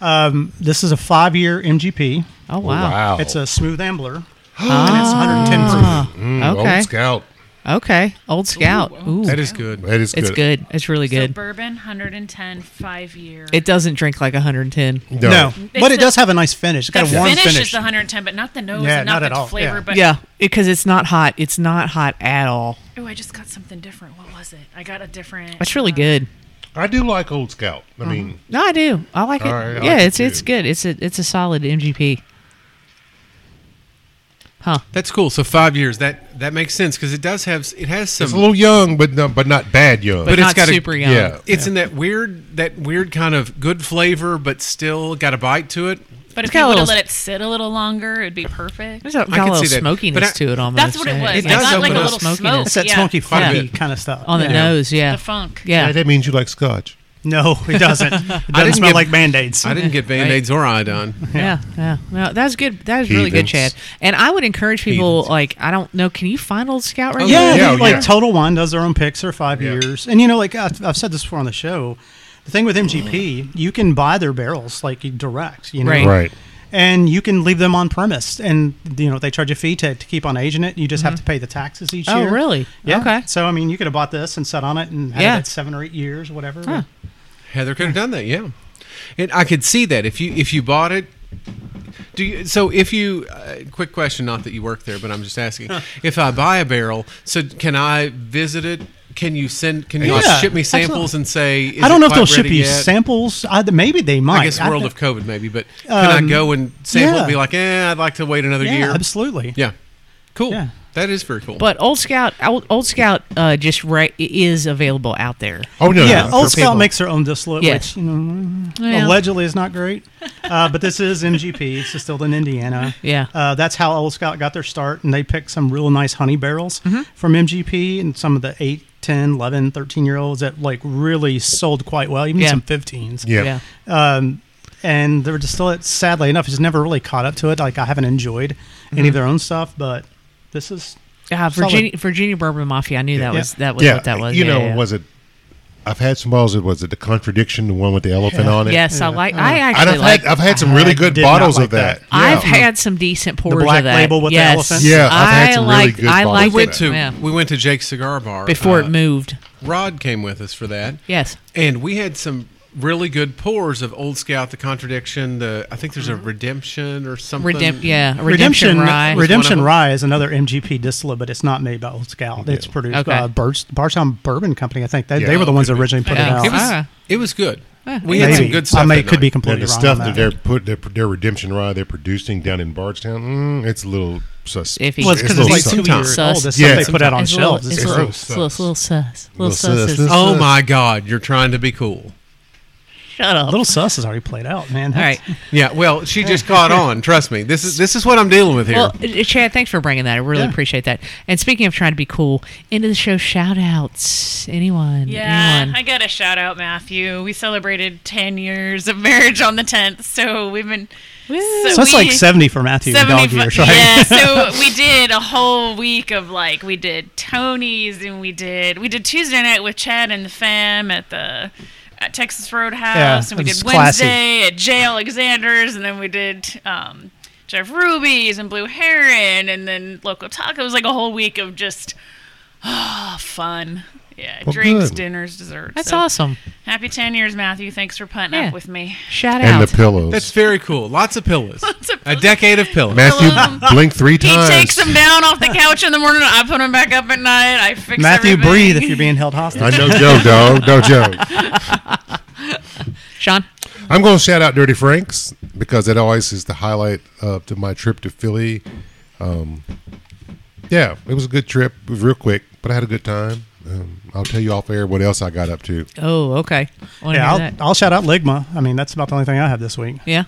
S5: Um, this is a five-year MGP.
S1: Oh wow.
S5: It's a smooth ambler, and it's 110 proof.
S2: Mm,
S1: okay.
S2: Old Scout.
S1: Okay. Old Scout. Ooh,
S3: That is good.
S2: That is
S1: it's good. It's really
S4: So
S1: good.
S4: bourbon, 110, five year.
S1: it doesn't drink like 110.
S2: No.
S5: No, but
S4: It's
S5: it does have a nice finish. It's
S4: the
S5: got a warm
S4: finish,
S5: finish.
S4: is the 110, but not the nose
S5: Yeah,
S4: and not,
S5: not at
S4: the
S5: all,
S4: flavor.
S5: yeah.
S4: But
S1: yeah, because it's not hot. It's not hot at all.
S4: ooh, I just got something different. What was it? I got a different.
S1: That's really
S4: uh,
S1: good.
S2: I do like Old Scout. I
S1: Mm-hmm.
S2: mean,
S1: No, I do. I like it.
S2: All right, I
S1: yeah,
S2: like it
S1: it's it's
S2: too.
S1: good. It's a it's a solid MGP. Huh.
S3: That's cool. So five years that that makes sense because it does have it has some.
S2: It's a little young, but no, but not bad young.
S1: But,
S3: it's
S1: not
S3: got a-
S1: super young.
S2: yeah.
S3: it's in that weird that weird kind of good flavor, but still got a bite to it.
S4: But
S1: It's
S4: if you
S1: got a
S4: would have
S1: little-
S4: let it sit a little longer, it'd be perfect.
S1: There's a, got
S3: can
S1: a little
S3: see that.
S1: smokiness
S3: But I-
S1: to it almost.
S4: That's what it was.
S3: It
S4: It
S3: does
S4: got like
S3: open
S4: a
S3: up
S4: little smoke.
S1: smokiness.
S5: It's that
S4: yeah.
S5: smoky,
S3: Quite a
S5: funky
S3: bit.
S5: kind of stuff.
S1: on the
S5: Yeah.
S1: nose. Yeah,
S4: The funk.
S1: Yeah,
S2: That means you like scotch.
S5: No, it doesn't. It doesn't
S3: didn't
S5: smell
S3: get-
S5: like band aids.
S3: I didn't get band aids or iodine.
S1: yeah, yeah. No, that's good. That is really good, Chad.
S2: Heathens.
S1: And I would encourage people
S2: Heathens.
S1: like I don't know. Can you find old Scout right
S5: Yeah,
S2: Yeah,
S5: they-
S2: oh,
S5: like
S2: yeah.
S5: Total Wine does their own picks for five
S2: Yeah.
S5: years, and you know, like I've, I've said this before on the show, the thing with MGP, you can buy their barrels like direct, you know,
S1: Right.
S2: Right.
S5: and you can leave them on premise, and you know they charge a fee to, to keep on aging it. You just have to pay the taxes each
S1: Mm-hmm. Oh,
S5: year.
S1: really?
S5: Yeah.
S1: Okay.
S5: So I mean, you could have bought this and sat on it and had
S1: Yeah.
S5: it at seven or eight years, whatever.
S1: Huh.
S3: Heather
S5: Hmm.
S3: could have done that, yeah. And I could see that if you if you bought it. Do you, so if you uh, quick question not that you work there but I'm just asking if I buy a barrel so can I visit it can you send can you like,
S5: Yeah,
S3: ship me samples and say is
S5: I don't
S3: it
S5: know if
S3: quite
S5: they'll ship
S3: ready
S5: you
S3: yet?
S5: samples. I, maybe they might.
S3: I guess world of COVID maybe but can I go and sample it and be
S5: Um, yeah.
S3: like eh I'd like to wait another
S5: yeah,
S3: year
S5: absolutely.
S3: yeah cool
S5: Yeah.
S3: that is very cool
S1: But Old Scout, Old, Old Scout, uh, just right is available out there.
S2: Oh no.
S5: Yeah,
S2: no,
S5: Old
S2: for
S5: Scout
S2: people.
S5: makes their own distillate,
S1: Yes.
S5: which you know,
S4: Oh,
S5: allegedly is not great. Uh, but this is MGP. It's distilled in Indiana.
S1: Yeah.
S5: Uh, that's how Old Scout got their start, and they picked some real nice honey barrels
S1: Mm-hmm.
S5: from MGP and some of the 8, 10, 11, 13 year olds that like really sold quite well, even
S1: Yeah.
S5: some 15s.
S2: Yeah.
S1: yeah. Uh,
S5: Um, and their distillate, sadly enough, has never really caught up to it. Like, I haven't enjoyed
S1: Mm-hmm.
S5: any of their own stuff, but this is.
S1: Ah, Virginia, Virginia Bourbon Mafia. I knew that
S5: Yeah.
S1: was that was
S2: yeah.
S1: what that was.
S2: You
S1: Yeah,
S2: know,
S1: yeah.
S2: was it? I've had some bottles. Was it the contradiction, the one with the elephant on it?
S1: Yes, I like. I
S2: And
S1: actually
S2: I've
S1: like.
S2: had I've had some really
S5: I
S2: good
S5: did not
S2: bottles
S5: like
S2: of that.
S5: that.
S1: I've
S2: Yeah.
S1: had some decent pours
S5: black
S1: of that.
S5: label with the
S1: yes.
S5: elephant?
S2: Yeah, I've had
S1: I
S2: some really
S1: like.
S2: good
S1: I
S2: bottles
S1: like
S2: of
S3: we went
S2: that.
S3: to
S1: yeah.
S3: we went to Jake's cigar bar
S1: before
S3: uh,
S1: it moved.
S3: Rod came with us for that.
S1: Yes.
S3: And we had some really good pours of Old Scout, the Contradiction, the I think there's a Redemption or something.
S1: Mm-hmm. Redemp- yeah, a redemption,
S5: Redemption
S1: rye.
S5: Redemption
S3: One of 'em.
S5: Rye is another MGP distillate, but it's not made by Old Scout. It's produced
S1: Okay.
S5: by Birch, Barstown Bourbon Company, I think. They, they
S2: Yeah.
S5: were the ones that originally put
S1: Yeah.
S5: it
S3: It
S5: out.
S3: was
S1: Ah.
S3: it was good. we
S5: Maybe.
S3: had some good stuff.
S5: I may,
S3: that
S5: could be
S3: night.
S5: completely
S2: And the
S5: wrong
S2: stuff
S5: on
S2: that they're put their, their redemption rye they're producing down in Bardstown, mm, it's a little sus.
S1: Iffy.
S5: Well,
S1: Well,
S5: it's because
S2: a
S5: it's
S2: little
S5: like
S2: sus.
S5: two years
S1: Sometimes.
S5: old. That's
S2: Yeah,
S5: stuff they put out on
S1: It's a little-
S5: shelves.
S1: It's
S5: It's
S1: a little,
S2: gross.
S1: it's a little sus. Little
S2: Little
S1: sus.
S2: sus.
S1: is-
S2: Little
S3: Oh my God, you're trying to be cool.
S1: Shut up.
S5: Little Sus has already played out, man.
S1: All right.
S3: Yeah, well, she just caught on. Trust me, this is this is what I'm dealing with here.
S1: Well, uh, Chad, thanks for bringing that. I really
S5: Yeah.
S1: appreciate that. And speaking of trying to be cool, end of the show shout outs. Anyone?
S4: Yeah,
S1: Anyone?
S4: I got a shout out, Matthew. We celebrated 10 years of marriage on the 10th, so we've been.
S1: Woo.
S5: So that's like
S4: we-
S5: 70 for Matthew in dog
S4: 75
S5: years, right?
S4: Yeah, so we did a whole week of like we did Tony's and we did we did Tuesday night with Chad and the fam at the at Texas Roadhouse
S5: Yeah,
S4: and we
S5: it's
S4: did
S5: classy.
S4: Wednesday at J Alexander's and then we did um, Jeff Ruby's and Blue Heron and then local tacos. like a whole week of just oh, fun. Yeah,
S2: Well,
S4: drinks,
S2: good.
S4: dinners, desserts.
S1: That's
S4: So,
S1: awesome.
S4: Happy ten years, Matthew. Thanks for putting
S1: Yeah.
S4: up with me.
S1: Shout
S2: and
S1: out.
S2: the pillows.
S3: That's very cool. Lots of pillows.
S4: of
S3: A decade of pillows.
S2: Matthew
S4: Hello.
S2: blinked three
S4: He
S2: times.
S4: takes them down off the couch in the morning. I put them back up at night. I fix
S5: Matthew,
S4: everything.
S5: breathe if you're being held
S2: I
S5: hostage.
S2: know Joe, dog. No joke.
S1: Sean.
S2: I'm going to shout out Dirty Franks because that always is the highlight of to my trip to Philly. Um, yeah, it was a good trip. It was real quick, but I had a good time. Um, I'll tell you off air what else I got up to.
S1: Oh, okay. I wanna
S5: Yeah,
S1: hear
S5: I'll,
S1: that.
S5: I'll shout out Ligma. I mean, that's about the only thing I have this week.
S1: yeah.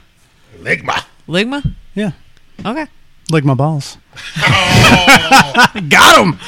S2: Ligma.
S1: Ligma.
S5: Yeah.
S1: Okay.
S5: Ligma balls.
S2: Oh.
S5: Got him.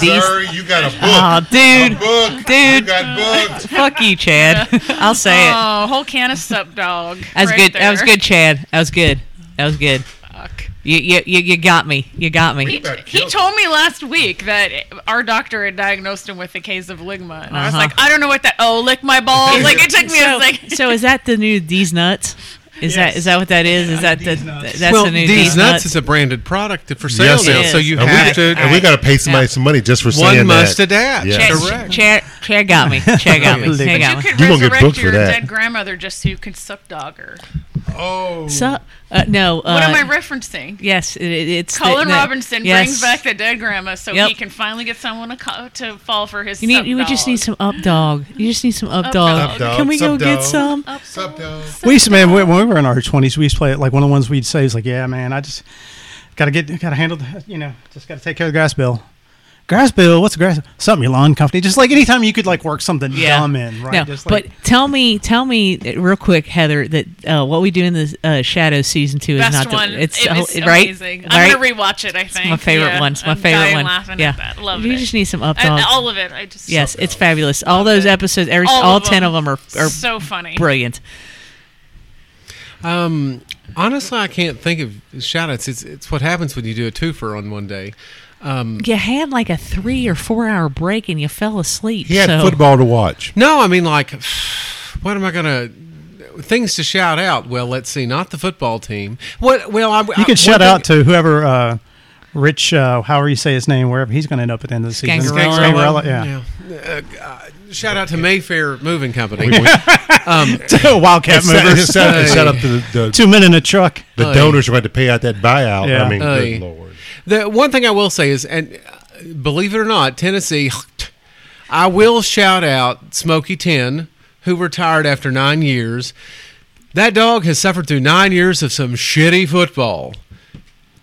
S1: These-
S2: you got a
S1: Aw, dude.
S2: book.
S1: Ah, dude.
S2: got booked.
S1: Fuck you, Chad. I'll say it.
S4: Oh, whole can of sup dog.
S1: That was
S4: right
S1: good. That was
S4: there.
S1: good, Chad. That was good. That was good.
S4: Fuck.
S1: You, you, you, you got me. You got me.
S2: about
S4: He
S2: killed
S4: told me last week that our doctor had diagnosed him with a case of ligma, and I was
S1: Uh-huh.
S4: like, I don't know what that. Oh, lick my balls! Like it took me. I was like,
S1: So is that the new These Nuts? Is that is that what that is? Is that the
S5: Nuts.
S1: that's
S3: well,
S1: the new
S3: these
S1: These
S3: nuts, is a branded product for sale
S2: Yes, it
S3: now,
S1: is.
S3: so you
S2: And
S3: have
S2: we,
S3: to.
S2: and we got to pay somebody
S1: Yeah.
S2: some money just for saying
S3: One must
S2: that.
S3: adapt.
S2: Yeah.
S1: Chad,
S3: Correct.
S1: Chad, Chad got me. Chad got me. Chad got
S4: you
S1: me.
S4: could
S2: You gonna get booked
S4: resurrect
S2: for
S4: your
S2: that.
S4: dead grandmother just so you could suck dog her.
S2: Oh,
S1: So, uh, no. Uh,
S4: What am I referencing?
S1: Yes, it, it- it's the-
S4: Colin
S1: the-
S4: Robinson
S1: yes.
S4: brings back the dead grandma so
S1: Yep.
S4: he can finally get someone to, co- to fall for his.
S1: You need.
S4: sup
S1: You would just
S4: dog.
S1: need some up dog. You just need some up, dog.
S4: Up dog. Up
S2: dog,
S1: Can we go
S2: sub
S1: get
S2: dog.
S1: some?
S2: Sup, dog?
S5: We used to, man, when when we were in our 20s, we used to play it like one of the ones we'd say is like, yeah, man, I just Gotta get, gotta handle, the, you know, just gotta take care of the grass bill. Grass bill, what's the grass? Something your lawn company. Just like anytime you could like work something dumb in, right?
S1: No,
S5: just like,
S1: but tell me, tell me uh, real quick, Heather, that uh, what we do in the uh, Shadow season two
S4: Best
S1: is not
S4: one.
S1: the it's
S4: it
S1: oh,
S4: was
S1: right,
S4: amazing.
S1: right?
S4: I'm gonna rewatch it. I think
S1: my favorite
S4: yeah,
S1: one. It's my
S4: I'm
S1: favorite
S4: dying
S1: one.
S4: Laughing
S1: yeah,
S4: at that. Love
S1: you
S4: it.
S1: just need some up
S4: and
S1: dogs.
S4: all of it. I just
S1: yes, it's fabulous. All those
S4: it.
S1: episodes, every all,
S4: All of
S1: ten of
S4: them.
S1: them are, are
S4: so funny.
S1: brilliant.
S3: Um, honestly, I can't think of shout outs. It's, it's what happens when you do a twofer on one day. Um,
S1: You had like a three or four hour break and you fell asleep.
S2: He had
S1: so-
S2: football to watch.
S3: no, I mean, like, what am I going to. Things to shout out. Well, let's see. Not the football team. What? Well, I,
S5: you could shout out to whoever, uh, Rich, uh, however you say his name, wherever he's gonna end up at the end of the season.
S1: Scangarello.
S5: Scangarello, yeah.
S3: Uh, Shout out to Mayfair Moving Company.
S5: Wildcat
S2: Set,
S5: movers.
S2: set-
S3: Hey.
S2: set up the, the,
S5: Two men in a truck.
S2: the donors are going to pay out that buyout.
S5: Yeah.
S2: I mean,
S3: Hey.
S2: good lord.
S3: The one thing I will say is, and uh, believe it or not, Tennessee, I will shout out Smoky Ten, who retired after nine years. That dog has suffered through nine years of some shitty football.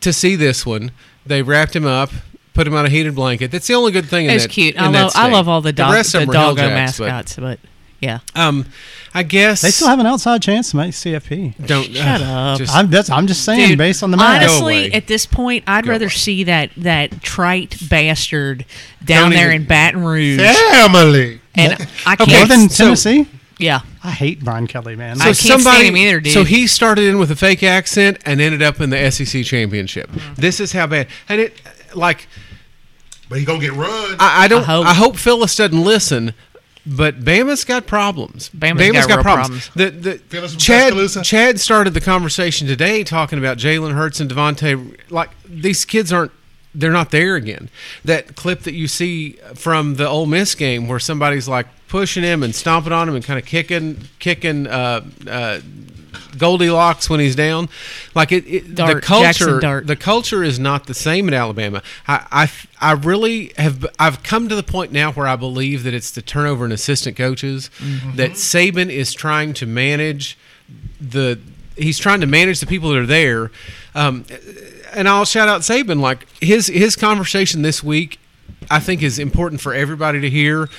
S3: To see this one, they wrapped him up, put him on a heated blanket. That's the only good thing. in
S1: It's
S3: that-
S1: cute. I
S3: in that
S1: love I
S3: state.
S1: love all the dog
S3: rest of
S1: the
S3: them were
S1: doggo
S3: Hilljacks, but,
S1: mascots, but, yeah.
S3: um, I guess
S5: They still have an outside chance to make CFP.
S3: don't uh,
S1: Shut up.
S3: just-
S5: I'm that's I'm just saying
S1: Dude,
S5: based on the math.
S3: away.
S1: Honestly, at this point, I'd
S3: Go
S1: rather
S3: away.
S1: see that that trite bastard down
S3: Don't
S1: there
S3: even-
S1: in Baton Rouge,
S2: Family.
S1: and I
S3: Okay.
S1: can't.
S5: More than
S3: so-
S5: Tennessee.
S1: Yeah,
S5: I hate Brian Kelly, man.
S1: I can't stand him either, dude.
S3: So he started in with a fake accent and ended up in the SEC championship.
S1: Hmm.
S3: This is how bad. And it, like,
S2: But he going to get run.
S3: I, I don't. I
S1: hope.
S3: hope. Phyllis doesn't listen. But Bama's got problems.
S1: Bama's got real
S3: The,
S2: Phyllis
S3: the
S2: from
S3: Chad
S2: Tuscaloosa.
S3: Chad started the conversation today talking about Jalen Hurts and Devontae. Like these kids aren't. They're not there again. That clip that you see from the Ole Miss game where somebody's like pushing him and stomping on him and kind of kicking, kicking uh, uh, Goldilocks when he's down. Like it, it the
S1: Dart, Jackson
S3: culture,
S1: Dart.
S3: the culture is not the same in Alabama. I, I, I really have. I've come to the point now where I believe that it's the turnover in assistant coaches
S1: Mm-hmm.
S3: that Saban is trying to manage the. He's trying to manage the people that are there, um, and I'll shout out Saban. Like his his conversation this week, I think is important for everybody to hear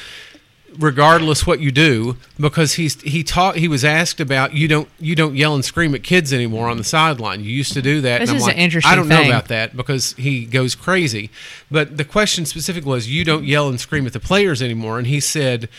S3: regardless what you do because he's he taught he was asked about you don't you don't yell and scream at kids anymore on the sideline you used to do that
S1: This
S3: and I'm
S1: is an
S3: like,
S1: interesting
S3: I don't
S1: thing.
S3: know about that because he goes crazy but the question specific was you don't yell and scream at the players anymore and he said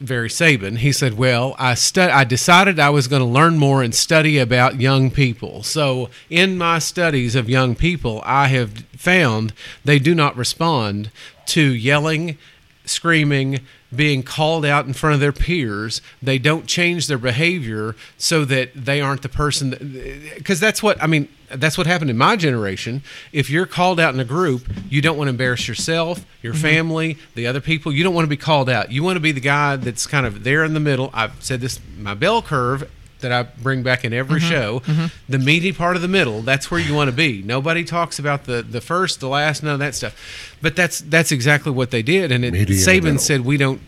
S3: very Saban he said well I stu- I decided I was going to learn more and study about young people so in my studies of young people I have found they do not respond to yelling screaming, being called out in front of their peers. They don't change their behavior so that they aren't the person. Because that's what I mean. That's what happened in my generation. If you're called out in a group, you don't want to embarrass yourself, your family, the other people. You don't want to be called out. You want to be the guy that's kind of there in the middle. I've said this. My bell curve that I bring back in every show, the meaty part of the middle. That's where you want to be. Nobody talks about the the first, the last, none of that stuff. But that's that's exactly what they did, and it,
S2: Meaty in the middle.
S3: Saban said we don't.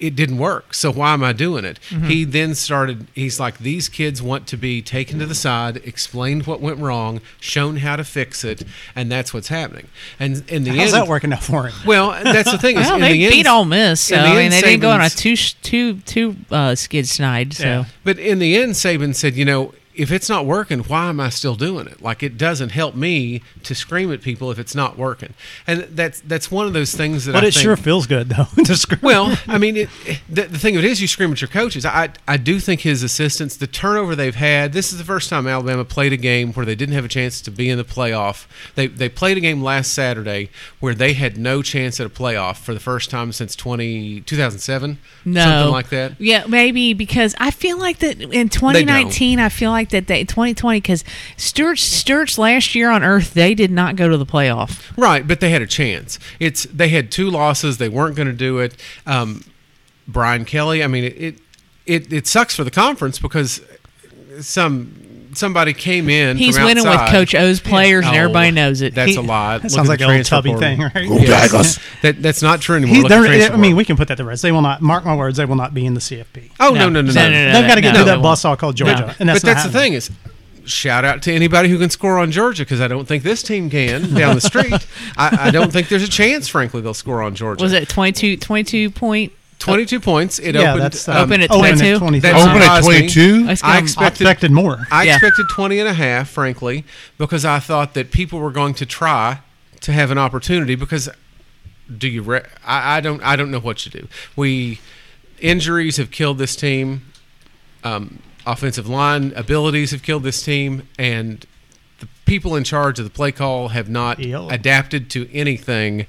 S3: It didn't work, so why am I doing it?
S1: Mm-hmm.
S3: He then started. He's like, these kids want to be taken to the side, explained what went wrong, shown how to fix it, and that's what's happening. And in the
S5: How's
S3: end,
S5: that working out for him?
S3: Well, that's the thing. Is,
S1: well,
S3: in
S1: they
S3: the
S1: beat
S3: end,
S1: Ole Miss, so
S3: in the
S1: I mean,
S3: end,
S1: they didn't go on a
S3: Saban's-
S1: two sh- two two uh, skid snide. So
S5: Yeah.
S3: But in the end, Saban said, you know, if it's not working, why am I still doing it? Like it doesn't help me to scream at people if it's not working, and that's that's one of those things that.
S5: But
S3: I
S5: it
S3: think,
S5: sure feels good though. to screw-
S3: well, I mean, it, the, the thing of it is, you scream at your coaches. I, I do think his assistants, the turnover they've had. This is the first time Alabama played a game where they didn't have a chance to be in the playoff. They they played a game last Saturday where they had no chance at a playoff for the first time since 20, 2007,
S1: no,
S3: something like that.
S1: Yeah, maybe because I feel like that in 2019, I feel like that they 2020 because Sturts Sturts last year on Earth they did not go to the playoff.
S3: Right, but they had a chance. It's they had two losses. They weren't going to do it. Um, Brian Kelly. I mean, it, it it it sucks for the conference because some somebody came in.
S1: He's
S3: from
S1: winning with
S3: outside.
S1: Coach O's players, and
S3: No,
S1: everybody knows it.
S3: That's
S1: He-
S3: a lot.
S5: That sounds like an old Tubby thing, right?
S3: Yes. that, that's not true anymore.
S5: He,
S3: Look at
S5: they're-
S3: transfer
S5: I mean,
S3: portal.
S5: we can put that to rest. They will not. Mark my words. They will not be in the CFP.
S3: oh no no no no.
S5: They've got to get
S1: no,
S5: through
S1: they
S5: that
S1: won't.
S5: bus all called Georgia,
S1: No.
S5: and that's
S3: but that's
S5: not
S3: the
S5: happening.
S3: thing is, shout out to anybody who can score on Georgia because I don't think this team can down the street. I, I don't think there's a chance, frankly, they'll score on Georgia.
S1: Was it 22, 22 point?
S3: 22 points? It
S5: yeah,
S3: opened.
S5: that's uh,
S3: um,
S1: open at
S5: open
S1: 22?
S5: 23.
S3: That's
S2: Open at
S3: surprised me.
S2: 22?
S1: That's
S3: I
S1: Um,
S5: I
S3: expected
S5: expected more.
S3: I
S1: Yeah.
S3: expected 20 and a half, frankly, because I thought that people were going to try to have an opportunity because do you re- I, I don't I don't know what to do. We injuries have killed this team. Um, offensive line abilities have killed this team and the people in charge of the play call have not
S5: Yep.
S3: adapted to anything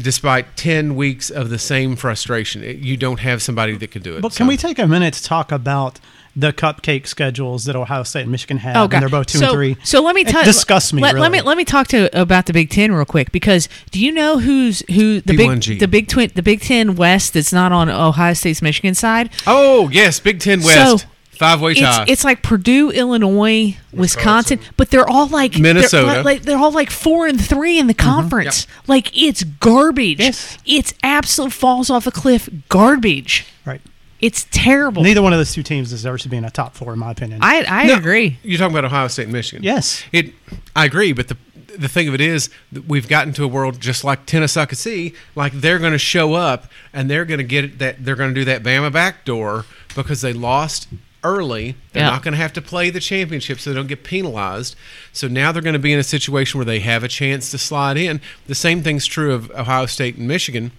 S3: despite 10 weeks of the same frustration. It- You don't have somebody that can do it.
S5: But can
S3: So-
S5: we take a minute to talk about the cupcake schedules that Ohio State and Michigan have?
S1: Oh god,
S5: And they're both two
S1: so,
S5: and three.
S1: So let me
S5: It
S1: tell
S5: disgusts me.
S1: Let, let
S5: really.
S1: me let me talk to about the Big Ten real quick because do you know who's who the
S3: B1G.
S1: big the Big Twin the Big Ten West that's not on Ohio State's Michigan side?
S3: Oh, yes, Big 10 West.
S1: So,
S3: Five-way tie.
S1: It's, it's like Purdue, Illinois, Wisconsin,
S2: Wisconsin.
S1: but they're all like they're
S3: Minnesota.
S1: li- like they're all like four and three in the conference. Like it's garbage.
S5: Mm-hmm. Yes.
S1: It's absolute falls off a cliff garbage.
S5: right.
S1: It's terrible.
S5: Neither one of those two teams deserves to be in a top four, in my opinion.
S1: I I
S3: No,
S1: agree.
S3: You're talking about Ohio State and Michigan.
S5: Yes.
S3: It I agree, but the the thing of it is that we've gotten to a world just like Tennessee, like they're going to show up and they're going to get that they're going to do that Bama backdoor because they lost early. They're
S1: Yeah.
S3: not going to have to play the championship so they don't get penalized. So now they're going to be in a situation where they have a chance to slide in. The same thing's true of Ohio State and Michigan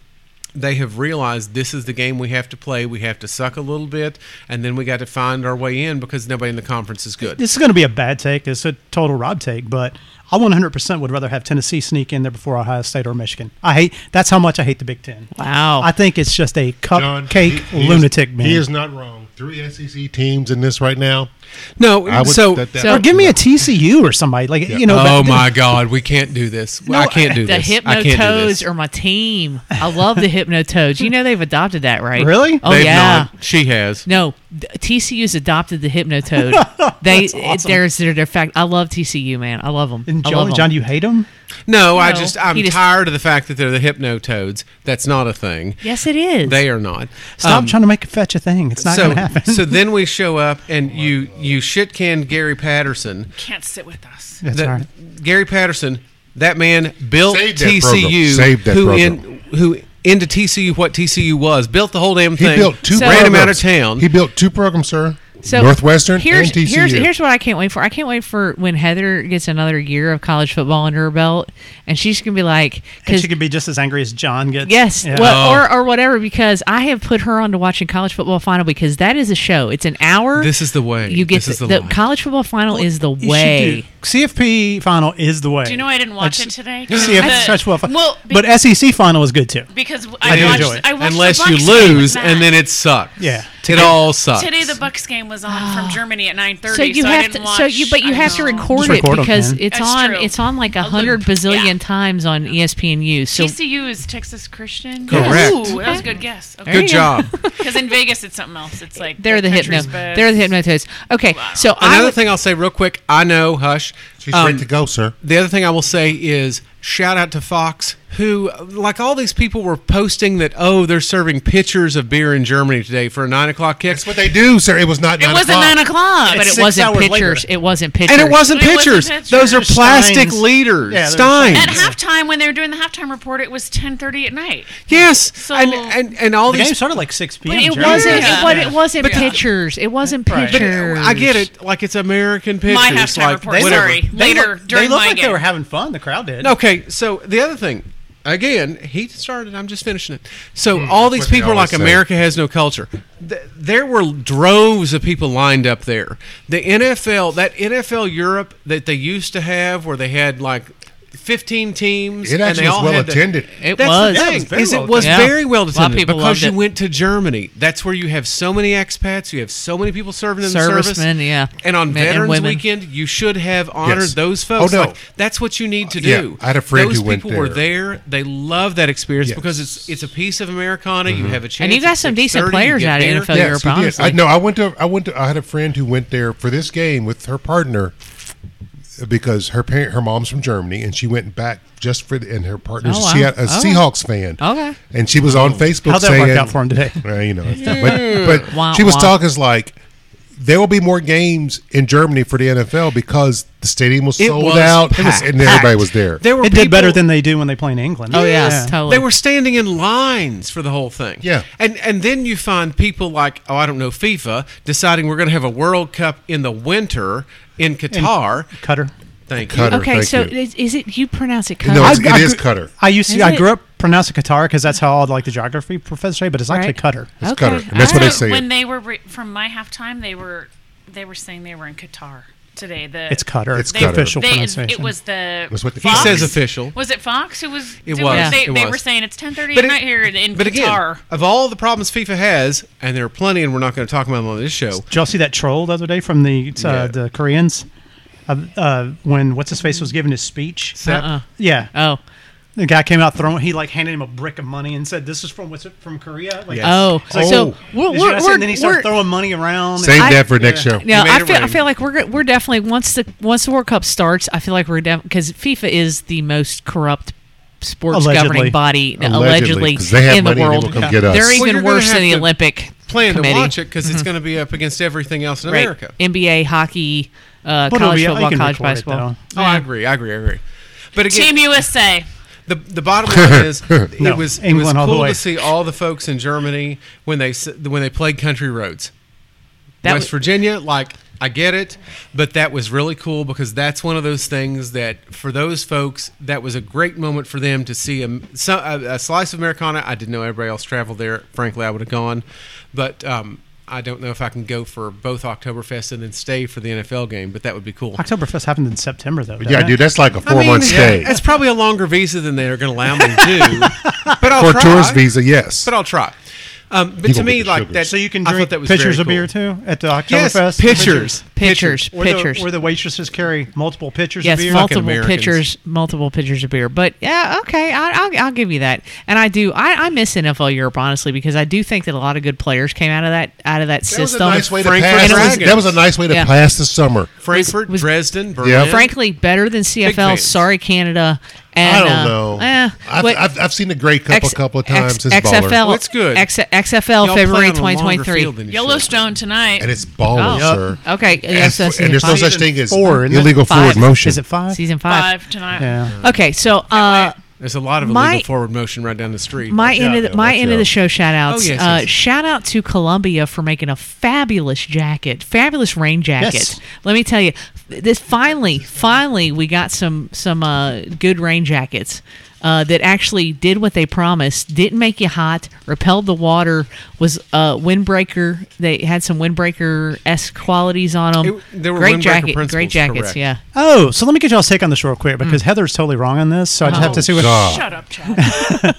S3: they have realized this is the game we have to play. We have to suck a little bit, and then we got to find our way in because nobody in the conference is good.
S5: this is going to be a bad take. It's a total Rob take, but I 100% would rather have Tennessee sneak in there before Ohio State or Michigan. I hate. That's how much I hate the Big Ten.
S1: Wow.
S5: I think it's just a
S2: John,
S5: cupcake
S2: he- he is-
S5: lunatic man.
S2: He is not wrong. Three SEC teams in this right now.
S3: No,
S2: I would,
S3: so
S2: that- that-
S1: so-
S5: or give me a TCU or somebody like you know.
S3: oh
S5: but-
S3: my God, we can't do this. I can't do
S1: the
S3: this. I can't do this.
S1: Hypnotoads are my team. I love the Hypnotoads. You know they've adopted that, right?
S5: Really?
S1: Oh
S3: They've
S1: yeah.
S3: not. She has.
S1: No, th- TCU's adopted the Hypnotoad. they there's their, their fact. I love TCU, man. I love them.
S5: And
S1: I love
S5: John,
S1: 'em.
S5: John, you hate him?
S3: No, I
S1: No,
S3: just I'm
S1: he just-
S3: tired of the fact that they're the hypnotoads. That's not a thing.
S1: yes, it is.
S3: They are not.
S5: Stop
S3: Um,
S5: trying to make it fetch a thing. It's not
S3: so,
S5: going to happen.
S3: so then we show up and you you shit can Gary Patterson.
S4: Can't sit with us.
S5: That's
S3: that-
S5: all right.
S3: Gary Patterson, that man built
S2: Saved that
S3: TCU,
S2: program. Saved that
S3: who
S2: program.
S3: in who into TCU what TCU was, built the whole damn
S2: he
S3: thing.
S2: built two.
S1: So-
S3: ran him out of
S2: programs.
S3: town.
S2: He built two programs, sir.
S1: So
S2: Northwestern
S1: here's,
S2: and TCU.
S1: Here's, here's what I can't wait for. I can't wait for when Heather gets another year of college football under her belt, and she's gonna be like,
S5: And
S1: because
S5: she could be just as angry as John gets.
S1: yes,
S5: Yeah.
S1: well, or or whatever, because I have put her on to watching college football final because that is a show. It's an hour.
S3: This is the way.
S1: You get
S3: This is
S1: the,
S3: the
S1: the,
S3: line.
S1: college football final is the
S5: You should
S1: way.
S5: do- CFP final is the way.
S4: Do you know I didn't watch
S5: That's-
S4: it today?
S5: CFP such well,
S4: Well, be-
S5: but SEC final is good too.
S4: because I,
S5: do
S4: watched,
S5: enjoy it.
S4: I watched
S3: Unless
S4: the
S3: you
S4: Bucks game with
S3: lose
S4: Matt.
S3: and then it sucks.
S5: Yeah.
S3: It all sucks.
S4: Today the Bucks game was on from Germany at 9:30,
S1: Ah. So you
S4: I
S1: have
S4: didn't
S1: to, so
S4: watch.
S1: you, but you
S4: I
S1: have to
S4: know.
S1: record,
S5: Just
S1: it
S5: record 'em,
S1: because
S5: man.
S1: it's
S4: That's
S1: on,
S4: true.
S1: it's on like a
S4: loop,
S1: hundred bazillion
S4: yeah.
S1: times on E ESPNU. So
S4: TCU is Texas Christian.
S3: Correct.
S4: Ooh, that was a good guess. Okay.
S3: Good
S1: you go.
S3: job.
S4: Because in Vegas, it's something else. It's like
S1: they're the hypno,
S4: country's best.
S1: they're the hypnotists. Okay, so I
S3: Another
S1: would,
S3: thing I'll say real quick, I know, hush.
S2: She's
S3: um,
S2: ready to go, sir.
S3: The other thing I will say is shout out to Fox, who, like all these people, were posting that oh they're serving pitchers of beer in Germany today for a nine o'clock kick.
S2: That's what they do, sir. It was not.
S4: It
S2: nine
S4: wasn't
S2: o'clock.
S4: nine o'clock.
S1: but
S5: It's
S1: it
S5: six
S1: wasn't
S5: hours
S1: pictures.
S5: later.
S1: It wasn't pictures.
S3: and it wasn't
S4: It wasn't
S3: pitchers.
S4: pitchers.
S3: Those are
S4: Steins.
S3: plastic leaders.
S5: Yeah, they're
S3: Steins.
S4: At halftime, when they were doing the halftime report, it was 10:30 at night.
S3: Yes.
S4: So-
S3: and, and and all
S5: The game
S3: these
S5: started like 6 p.m.
S1: It
S5: Jerry.
S1: wasn't. It,
S4: Yeah.
S1: wa- it wasn't
S4: Yeah.
S1: pictures. It wasn't
S5: Right. But,
S1: pictures.
S3: I get it. Like it's American pitchers.
S4: My halftime
S3: like,
S4: report,
S3: whatever.
S4: sorry. Later,
S5: look-
S4: during
S5: they looked
S4: my
S5: like
S4: game.
S5: they were having fun. The crowd did.
S3: Okay, so the other thing, again, he started. I'm just finishing it. So all
S2: Hmm,
S3: these
S2: what they
S3: people are like,
S2: always say.
S3: America has no culture. Th- there were droves of people lined up there. The NFL, that NFL Europe that they used to have, where they had like. 15 teams.
S2: It
S3: and
S2: actually
S3: they
S2: was
S3: all
S2: well
S3: had the-
S2: attended.
S1: It
S3: That's
S1: was.
S3: The
S1: Yeah,
S5: it
S3: thing,
S5: was very
S3: is
S5: well
S3: it was
S1: attended.
S3: very well
S1: A lot of
S3: attended
S1: people
S3: because
S1: loved
S3: you
S1: it.
S3: went to Germany. That's where you have so many expats. You have so many people serving in the service.
S1: Servicemen, yeah.
S3: And on
S1: Men and
S3: Veterans
S1: women.
S3: Weekend, you should have honored
S2: Yes.
S3: those folks.
S2: Oh, no.
S3: Like, that's what you need to do.
S2: Yeah, I had a friend
S3: Those
S2: who went
S3: people were
S2: there.
S3: there. They love that experience
S2: Yes. Mm-hmm.
S3: because it's it's a piece of Americana. You have a chance.
S1: you got
S3: at
S1: some decent
S3: 6:30, you
S1: players
S3: get
S1: out of
S3: there.
S1: NFL. Europe,
S2: we did.
S1: honestly.
S2: I, no, I went to. I went to. I had a friend who went there for this game with her partner because her parent, her mom's from Germany, and she went back just for. The, and her partner's
S1: Oh,
S2: a
S1: wow.
S2: Seah- a
S1: Oh.
S2: Seahawks fan.
S1: Okay.
S2: and she was on Facebook
S5: Oh. How'd that
S2: saying,
S5: work out for him today?
S2: Well, you know, but, but
S1: Wah,
S2: she was
S1: wah.
S2: talking is like. there will be more games in Germany for the NFL because the stadium was
S3: It
S2: sold
S3: was
S2: out it was-
S3: packed.
S2: and everybody
S3: Packed.
S2: was there.
S3: There were
S5: It did better
S3: people-
S5: than they do when they play in England.
S1: Oh yes, totally.
S3: They were standing in lines for the whole thing.
S2: Yeah.
S3: And and then you find people like, oh, I don't know, FIFA deciding we're going to have a World Cup in the winter in Qatar.
S5: Cutter.
S3: Thank
S2: Qatar.
S3: you.
S2: Thank
S1: okay. So
S2: you.
S1: is, is it you pronounce it?
S2: No, it's,
S1: Qatar?
S5: I- I
S2: it is
S5: gr-
S2: Cutter.
S5: I used to,
S1: Is
S5: I
S1: it?
S5: grew up pronouncing Qatar because that's how like the geography professor say, but it's actually
S1: Right.
S5: Cutter.
S1: okay.
S2: Qatar, and that's
S1: all
S2: what I
S1: right.
S2: say.
S4: Uh, when they were re- from my halftime, they were they were saying they were in Qatar today. The
S5: It's Cutter.
S2: It's
S5: the
S2: Qatar.
S5: official
S4: They,
S5: pronunciation.
S4: it was the.
S2: That's what the- He
S3: He
S4: Fox?
S3: says official.
S4: Was it Fox? It was.
S3: It
S4: doing-
S3: was,
S4: They,
S3: it
S4: they
S3: was.
S4: were saying it's ten thirty
S3: But
S4: at
S3: it-
S4: night here in, in
S3: But
S4: Qatar.
S3: again, uh, of all the problems FIFA has, and there are plenty, and we're not going to talk about them on this show.
S5: Did y'all see that troll the other day from the uh,
S3: Yeah.
S5: the Koreans? Uh, uh, when what's his face was giving his speech?
S1: Uh-uh.
S5: Yeah,
S1: Oh,
S5: the guy came out throwing. He like handed him a brick of money and said, "This is from what's it, from Korea." Like,
S3: Yes.
S1: oh.
S5: it's like,
S1: So we're,
S5: "Did you
S1: we're,
S5: guys see?"
S1: we're,
S5: and then he
S1: we're-
S5: started throwing money around. and-
S2: Save
S1: I-
S2: that for next show.
S1: Now
S3: We made
S1: I
S3: it
S1: feel I
S3: rain.
S1: feel like we're go- we're definitely once the once the World Cup starts, I feel like we're because FIFA is the most corrupt sports
S5: Allegedly.
S1: governing body
S2: Allegedly,
S1: allegedly,
S2: 'cause they have
S1: in the
S2: money and they will
S1: world.
S2: come get us.
S1: They're
S2: Well,
S3: you're
S1: even
S3: gonna
S1: worse
S3: have
S1: than the
S3: to
S1: Olympic
S3: Plan to
S1: committee. Mm-hmm.
S3: watch it because it's going to be up against everything else in
S1: Right.
S3: America.
S1: NBA, hockey, uh,
S5: But it'll
S1: college
S5: be- I
S1: football,
S5: can
S1: college
S5: record it,
S1: basketball.
S3: Oh, I agree. I agree. I agree. But again,
S4: Team USA.
S3: The, the bottom line is it
S5: No,
S3: was it was
S5: England all the
S3: cool
S5: way.
S3: to see all the folks in Germany when they s- when they played country roads.
S1: That
S3: West
S1: was-
S3: Virginia, like I get it, but that was really cool because that's one of those things that for those folks that was a great moment for them to see a so- a, a slice of Americana. I didn't know everybody else traveled there. Frankly, I would have gone, but. Um, I don't know if I can go for both Oktoberfest and then stay for the NFL game, but that would be cool.
S5: Oktoberfest happened in September though.
S2: Yeah,
S5: doesn't it?
S2: dude, that's like a
S3: I
S2: four
S3: mean,
S2: month stay.
S3: It's probably a longer visa than they're going to allow me to. but I'll
S2: For a
S3: try.
S2: tourist visa, yes.
S3: But I'll try. Um,
S2: You
S3: but to
S2: won't
S3: me,
S2: get the
S3: like
S2: sugars.
S3: that.
S5: So you can
S3: I thought
S5: drink
S3: that was
S5: pitchers
S3: very
S5: of beer
S3: cool.
S5: too at the Oktoberfest.
S3: Yes, pitchers.
S1: Pitchers, pitchers.
S5: Where the waitresses carry multiple pitchers
S1: Yes,
S5: of beer.
S1: multiple
S3: Americans.
S1: pitchers, multiple pitchers of beer. But yeah, okay, I, I'll, I'll give you that. And I do, I, I miss NFL Europe honestly because I do think that a lot of good players came out of that out of that
S2: That was a
S1: system.
S2: nice way to
S3: Frankfurt
S2: pass.
S1: Dragons.
S2: that was a nice way to
S1: Yeah.
S2: pass the summer.
S3: Frankfurt,
S1: was-
S3: Dresden, Berlin.
S2: Yeah.
S1: frankly better than CFL.
S3: fans.
S1: Sorry, Canada. And,
S2: I don't
S1: uh,
S2: know.
S1: eh,
S2: I've,
S1: what-
S2: I've, I've seen the Grey Cup
S1: X-
S2: a couple of
S1: X-
S2: times. It's
S1: XFL.
S2: baller.
S3: Well, it's good.
S1: X- XFL
S3: Y'all play
S1: February
S3: on a longer field
S1: 2023.
S3: than you should.
S4: Yellowstone tonight.
S2: And it's baller,
S1: Oh.
S2: sir.
S1: Okay,
S2: And,
S1: yes, that's
S2: and there's no such
S5: season
S2: thing as
S5: four, isn't it?
S2: illegal
S1: Five.
S2: forward motion.
S5: Is it five?
S1: season five.
S4: five tonight.
S5: Yeah.
S1: Okay, so uh,
S3: There's a lot of illegal
S1: My-
S3: forward motion right down the street.
S1: my
S2: out,
S1: end of the,
S2: man,
S1: my
S2: watch
S1: end of the
S2: out.
S1: show shout outs.
S3: Oh, yes,
S1: uh,
S3: yes.
S1: Shout out to Columbia for making a fabulous jacket, fabulous rain jacket.
S5: Yes.
S1: Let me tell you, this finally, finally, we got some some uh, good rain jackets. Uh, that actually did what they promised. Didn't make you hot. Repelled the water. Was uh, windbreaker. They had some windbreaker esque qualities on them.
S3: It- there were
S1: great
S3: windbreaker
S1: jacket. Great
S3: principles,
S1: jackets.
S3: correct.
S1: Yeah.
S5: Oh, so let me get y'all's take on this real quick
S1: Mm.
S5: because Heather's totally wrong on this. So I just have
S4: Oh.
S5: to see what.
S2: God.
S4: Shut up, Chad.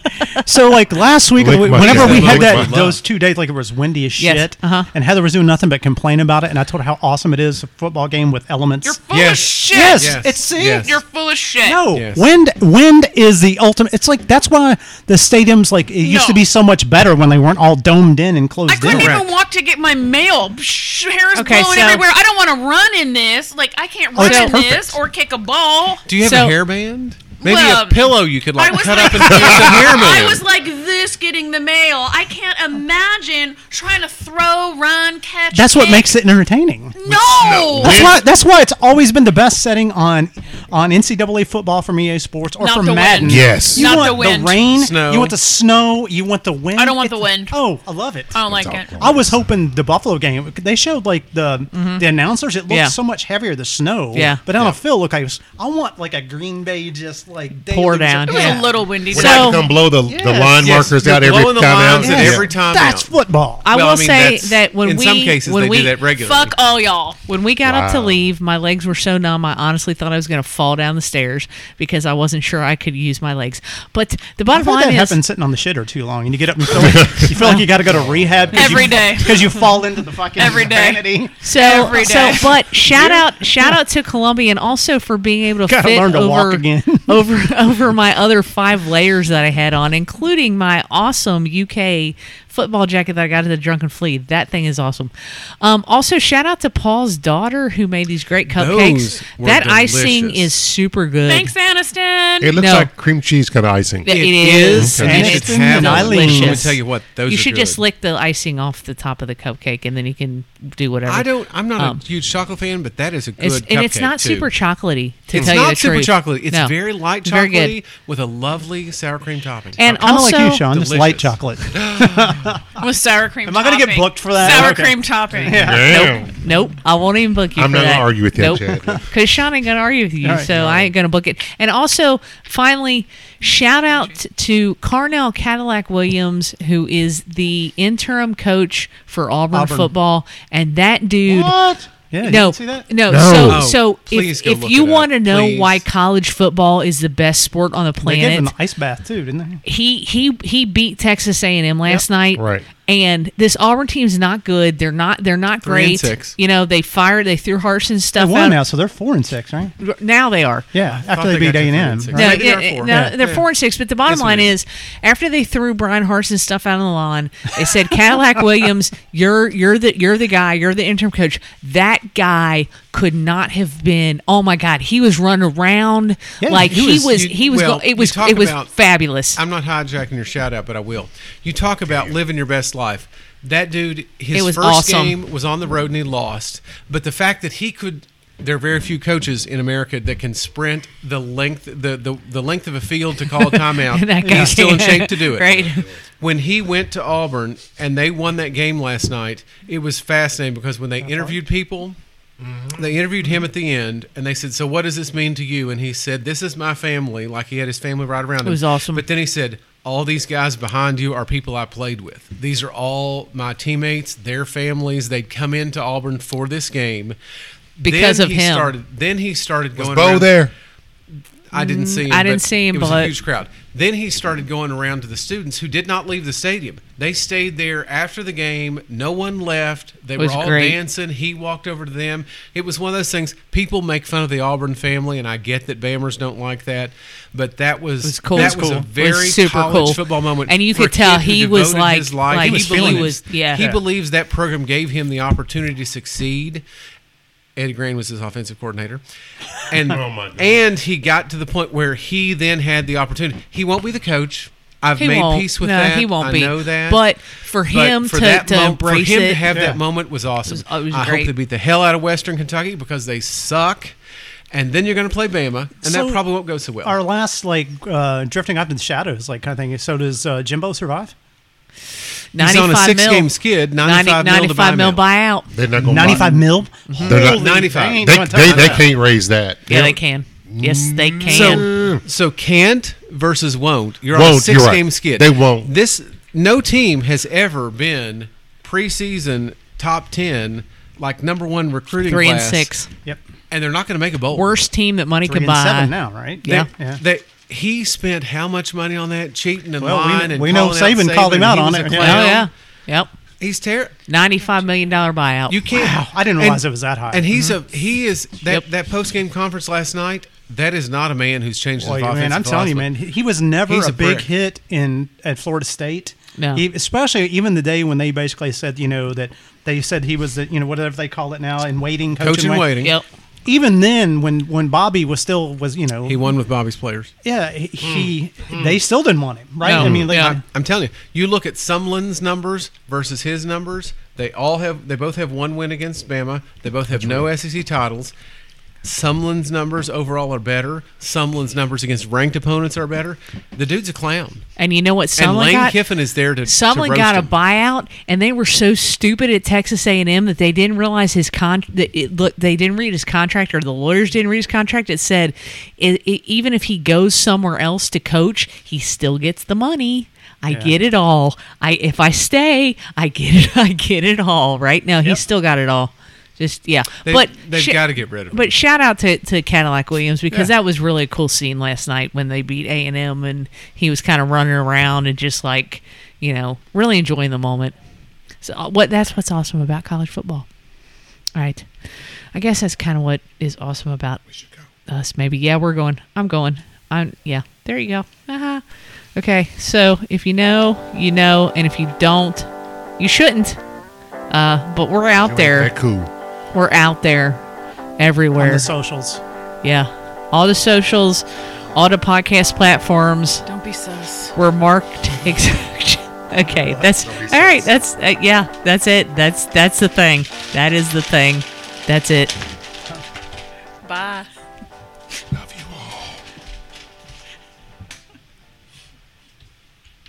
S5: So like last week,
S2: Lick my
S5: whenever
S2: lip.
S5: we had
S2: Lick
S5: that
S2: my
S5: those two days, like it was windy as shit,
S1: Yes, uh-huh.
S5: and Heather was doing nothing but complain about it. And I told her how awesome it is—a football game with elements.
S4: You're full
S3: Yes.
S4: of shit.
S5: yes,
S3: Yes.
S5: it's see,
S3: Yes.
S4: You're full of shit.
S5: no
S3: Yes.
S5: wind. Wind is the ultimate. It's like that's why the stadiums like it used
S4: No.
S5: to be so much better when they weren't all domed in and closed
S4: I couldn't
S5: in.
S4: even walk to get my mail. Psh, Hair is
S1: Okay,
S4: blowing
S1: so-
S4: everywhere. I don't want to run in this. Like I can't
S5: Oh,
S4: run
S5: it's
S4: in
S5: perfect.
S4: this or kick a ball.
S3: Do you have
S1: So-
S3: a hairband? Maybe
S4: Well,
S3: a pillow you could like cut up and put as a
S4: I
S3: hairband.
S4: was like this getting the mail. I can't imagine trying to throw, run, catch.
S5: That's what
S4: kick.
S5: makes it entertaining.
S4: No.
S5: That's why. That's why it's always been the best setting on on NCAA football from EA Sports or
S4: Not
S5: from
S4: the
S5: Madden.
S4: wind.
S2: Yes.
S5: you
S4: Not
S5: want
S4: the wind.
S5: rain.
S3: Snow.
S5: You want the snow. You want the wind.
S4: I don't want the
S5: It's-
S4: wind.
S5: Oh, I love it.
S4: I don't like it.
S5: I was hoping the Buffalo game. They showed like the
S4: Mm-hmm.
S5: the announcers. It looked
S1: Yeah.
S5: so much heavier. The snow.
S1: Yeah.
S5: But on a field, look, I was. I want like a Green Bay just like
S1: Pour
S5: deluge
S1: down.
S4: It
S5: of-
S4: was
S1: Yeah.
S4: a little windy.
S2: We're
S1: So-
S2: not going to blow the, the line
S3: Yes,
S2: markers
S3: they're
S2: out every
S3: blowing the
S2: time out.
S3: lines at
S5: Yes.
S3: every time
S5: That's
S3: out.
S5: football.
S1: I
S3: Well,
S1: will
S3: I mean,
S1: say
S3: that's-
S1: that when
S3: in
S1: we
S3: some cases
S1: when
S3: they
S1: we
S3: do that regularly.
S4: Fuck all y'all.
S1: When we got up to
S2: Wow.
S1: leave, my legs were so numb. I honestly thought I was going to fall down the stairs because I wasn't sure I could use my legs. But the
S5: I've
S1: bottom
S5: had that
S1: line is,
S5: happen sitting on the shitter too long, and you get up and feel like, you feel like you got to go to rehab
S4: Every day.
S5: because you fall into the fucking
S4: Every day.
S5: vanity.
S1: so
S4: every day.
S1: so. But shout out shout out to Columbia and also for being able to
S5: Gotta
S1: fit
S5: learn to
S1: over
S5: walk again.
S1: over over my other five layers that I had on, including my awesome UK football jacket that I got at the Drunken Flea. That thing is awesome. Um, also, shout out to Paul's daughter who made these great cupcakes.
S3: Those were
S1: That icing
S3: delicious.
S1: is super good.
S4: Thanks, Aniston.
S2: It looks
S1: No.
S2: like cream cheese kind of icing.
S1: It
S3: It
S1: is,
S3: is.
S1: and
S3: Okay.
S1: it's,
S5: It's been
S1: delicious.
S5: delicious. Let me
S3: tell you what, those
S1: you
S3: are
S1: should just
S3: good.
S1: lick the icing off the top of the cupcake, and then you can do whatever.
S3: I don't. I'm not
S1: Um,
S3: a huge chocolate fan, but that is a good.
S1: It's, and it's
S3: cupcake,
S1: not
S3: too.
S1: super chocolatey. To
S3: it's
S1: tell
S3: not
S1: you the
S3: super
S1: truth.
S3: chocolate. It's
S1: No.
S3: very light
S1: Very
S3: chocolatey
S1: good.
S3: with a lovely sour cream topping.
S1: And
S5: Kind of
S1: also,
S5: like you, Sean. Just light
S3: delicious.
S5: chocolate.
S4: With sour cream.
S5: Am I gonna get
S4: topping.
S5: booked for that?
S4: Sour
S5: Okay.
S4: cream topping.
S2: Damn.
S1: Nope, I won't even book you.
S2: I'm
S1: for
S2: not gonna
S1: that.
S2: argue with you,
S1: nope.
S2: Chad.
S1: Because Sean ain't gonna argue with you,
S5: All right.
S1: so I ain't gonna book it. And also, finally, shout out to Carnell Cadillac Williams, who is the interim coach for Auburn,
S5: Auburn.
S1: football, and that dude.
S5: What? Yeah, you
S1: no,
S5: didn't see that?
S1: no,
S2: No.
S1: So,
S2: Oh,
S1: so
S3: please
S1: if,
S3: go
S1: if
S3: look
S1: you
S3: it up,
S1: want to know
S3: please.
S1: why college football is the best sport on the
S5: They gave him
S1: planet,
S5: an ice bath too, didn't they?
S1: he he he beat Texas A and M last night.
S2: Right.
S1: And this Auburn team's not good. They're not they're not
S3: Three and
S1: great.
S3: six.
S1: You know, they fired they threw Harson
S5: They
S1: stuff
S5: won now,
S1: out.
S5: so they're four and six, right?
S1: Now. they are.
S5: Yeah, after they,
S3: they
S5: beat
S3: got
S5: A
S3: to
S5: and
S3: three
S5: M.
S3: and six.
S1: No,
S3: Maybe
S1: yeah,
S3: they're
S1: yeah,
S3: four.
S1: no,
S3: Yeah.
S1: they're four and six. But the bottom
S3: Yes, it
S1: line
S3: is.
S1: is, after they threw Brian Harson stuff out on the lawn, they said Cadillac Williams, you're you're the you're the guy, you're the interim coach. That guy could not have been. Oh my God, he was running around
S5: Yeah,
S1: like
S5: he
S1: he was.
S5: was-
S3: you-
S1: he was.
S3: well,
S1: go- it
S3: you
S1: was.
S3: talk
S1: It was
S3: about-
S1: fabulous.
S3: I'm not hijacking your shout out, but I will. You talk about living your best life. That dude, his
S1: It was
S3: first
S1: awesome.
S3: game was on the road and he lost. But the fact that he could, there are very few coaches in America that can sprint the length, the the, the length of a field to call a timeout.
S1: That
S3: and he's
S1: guy.
S3: still in shape to do it.
S1: Right.
S3: When he went to Auburn and they won that game last night, it was fascinating because when they interviewed people, they interviewed him at the end and they said, So what does this mean to you? And he said, This is my family. Like he had his family right around him.
S1: It was awesome.
S3: But then he said, All these guys behind you are people I played with. These are all my teammates, their families. They'd come into Auburn for this game.
S1: Because
S3: Then
S1: of
S3: he
S1: him.
S3: Started, then he started going
S2: Bo
S3: around-
S2: there.
S3: I didn't see him.
S1: Mm-hmm. I didn't
S3: but
S1: see him,
S3: It was
S1: but-
S3: a huge crowd. Then he started going around to the students who did not leave the stadium. They stayed there after the game. No one left. They were
S1: was
S3: all
S1: great.
S3: dancing. He walked over to them. It was one of those things. People make fun of the Auburn family, and I get that Bammers don't like that, but that was,
S1: was cool.
S3: That
S1: It was
S3: was,
S1: cool.
S3: a
S1: It was
S3: very
S1: super
S3: college
S1: cool.
S3: football moment.
S1: And you
S3: for a
S1: could tell
S3: kid who
S1: he was
S3: devoted
S1: like-
S3: his life.
S1: like,
S3: he
S1: he
S3: was
S1: feeling
S3: feeling
S1: it.
S3: was,
S1: Yeah.
S3: He
S1: Yeah.
S3: believes that program gave him the opportunity to succeed. Eddie Green was his offensive coordinator, and
S2: my God.
S3: and he got to the point where he then had the opportunity. He won't be the coach. I've
S1: He
S3: made
S1: won't.
S3: peace with
S1: no,
S3: that.
S1: he won't
S3: I
S1: be.
S3: know that.
S1: But for him
S3: for
S1: to,
S3: that
S1: to
S3: mo-
S1: embrace
S3: for him
S1: it,
S3: to have
S5: Yeah.
S3: that moment was awesome.
S1: It was- it was
S3: I
S1: great.
S3: hope they beat the hell out of Western Kentucky because they suck, and then you're going to play Bama, and
S5: So-
S3: that probably won't go so well.
S5: Our last like uh, drifting up in the shadows, like kind of thing. So does uh, Jimbo survive?
S3: He's on a
S1: 95 mil.
S3: six-game skid.
S1: 90
S3: Ninety-five,
S1: 95 mil
S3: mil to buy
S1: buyout.
S2: They're not going
S5: Ninety five mil.
S2: Oh, They're not-
S5: Holy-
S3: 95.
S5: ain't
S2: They,
S5: gonna touch
S2: they, they
S5: that.
S2: can't raise that.
S1: Yeah, they can. Yes, they
S3: Mm-hmm.
S1: can.
S3: So, so can't versus won't. You're on a
S2: Won't, you're
S3: six
S2: right.
S3: game skid.
S2: They won't.
S3: This no team has ever been preseason top ten, like number one recruiting
S1: Three and
S3: class,
S1: six.
S5: Yep.
S3: and they're not going to make a bowl.
S1: Worst team that money
S5: Three
S1: could
S5: and
S1: buy.
S5: seven now, right?
S1: They- Yeah.
S5: yeah.
S3: That he spent how much money on that cheating and
S5: Well, we-
S3: lying and
S5: we know
S3: calling out
S5: Saban called him out
S3: He
S5: on
S3: was a
S5: it.
S1: Oh,
S3: clown.
S1: yeah. Yep.
S3: he's terrible.
S1: $95 million buyout.
S3: You can't.
S5: Wow, I didn't
S3: and-
S5: realize it was that high. Mm-hmm.
S3: And he's a he is that
S1: Yep.
S3: that post game conference last night. That is not a man who's changed
S5: Boy,
S3: his offensive
S5: man, I'm telling you,
S3: philosophy.
S5: man, he, he was never
S3: He's
S5: a,
S3: a
S5: big
S3: brick.
S5: hit in at Florida State.
S1: No.
S5: He- especially even the day when they basically said, you know, that they said he was the, you know, whatever they call it now, in waiting, coach,
S3: Coach
S5: in
S3: and
S5: wait-
S3: waiting.
S1: Yep.
S5: Even then, when when Bobby was still was, you know,
S3: He won Mm. with Bobby's players.
S5: yeah, he, he they still didn't want him, right?
S1: No.
S5: I mean, like,
S1: Yeah.
S3: I'm telling you, you look at Sumlin's numbers versus his numbers. They all have. They both have one win against Bama. They both have no SEC titles. Sumlin's numbers overall are better. Sumlin's numbers against ranked opponents are better. The dude's a clown.
S1: and you know what?
S3: and
S1: Someone
S3: Lane
S1: got,
S3: Kiffin is there to.
S1: someone
S3: to roast
S1: got a
S3: him.
S1: buyout, and they were so stupid at Texas A&M that they didn't realize his con. That it, look, they didn't read his contract, or the lawyers didn't read his contract. It said, i i even if he goes somewhere else to coach, he still gets the money. I get it all. I if I stay, I get it. I get it all. Right now, he's still got it all. Just yeah,
S3: They-
S1: but
S3: they've gotta get rid of him.
S1: But shout out to, to Cadillac Williams because that was really a cool scene last night when they beat A and M and he was kind of running around and just like you know really enjoying the moment. So uh, what that's what's awesome about college football. All right, I guess that's kind of what is awesome about us. Maybe yeah, we're going. I'm going. I'm yeah. There you go. Uh-huh. Okay, so if you know, you know, and if you don't, you shouldn't. Uh, but we're out there.
S2: That cool.
S1: We're out there
S5: on
S1: everywhere.
S5: the socials.
S1: yeah. All the socials, all the podcast platforms.
S4: Don't be sus.
S1: We're marked. ex- okay, that's all right. That's uh, yeah. That's it. That's that's the thing. That is the thing. That's it.